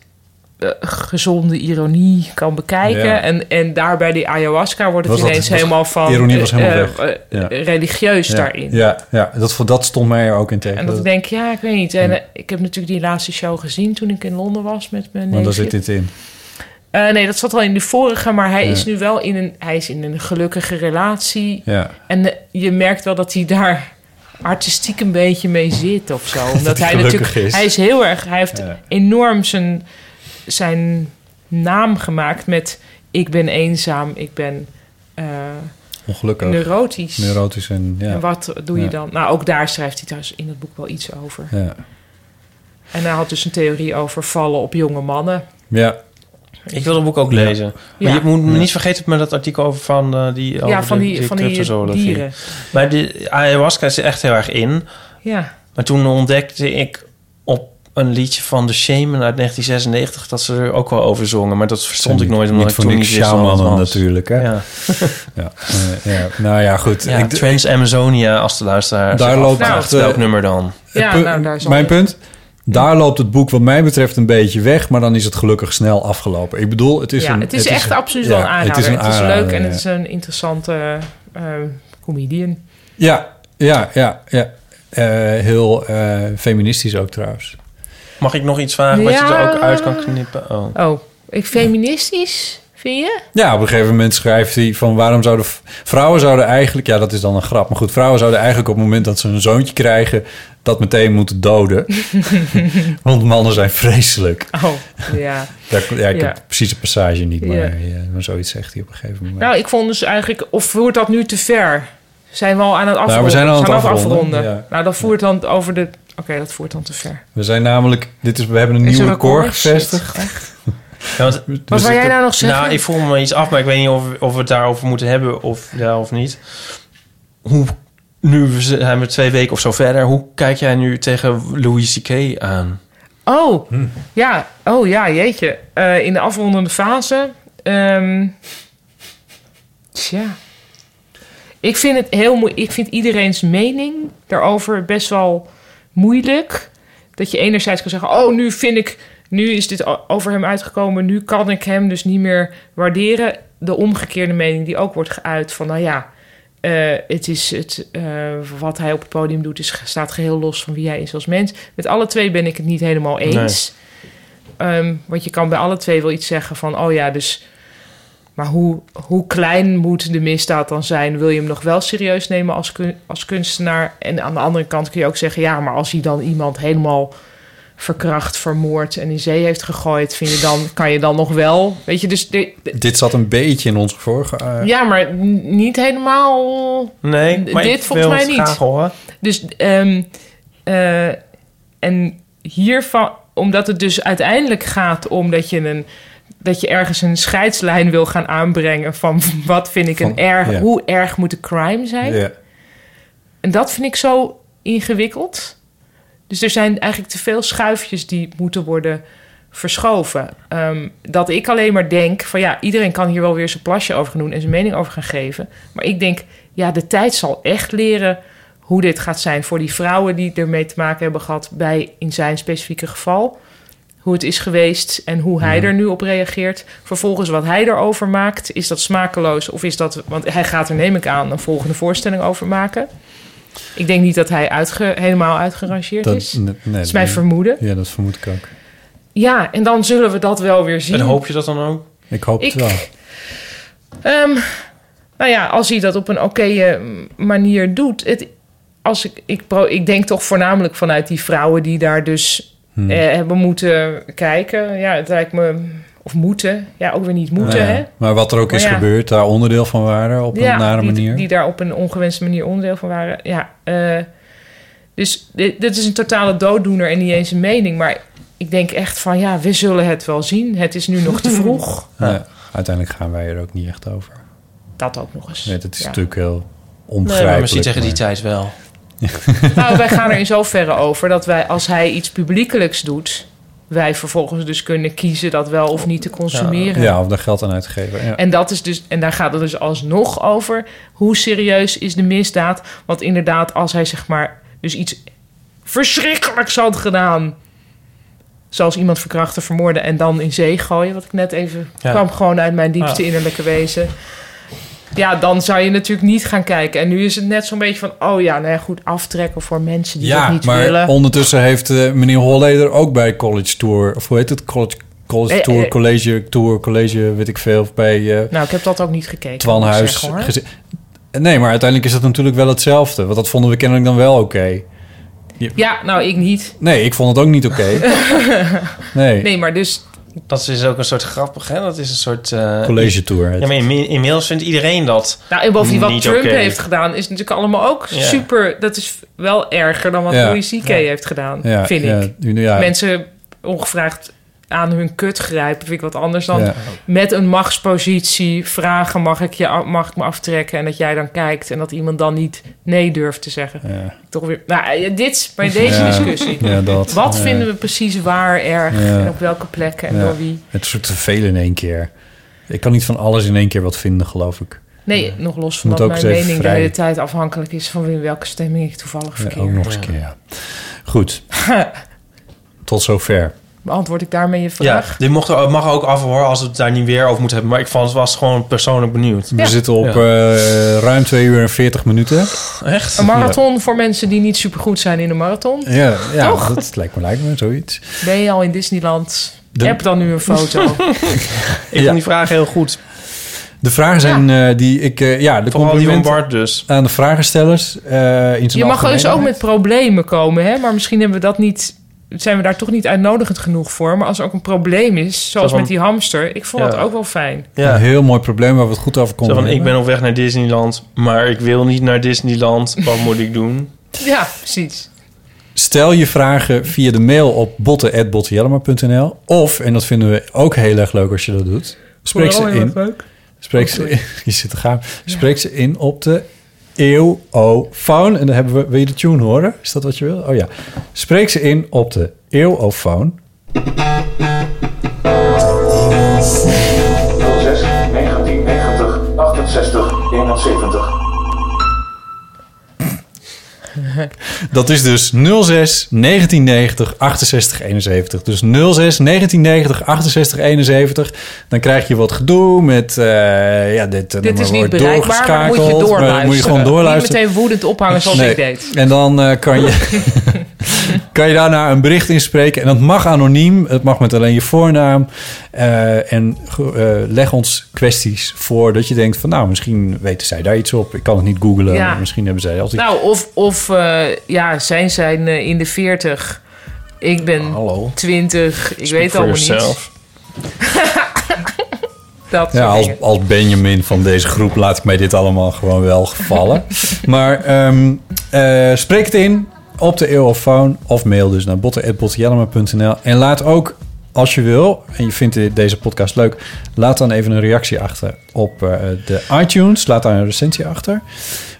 eh, gezonde ironie kan bekijken.
Ja.
En, en daar bij die ayahuasca wordt het
Was dat-
ineens
was-
helemaal van...
ironie was helemaal
eh,
weg.
eh,
Ja.
Religieus
ja.
daarin.
Ja, ja. Dat, voor dat stond mij er ook in tegen.
En dat ik denk, ja, ik weet niet. En eh, ik heb natuurlijk die laatste show gezien toen ik in Londen was met mijn
maar daar
neefje.
zit dit in.
Eh, nee, dat zat al in de vorige, maar hij
Ja.
is nu wel in een, hij is in een gelukkige relatie.
Ja.
En eh, je merkt wel dat hij daar artistiek een beetje mee zit of zo. Omdat
hij
hij,
gelukkig
natuurlijk,
is.
hij is heel erg, hij heeft
Ja.
enorm zijn, zijn naam gemaakt met ik ben eenzaam, ik ben eh,
Ongelukkig.
Dus- neurotisch.
Neurotisch en ja.
En wat doe je
Ja.
dan? Nou, ook daar schrijft hij thuis in het boek wel iets over.
ja.
En hij had dus een theorie over vallen op jonge mannen.
ja.
Ik wil dat boek ook lezen. Maar
Ja.
je moet me niet vergeten met dat artikel over van eh, die...
ja,
over
van
de-
die, van die
cryptozoologie.
dieren.
Maar de ayahuasca is er echt heel erg in.
Ja.
Maar toen ontdekte ik op een liedje van The Shaman uit 1996... dat ze er ook wel over zongen. Maar dat verstond ik nooit, omdat
Niet
ik
voor
toen
niks
niet wist wat het
sjaalmannen
was.
natuurlijk. Hè? Ja.
Ja,
eh, ja. Nou ja, goed.
ja
Ik-
Trans Amazonia als de luisteraar.
Daar
zich
loopt
afvraagt,
echt, eh,
welk nummer dan?
Ja,
pu-
nou, daar is al-
mijn punt. Daar loopt het boek wat mij betreft een beetje weg, maar dan is het gelukkig snel afgelopen. Ik bedoel, het is
ja,
een...
het is echt absoluut
ja,
wel een aanrader. Het is,
aanrader,
leuk en
ja.
het is een interessante eh, comedian.
Ja, ja, ja, ja. Eh, heel eh, feministisch ook trouwens.
Mag ik nog iets vragen wat je
Ja.
er ook uit kan knippen? Oh.
Oh, ik feministisch, vind je?
Ja, op een gegeven moment schrijft hij van waarom zouden v- vrouwen zouden eigenlijk, ja dat is dan een grap, maar goed, vrouwen zouden eigenlijk op het moment dat ze een zoontje krijgen, dat meteen moeten doden. Want mannen zijn vreselijk.
Oh, ja.
Ja, ik- ja, ik
Ja.
heb precies de passage niet, maar,
Ja.
ja, maar zoiets zegt hij op een gegeven moment.
Nou, ik vond dus eigenlijk... Of wordt dat nu te ver? Zijn we al aan het afronden?
Nou, we zijn al aan het
Gaan we
afronden, ja.
Nou, dat voert dan over de... Oké, dat voert dan te ver.
We zijn namelijk, dit is, we hebben een
Is
nieuw
er
record,
Shit.
gevestigd.
Ja, want-
Wat
We
wil jij
zitten-
nou nog zeggen?
Nou, ik voel me iets af, maar ik weet niet of, of we het daarover moeten hebben of, ja, of niet. Hoe, nu we zijn we twee weken of zo verder. Hoe kijk jij nu tegen Louis C.K. aan?
Oh, ja. Oh, ja, jeetje. Eh, in de afrondende fase. ehm tja. Ik vind het heel moe- Ik vind iedereen's mening daarover best wel moeilijk. Dat je enerzijds kan zeggen: Oh, nu vind ik. Nu is dit o- over hem uitgekomen. Nu kan ik hem dus niet meer waarderen. De omgekeerde mening die ook wordt geuit: van nou ja. eh, het is het, eh, wat hij op het podium doet, is, staat geheel los van wie hij is als mens. Met alle twee ben ik het niet helemaal eens. Ehm, want je kan bij alle twee wel iets zeggen van: oh ja, dus maar hoe, hoe klein moet de misdaad dan zijn? Wil je hem nog wel serieus nemen als, kun- als kunstenaar? En aan de andere kant kun je ook zeggen: ja, maar als hij dan iemand helemaal verkracht, vermoord en in zee heeft gegooid, vind je dan, kan je dan nog wel? Weet je, dus de- de-
Dit zat een beetje in onze vorige... eh,
ja, maar n- niet helemaal.
Nee, maar
Dit
ik
volgens
wil
mij
het
niet.
graag horen.
Dus ehm, eh, en hiervan, omdat het dus uiteindelijk gaat om dat je een dat je ergens een scheidslijn wil gaan aanbrengen van wat vind ik een
Van-
erg,
ja.
hoe erg moet de crime zijn?
ja.
En dat vind ik zo ingewikkeld. Dus er zijn eigenlijk te veel schuifjes die moeten worden verschoven. Ehm, dat ik alleen maar denk van ja, iedereen kan hier wel weer zijn plasje over gaan doen en zijn mening over gaan geven. Maar ik denk, ja, de tijd zal echt leren hoe dit gaat zijn voor die vrouwen die ermee te maken hebben gehad bij in zijn specifieke geval. Hoe het is geweest en hoe hij er nu op reageert. Vervolgens wat hij erover maakt. Is dat smakeloos of is dat... Want hij gaat er, neem ik aan, een volgende voorstelling over maken. Ik denk niet dat hij uitge, helemaal uitgerangeerd
Dat,
is.
nee,
Dat
nee,
is mijn vermoeden.
Ja, dat vermoed ik ook.
Ja, en dan zullen we dat wel weer zien.
En hoop je dat dan ook?
Ik hoop
Ik-
het wel.
Ehm, nou ja, als hij dat op een oké manier eh, doet. Het, als ik, ik, pro- ik denk toch voornamelijk vanuit die vrouwen die daar dus
Hmm.
eh, hebben moeten kijken. Ja, het lijkt me. Of moeten. Ja, ook weer niet moeten,
Nou ja,
hè?
Maar wat er ook
Maar
is
ja.
gebeurd, daar onderdeel van waren op
Ja,
een nare
die,
manier.
Die daar op een ongewenste manier onderdeel van waren. Ja, eh, dus dit, dit is een totale dooddoener en niet eens een mening. Maar ik denk echt van ja, we zullen het wel zien. Het is nu nog te vroeg.
Nou, uiteindelijk gaan wij er ook niet echt over.
Dat ook nog eens.
Nee, dat is
Ja.
natuurlijk heel
Nee,
onbegrijpelijk.
maar misschien tegen die
maar-
tijd wel.
Nou, wij gaan er in zoverre over dat wij, als hij iets publiekelijks doet, wij vervolgens dus kunnen kiezen dat wel of niet te consumeren.
Ja, om daar geld aan uit te geven. Ja.
En, dat is dus, en daar gaat het dus alsnog over. Hoe serieus is de misdaad? Want inderdaad, als hij zeg maar dus iets verschrikkelijks had gedaan. Zoals iemand verkrachten, vermoorden en dan in zee gooien. Wat ik net even
Ja.
kwam gewoon uit mijn diepste innerlijke wezen. Ja, dan zou je natuurlijk niet gaan kijken. En nu is het net zo'n beetje van... oh ja, nou ja, goed, aftrekken voor mensen die dat
Ja,
niet
maar
willen.
ondertussen heeft eh, meneer Holleder ook bij College Tour... of hoe heet het? College, college
Eh,
Tour,
eh.
College Tour, College, weet ik veel... bij eh,
Nou, ik heb dat ook niet gekeken.
Twan
moet ik
Huis
zeggen, hoor.
gezien. Nee, maar uiteindelijk is dat natuurlijk wel hetzelfde. Want dat vonden we kennelijk dan wel oké.
Ja, nou, ik niet.
Nee, ik vond het ook niet oké. nee.
Nee, maar dus...
Dat is ook een soort grappig, hè? Dat is een soort... eh,
College Tour. heet
Ja, maar in- inmiddels vindt iedereen dat.
Nou, en bovendien wat
Niet
Trump
oké.
heeft gedaan is natuurlijk allemaal ook
Ja.
super... Dat is wel erger dan wat
Ja.
Louis C.K. heeft gedaan,
het. ja,
vind
ja,
ik.
nu- ja,
Mensen ongevraagd aan hun kut grijpen vind ik wat anders dan...
ja.
met een machtspositie vragen mag ik, je, mag ik me aftrekken... en dat jij dan kijkt en dat iemand dan niet nee durft te zeggen.
Ja.
Toch weer, nou, ja, dit is bij deze
Ja.
discussie.
Ja, dat.
Wat
Ja.
vinden we precies waar, erg
Ja.
en op welke plekken en
Ja.
door wie?
Het is ook te veel in één keer. Ik kan niet van alles in één keer wat vinden, geloof ik.
Nee, nog los van
Moet
dat
ook
mijn
eens even
mening
vrij-
de hele tijd afhankelijk is... van in welke stemming ik toevallig
Ja,
verkeer.
ook nog eens een keer, ja. Goed. Tot zover.
Beantwoord ik daarmee je
Ja,
vraag?
dit mocht, er- mag ook af hoor, als we het daar niet weer over moeten hebben. Maar ik vond, was gewoon persoonlijk benieuwd.
We zitten op eh, ruim 2 uur en 40 minuten.
Echt?
Een marathon voor mensen die niet supergoed zijn in een marathon.
Ja, ja dat lijkt me, lijkt me zoiets.
Ben je al in Disneyland?
De-
Heb dan nu een foto.
Ik vond die vraag heel goed.
De vragen zijn eh, die ik... eh, ja,
Vooral die
de
van
complimenten
Bart dus.
aan de vragenstellers. eh, in zijn
je mag dus ook
algemeenheid.
met problemen komen, hè? Maar misschien hebben we dat niet, zijn we daar toch niet uitnodigend genoeg voor. Maar als er ook een probleem is, zoals
van-
met die hamster. Ik vond
Ja.
dat ook wel fijn.
Een
Ja.
heel mooi probleem waar we het goed over
Zo
konden
van, ik
hebben.
ben op weg naar Disneyland, maar ik wil niet naar Disneyland. Wat moet ik doen?
Ja, precies.
Stel je vragen via de mail op botten.bottenjellema.nl. Of, en dat vinden we ook heel erg leuk als je dat doet... Spreek ze in
Oh,
Spreek ze in, je zit te gaan. Spreek ze in op de eeuwofoon. En dan hebben we... Wil je de tune horen? Is dat wat je wil? Oh ja. Spreek ze in op de eeuwofoon.
06 1990 68 71.
Dat is dus 06 1990 68 71. Dus 06 1990 68 71. Dan krijg je wat gedoe met... eh, ja, dit,
Dit
eh, nummer
is niet
wordt
bereikbaar, maar moet je
doorgeschakeld, maar
doorluisteren.
dan Moet je gewoon doorluisteren.
Niet meteen woedend ophangen zoals
Nee.
ik deed.
En dan eh, kan, je, kan je daarna een bericht inspreken. En dat mag anoniem. Het mag met alleen je voornaam. Eh, en ge- eh, leg ons kwesties voor dat je denkt van... nou, misschien weten zij daar iets op. Ik kan het niet googlen.
Ja.
maar Misschien hebben zij altijd...
Nou, of, of eh, ja, zijn zij eh, in de 40? Ik ben
Ah, Hallo.
20, ik weet
for
allemaal niet.
yourself.
Dat
Ja,
soort
als,
dingen.
als Benjamin van deze groep laat ik mij dit allemaal gewoon wel gevallen. maar ehm, eh, spreek het in op de eeuwofoon of mail dus naar botten.bottenjellema.nl. En laat ook, als je wil, en je vindt dit- deze podcast leuk... laat dan even een reactie achter op eh, de iTunes. Laat daar een recensie achter.